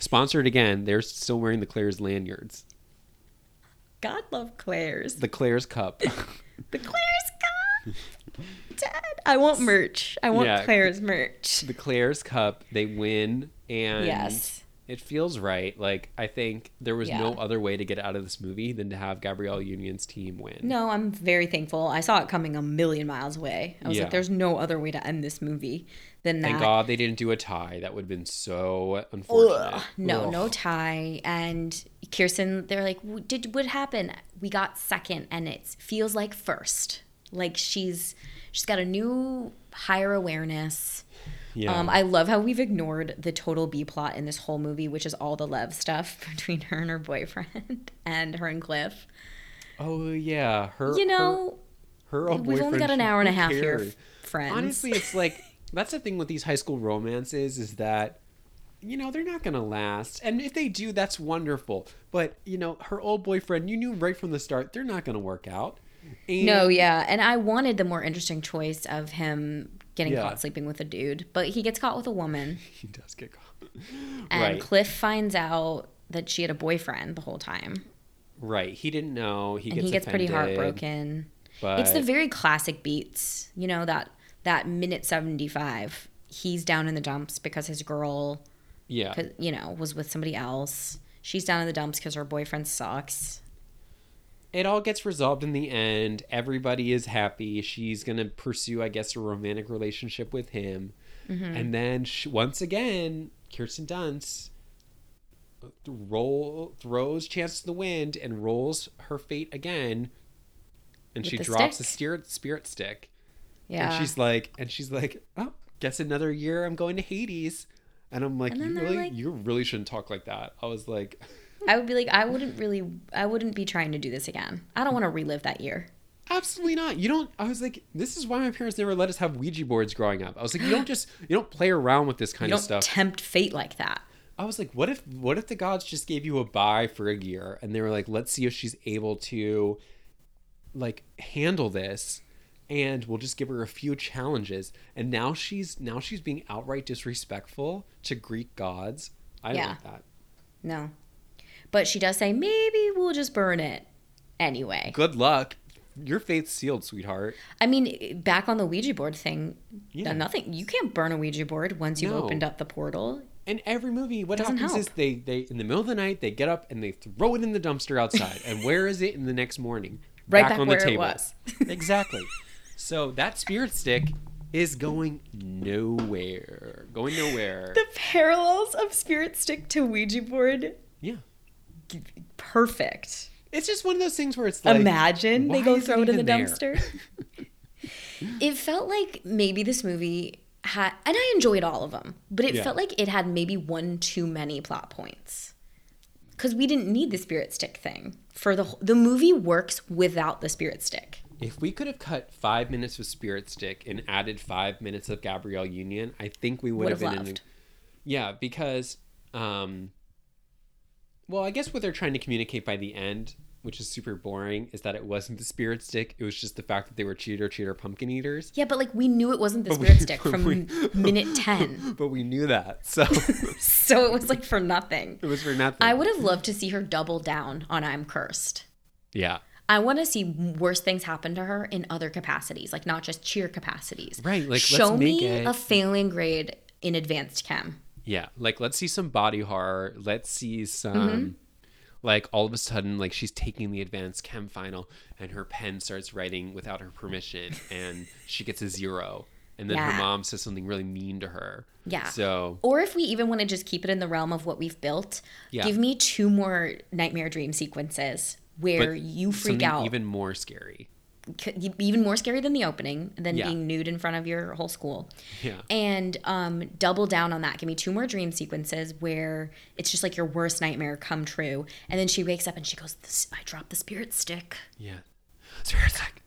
Speaker 2: Sponsored again. They're still wearing the Claire's lanyards.
Speaker 1: God love Claire's.
Speaker 2: The
Speaker 1: [laughs]
Speaker 2: Claire's cup.
Speaker 1: The Claire's God. Dad, I want merch. I want
Speaker 2: Yeah.
Speaker 1: Claire's merch.
Speaker 2: the Claire's Cup, they win, and
Speaker 1: Yes.
Speaker 2: it feels right. Like I think there was no
Speaker 1: Yeah.
Speaker 2: other way to get out of this movie than to have Gabrielle Union's team win.
Speaker 1: No, I'm very thankful. I saw it coming a million miles away. I was
Speaker 2: Yeah.
Speaker 1: like, there's no other way to end this movie than that.
Speaker 2: Thank God they didn't do a tie. That would have been so unfortunate.
Speaker 1: No,
Speaker 2: Ugh.
Speaker 1: no tie. And Kirsten, they're like, "W- did what happened? We got second, and it feels like first. Like she's she's got a new higher awareness.
Speaker 2: Yeah.
Speaker 1: Um, I love how we've ignored the total B plot in this whole movie, which is all the love stuff [laughs] between her and her boyfriend [laughs] and her and Cliff.
Speaker 2: oh yeah, her.
Speaker 1: You know,
Speaker 2: her, her old
Speaker 1: we've only
Speaker 2: boyfriend,
Speaker 1: got an hour and a
Speaker 2: who
Speaker 1: half here,
Speaker 2: cared?
Speaker 1: f- friends.
Speaker 2: Honestly,
Speaker 1: [laughs]
Speaker 2: it's like that's the thing with these high school romances is that you know they're not gonna last, and if they do, that's wonderful. But you know, her old boyfriend, you knew right from the start they're not gonna work out. And
Speaker 1: No, yeah. And I wanted the more interesting choice of him getting
Speaker 2: Yeah.
Speaker 1: caught sleeping with a dude, but he gets caught with a woman.
Speaker 2: [laughs] he does get caught.
Speaker 1: And
Speaker 2: right,
Speaker 1: Cliff finds out that she had a boyfriend the whole time.
Speaker 2: right. He didn't know. He
Speaker 1: And
Speaker 2: gets,
Speaker 1: he gets pretty
Speaker 2: offended,
Speaker 1: heartbroken.
Speaker 2: But
Speaker 1: It's the very classic beats, you know, that that minute 75. He's down in the dumps because his girl,
Speaker 2: yeah,
Speaker 1: 'cause, you know, was with somebody else. She's down in the dumps because her boyfriend sucks.
Speaker 2: it all gets resolved in the end. Everybody is happy. She's gonna pursue, I guess, a romantic relationship with him,
Speaker 1: Mm-hmm.
Speaker 2: and then sh once again, Kirsten Dunst roll throws chance to the wind and rolls her fate again, and
Speaker 1: With
Speaker 2: she
Speaker 1: the
Speaker 2: drops
Speaker 1: stick?
Speaker 2: a spirit spirit stick.
Speaker 1: Yeah.
Speaker 2: And she's like, and she's like, oh, guess another year I'm going to Hades. And I'm like,
Speaker 1: And
Speaker 2: you
Speaker 1: then they're
Speaker 2: really,
Speaker 1: like-
Speaker 2: you really shouldn't talk like that. I was like,
Speaker 1: I would be like, I wouldn't really, I wouldn't be trying to do this again. I don't want to relive that year.
Speaker 2: Absolutely not. You don't. I was like, this is why my parents never let us have Ouija boards growing up. I was like,
Speaker 1: [gasps]
Speaker 2: you don't just, you don't play around with this kind
Speaker 1: You don't
Speaker 2: of stuff.
Speaker 1: tempt fate like that.
Speaker 2: I was like, what if, what if the gods just gave you a bye for a year, and they were like, let's see if she's able to, like, handle this, and we'll just give her a few challenges. And now she's, now she's being outright disrespectful to Greek gods. I don't
Speaker 1: Yeah.
Speaker 2: like that.
Speaker 1: No. But she does say, maybe we'll just burn it anyway.
Speaker 2: Good luck. Your fate's sealed, sweetheart.
Speaker 1: I mean, back on the Ouija board thing,
Speaker 2: Yeah.
Speaker 1: nothing. You can't burn a Ouija board once you've
Speaker 2: No.
Speaker 1: opened up the portal.
Speaker 2: in every movie, what
Speaker 1: Doesn't
Speaker 2: happens is
Speaker 1: help.
Speaker 2: they they in the middle of the night they get up and they throw it in the dumpster outside. and where is it in the next morning?
Speaker 1: Right back where it was. [laughs]
Speaker 2: exactly. So that spirit stick is going nowhere. Going nowhere.
Speaker 1: The parallels of Spirit Stick to Ouija board,
Speaker 2: yeah.
Speaker 1: perfect.
Speaker 2: It's just one of those things where it's like
Speaker 1: Imagine they
Speaker 2: why
Speaker 1: go
Speaker 2: is
Speaker 1: throw it in the
Speaker 2: even there?
Speaker 1: dumpster.
Speaker 2: [laughs]
Speaker 1: it felt like maybe this movie had, and I enjoyed all of them, but it
Speaker 2: Yeah.
Speaker 1: felt like it had maybe one too many plot points. Because we didn't need the spirit stick thing for the wh- the movie works without the spirit stick.
Speaker 2: If we could have cut five minutes of Spirit Stick and added five minutes of Gabrielle Union, I think we would,
Speaker 1: Would
Speaker 2: have,
Speaker 1: have
Speaker 2: been. In,
Speaker 1: loved.
Speaker 2: yeah, because, um, well, I guess what they're trying to communicate by the end, which is super boring, is that it wasn't the Spirit Stick. It was just the fact that they were cheater, cheater, pumpkin eaters. [laughs]
Speaker 1: Yeah, but like we knew it wasn't the
Speaker 2: we-
Speaker 1: spirit stick
Speaker 2: [laughs] but
Speaker 1: from
Speaker 2: we-
Speaker 1: minute ten,
Speaker 2: [laughs] But we knew that, so [laughs] it
Speaker 1: so it was like for nothing.
Speaker 2: was for nothing.
Speaker 1: I would have loved to see her double down on I'm cursed.
Speaker 2: yeah,
Speaker 1: I want to see worse things happen to her in other capacities, like not just cheer capacities.
Speaker 2: Right, like, let's
Speaker 1: show
Speaker 2: make
Speaker 1: me
Speaker 2: it-
Speaker 1: a failing grade in advanced chem.
Speaker 2: yeah. Like, let's see some body horror. Let's see some.
Speaker 1: Mm-hmm.
Speaker 2: Like all of a sudden, like she's taking the advanced chem final, and her pen starts writing without her permission, and she gets a zero. And then her
Speaker 1: Yeah.
Speaker 2: mom says something really mean to her.
Speaker 1: Yeah.
Speaker 2: So
Speaker 1: Or if we even want to just keep it in the realm of what we've built,
Speaker 2: Yeah.
Speaker 1: give me two more nightmare dream sequences where
Speaker 2: But
Speaker 1: you freak
Speaker 2: something
Speaker 1: out even,
Speaker 2: even more scary.
Speaker 1: even more scary than the opening, than
Speaker 2: Yeah.
Speaker 1: being nude in front of your whole school.
Speaker 2: Yeah.
Speaker 1: And um, double down on that. Give me two more dream sequences where it's just like your worst nightmare come true. And then she wakes up and she goes, this, I dropped the spirit stick.
Speaker 2: Yeah. Spirit attack.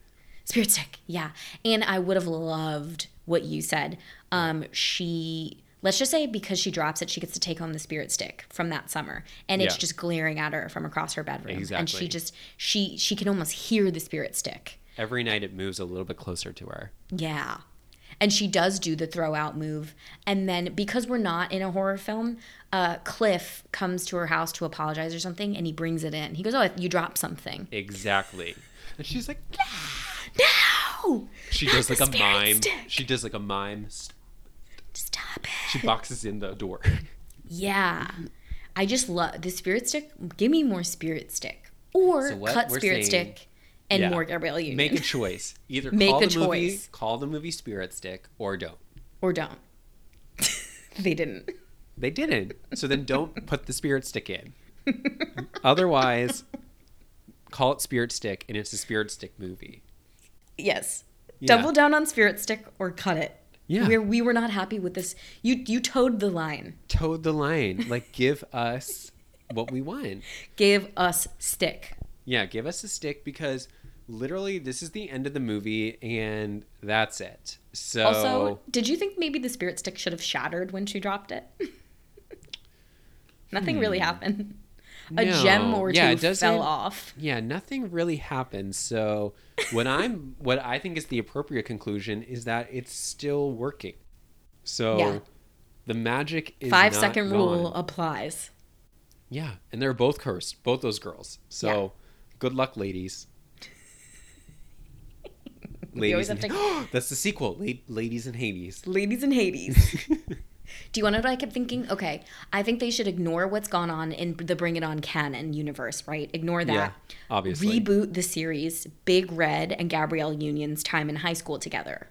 Speaker 1: Spirit stick, yeah. And I would have loved what you said. Um, she let's just say because she drops it, she gets to take home the spirit stick from that summer, and it's
Speaker 2: Yeah.
Speaker 1: just glaring at her from across her bedroom, and
Speaker 2: Exactly.
Speaker 1: she just she she can almost hear the spirit stick.
Speaker 2: Every night it moves a little bit closer to her.
Speaker 1: Yeah. And she does do the throw out move. And then because we're not in a horror film, uh, Cliff comes to her house to apologize or something and he brings it in. He goes, Oh, you dropped something.
Speaker 2: Exactly. [laughs] And she's like,
Speaker 1: No!
Speaker 2: she does
Speaker 1: the
Speaker 2: like a
Speaker 1: spirit
Speaker 2: mime.
Speaker 1: stick.
Speaker 2: She does like a mime.
Speaker 1: Stop it.
Speaker 2: [laughs] She boxes in the door.
Speaker 1: Yeah. I just love the spirit stick. Give me more spirit stick. Or
Speaker 2: So what
Speaker 1: cut
Speaker 2: we're
Speaker 1: spirit
Speaker 2: saying-
Speaker 1: stick and
Speaker 2: Yeah.
Speaker 1: more Gabrielle Union.
Speaker 2: Make a choice. Either
Speaker 1: Make
Speaker 2: call
Speaker 1: a
Speaker 2: the movie,
Speaker 1: choice.
Speaker 2: call the movie Spirit Stick, or don't.
Speaker 1: or don't. [laughs] they didn't.
Speaker 2: They didn't. So then
Speaker 1: [laughs]
Speaker 2: don't put the spirit stick in. Otherwise, call it Spirit Stick, and it's a Spirit Stick movie.
Speaker 1: Yes. Double down on spirit stick or cut it.
Speaker 2: Yeah.
Speaker 1: Where we were not happy with this. You you towed the line.
Speaker 2: Toad the line. Like, give us what we want.
Speaker 1: Give us stick.
Speaker 2: Yeah, give us a stick because literally this is the end of the movie, and that's it. So Oh.
Speaker 1: Also, did you think maybe the spirit stick should have shattered when she dropped it? [laughs] Nothing really happened. A gem
Speaker 2: Hmm. No.
Speaker 1: or
Speaker 2: Yeah, it
Speaker 1: two fell
Speaker 2: doesn't-
Speaker 1: off.
Speaker 2: Yeah, nothing really happens. So
Speaker 1: [laughs]
Speaker 2: what I'm what I think is the appropriate conclusion is that it's still working. So
Speaker 1: Yeah.
Speaker 2: the magic is
Speaker 1: Five
Speaker 2: not
Speaker 1: second
Speaker 2: gone.
Speaker 1: rule applies.
Speaker 2: Yeah, and they're both cursed, both those girls. So
Speaker 1: Yeah.
Speaker 2: good
Speaker 1: [laughs]
Speaker 2: luck, ladies.
Speaker 1: We always
Speaker 2: ladies in
Speaker 1: have
Speaker 2: Ha- [gasps] That's the sequel, La- Ladies in Hades.
Speaker 1: Ladies in Hades.
Speaker 2: [laughs]
Speaker 1: Do you want to know what I kept thinking? Okay, I think they should ignore what's gone on in the Bring It On canon universe, right? Ignore that.
Speaker 2: Yeah, obviously.
Speaker 1: Reboot the series, Big Red and Gabrielle Union's time in high school together.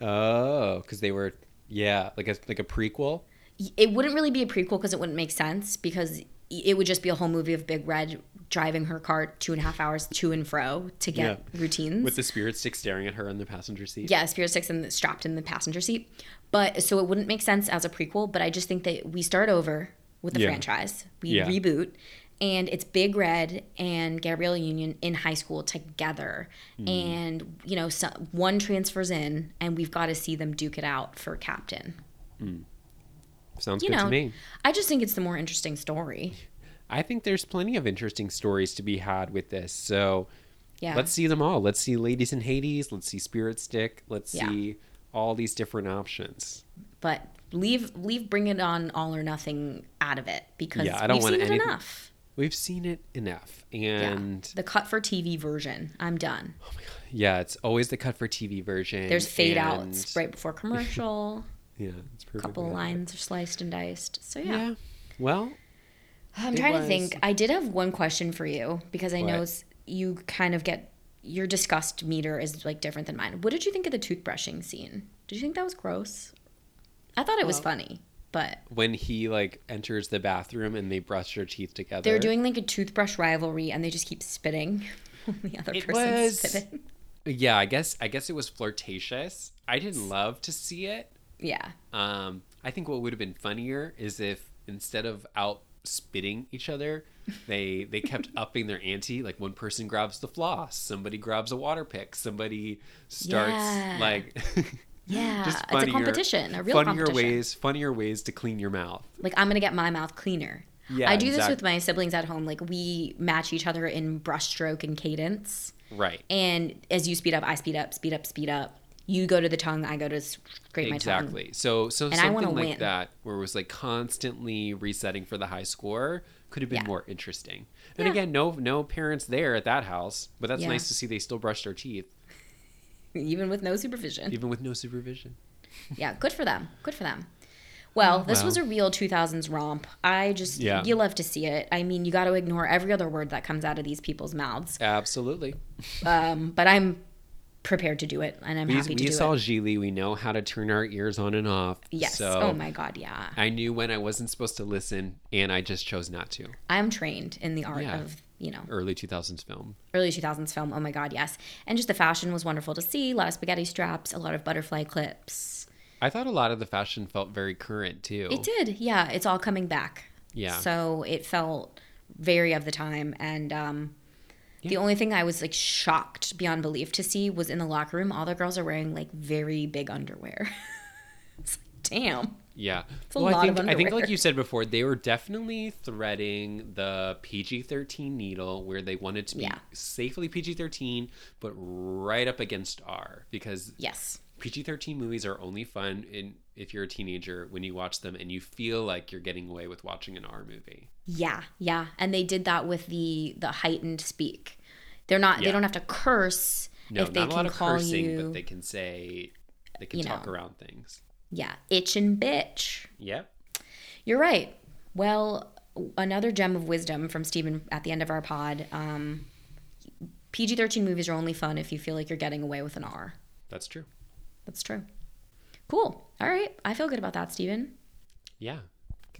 Speaker 2: Oh, because they were yeah, like a like a prequel.
Speaker 1: Y- It wouldn't really be a prequel because it wouldn't make sense because y- it would just be a whole movie of Big Red driving her car two and a half hours to and fro to get
Speaker 2: Yeah.
Speaker 1: routines.
Speaker 2: With the spirit stick staring at her in the passenger seat.
Speaker 1: yeah, Spirit Six and strapped in the passenger seat. But so it wouldn't make sense as a prequel, but I just think that we start over with the
Speaker 2: Yeah.
Speaker 1: franchise. We
Speaker 2: Yeah.
Speaker 1: reboot and it's Big Red and Gabrielle Union in high school together.
Speaker 2: Hmm.
Speaker 1: And you know, so, one transfers in, and we've got to see them duke it out for captain.
Speaker 2: Sounds
Speaker 1: You
Speaker 2: good
Speaker 1: know,
Speaker 2: to me.
Speaker 1: I just think it's the more interesting story.
Speaker 2: I think there's plenty of interesting stories to be had with this. So
Speaker 1: Yeah,
Speaker 2: let's see them all. Let's see Ladies in Hades. Let's see Spirit Stick. Let's
Speaker 1: Yeah.
Speaker 2: see all these different options.
Speaker 1: but leave leave Bring It On All or Nothing out of it because
Speaker 2: Yeah, I don't
Speaker 1: we've
Speaker 2: want
Speaker 1: seen it
Speaker 2: anything-
Speaker 1: enough.
Speaker 2: We've seen it enough.
Speaker 1: Yeah.
Speaker 2: And
Speaker 1: the cut for TV version. I'm done.
Speaker 2: yeah, it's always the cut for TV version.
Speaker 1: There's fade
Speaker 2: and- [laughs]
Speaker 1: outs right before commercial.
Speaker 2: Yeah, it's
Speaker 1: A
Speaker 2: perfect.
Speaker 1: couple lines are sliced and diced. So yeah.
Speaker 2: Yeah. Well,
Speaker 1: I'm
Speaker 2: It
Speaker 1: trying to
Speaker 2: was-
Speaker 1: think. I did have one question for you because I know
Speaker 2: What?
Speaker 1: s- you kind of get your disgust meter is like different than mine. What did you think of the toothbrushing scene? Did you think that was gross? I thought it was funny, but
Speaker 2: when he like enters the bathroom and they brush their teeth together.
Speaker 1: they're doing like a toothbrush rivalry and they just keep spitting [laughs] on the other
Speaker 2: It
Speaker 1: person's
Speaker 2: was-
Speaker 1: spitting.
Speaker 2: Yeah, I guess I guess it was flirtatious. I didn't love to see it.
Speaker 1: [laughs] Yeah.
Speaker 2: Um, I think what would have been funnier is if instead of out spitting
Speaker 1: [laughs]
Speaker 2: each other, they they kept upping their ante. Like one person grabs the floss, somebody grabs a water pick, somebody starts
Speaker 1: Yeah.
Speaker 2: like
Speaker 1: Yeah.
Speaker 2: just
Speaker 1: it's a
Speaker 2: funnier-
Speaker 1: competition,
Speaker 2: [laughs]
Speaker 1: a real
Speaker 2: funnier
Speaker 1: competition.
Speaker 2: ways, funnier ways to clean your mouth.
Speaker 1: like I'm gonna get my mouth cleaner.
Speaker 2: Yeah,
Speaker 1: I do this
Speaker 2: exact-
Speaker 1: with my siblings at home. Like we match each other in brushstroke and cadence.
Speaker 2: Right.
Speaker 1: And as you speed up, I speed up, speed up, speed up. You go to the tongue, I go to scrape my tongue.
Speaker 2: exactly. So so
Speaker 1: I wanna
Speaker 2: something like
Speaker 1: win.
Speaker 2: that where it was like constantly resetting for the high score could have been
Speaker 1: Yeah.
Speaker 2: more interesting. And
Speaker 1: Yeah.
Speaker 2: again, no no parents there at that house, but that's
Speaker 1: Yeah.
Speaker 2: nice to see they still brush their teeth
Speaker 1: Even with no supervision.
Speaker 2: even with no supervision.
Speaker 1: yeah, good for them. Good for them. Well, this was a
Speaker 2: Wow.
Speaker 1: real 2000s romp. I just,
Speaker 2: Yeah.
Speaker 1: you love to see it. I mean, you got to ignore every other word that comes out of these people's mouths.
Speaker 2: Absolutely.
Speaker 1: Um, but I'm prepared to do it and I'm
Speaker 2: We,
Speaker 1: happy to
Speaker 2: we
Speaker 1: do
Speaker 2: saw
Speaker 1: it.
Speaker 2: Gili. We know how to turn our ears on and off.
Speaker 1: Yes.
Speaker 2: So
Speaker 1: oh my God. Yeah.
Speaker 2: I knew when I wasn't supposed to listen, and I just chose not to.
Speaker 1: I'm trained in the art
Speaker 2: Yeah.
Speaker 1: of, you know,
Speaker 2: Early 2000s film.
Speaker 1: early 2000s film. Oh my God, yes. And just the fashion was wonderful to see. A lot of spaghetti straps, a lot of butterfly clips.
Speaker 2: I thought a lot of the fashion felt very current too.
Speaker 1: It did. Yeah, it's all coming back.
Speaker 2: Oh. Yeah.
Speaker 1: So it felt very of the time. And um, the only thing I was like shocked beyond belief to see was in the locker room, all the girls are wearing like very big underwear. [laughs] it's like, damn.
Speaker 2: Yeah.
Speaker 1: a
Speaker 2: well, I
Speaker 1: lot of
Speaker 2: think I think like
Speaker 1: underwear.
Speaker 2: you said before, they were definitely threading the PG-13 needle where they wanted to be
Speaker 1: Yeah.
Speaker 2: safely PG-13 but right up against R because
Speaker 1: Yes.
Speaker 2: PG-13 movies are only fun in if you're a teenager when you watch them and you feel like you're getting away with watching an R movie.
Speaker 1: Yeah, yeah, and they did that with the the heightened speak. They're not. They
Speaker 2: Yeah.
Speaker 1: don't have to curse
Speaker 2: No,
Speaker 1: if they
Speaker 2: not a
Speaker 1: can
Speaker 2: lot of
Speaker 1: call
Speaker 2: cursing,
Speaker 1: you.
Speaker 2: but they can say they can
Speaker 1: you
Speaker 2: talk
Speaker 1: know.
Speaker 2: around things.
Speaker 1: yeah, itch and bitch.
Speaker 2: Yep.
Speaker 1: You're right. Well, another gem of wisdom from Stephen at the end of our pod. Um, PG 13 movies are only fun if you feel like you're getting away with an R.
Speaker 2: That's true.
Speaker 1: That's true. Cool. All right. I feel good about that, Stephen.
Speaker 2: Yeah.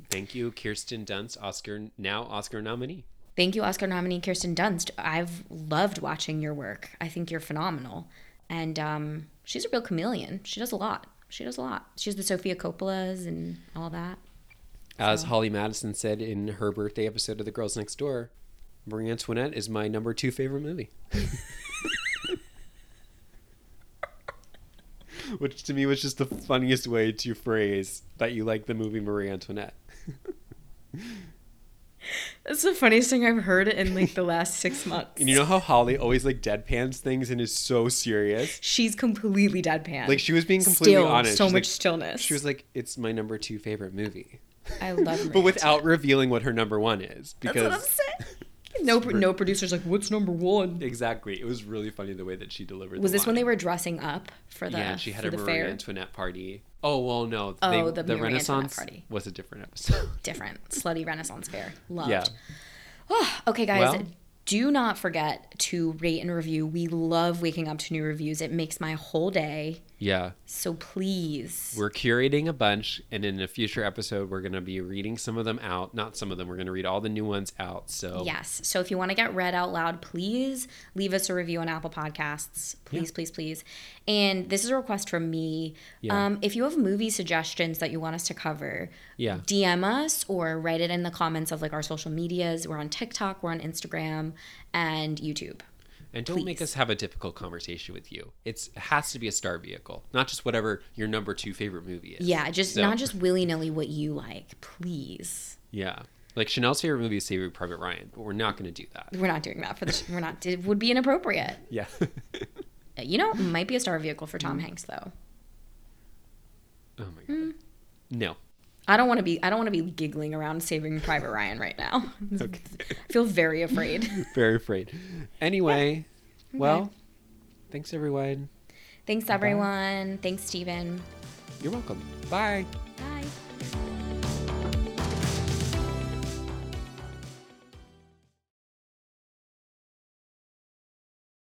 Speaker 2: Thank you Kirsten Dunst, Oscar now Oscar nominee.
Speaker 1: Thank you, Oscar nominee Kirsten Dunst. I've loved watching your work. I think you're phenomenal. And um, she's a real chameleon. She does a lot. She does a lot. She has the Sophia Coppolas and all that.
Speaker 2: As Holly Madison said in her birthday episode of The Girls Next Door, Marie Antoinette is my number two favorite movie. [laughs] Which to me was just the funniest way to phrase that you like the movie Marie Antoinette.
Speaker 1: That's the funniest thing I've heard in like the last six months.
Speaker 2: And you know how Holly always like deadpans things and is so serious?
Speaker 1: she's completely deadpan.
Speaker 2: Like she was being completely
Speaker 1: Still,
Speaker 2: honest.
Speaker 1: So
Speaker 2: She's
Speaker 1: much
Speaker 2: like-
Speaker 1: stillness.
Speaker 2: She was like, it's my number two favorite movie.
Speaker 1: I love
Speaker 2: [laughs] But without revealing what her number one is. Because
Speaker 1: saying. No, pro- no producer's like, what's number one?
Speaker 2: exactly. It was really funny the way that she delivered
Speaker 1: Was
Speaker 2: the
Speaker 1: this when
Speaker 2: line.
Speaker 1: they were dressing up for the
Speaker 2: yeah, and she had
Speaker 1: for
Speaker 2: a
Speaker 1: the
Speaker 2: Marie
Speaker 1: fair?
Speaker 2: Antoinette party. Oh well, no,
Speaker 1: Oh, the Marie Antoinette
Speaker 2: Renaissance
Speaker 1: party.
Speaker 2: was a different episode. [laughs]
Speaker 1: Different slutty Renaissance fair. Loved. Oh,
Speaker 2: yeah,
Speaker 1: Okay, guys.
Speaker 2: Well-
Speaker 1: do not forget to rate and review. We love waking up to new reviews. It makes my whole day.
Speaker 2: Yeah.
Speaker 1: So please.
Speaker 2: We're curating a bunch, and in a future episode, we're going to be reading some of them out. Not some of them, we're going to read all the new ones out. So,
Speaker 1: Yes. So if you want to get read out loud, please leave us a review on Apple Podcasts. Please, please, please. And this is a request from me.
Speaker 2: Yeah.
Speaker 1: Um, if you have movie suggestions that you want us to cover,
Speaker 2: yeah.
Speaker 1: DM us or write it in the comments of like our social medias. We're on TikTok, we're on Instagram and YouTube.
Speaker 2: And don't make
Speaker 1: please.
Speaker 2: us have a difficult conversation with you. It's, it has to be a star vehicle, not just whatever your number two favorite movie is.
Speaker 1: Yeah, just
Speaker 2: So-
Speaker 1: not just willy nilly what you like, please.
Speaker 2: Yeah. Like Chanel's favorite movie is Saving Private Ryan, but we're not going to do
Speaker 1: [laughs]
Speaker 2: that.
Speaker 1: We're not doing that for the. sh- We're not. It would be inappropriate.
Speaker 2: Yeah. [laughs]
Speaker 1: You know, it might be a star vehicle for
Speaker 2: Mm.
Speaker 1: Tom Hanks though.
Speaker 2: oh my God.
Speaker 1: Mm.
Speaker 2: No.
Speaker 1: I don't want to be. I don't want to be giggling around Saving Private Ryan right now. [laughs] I feel very afraid.
Speaker 2: Very afraid. Anyway, well, thanks everyone.
Speaker 1: Thanks everyone. Thanks Steven.
Speaker 2: You're welcome. Bye.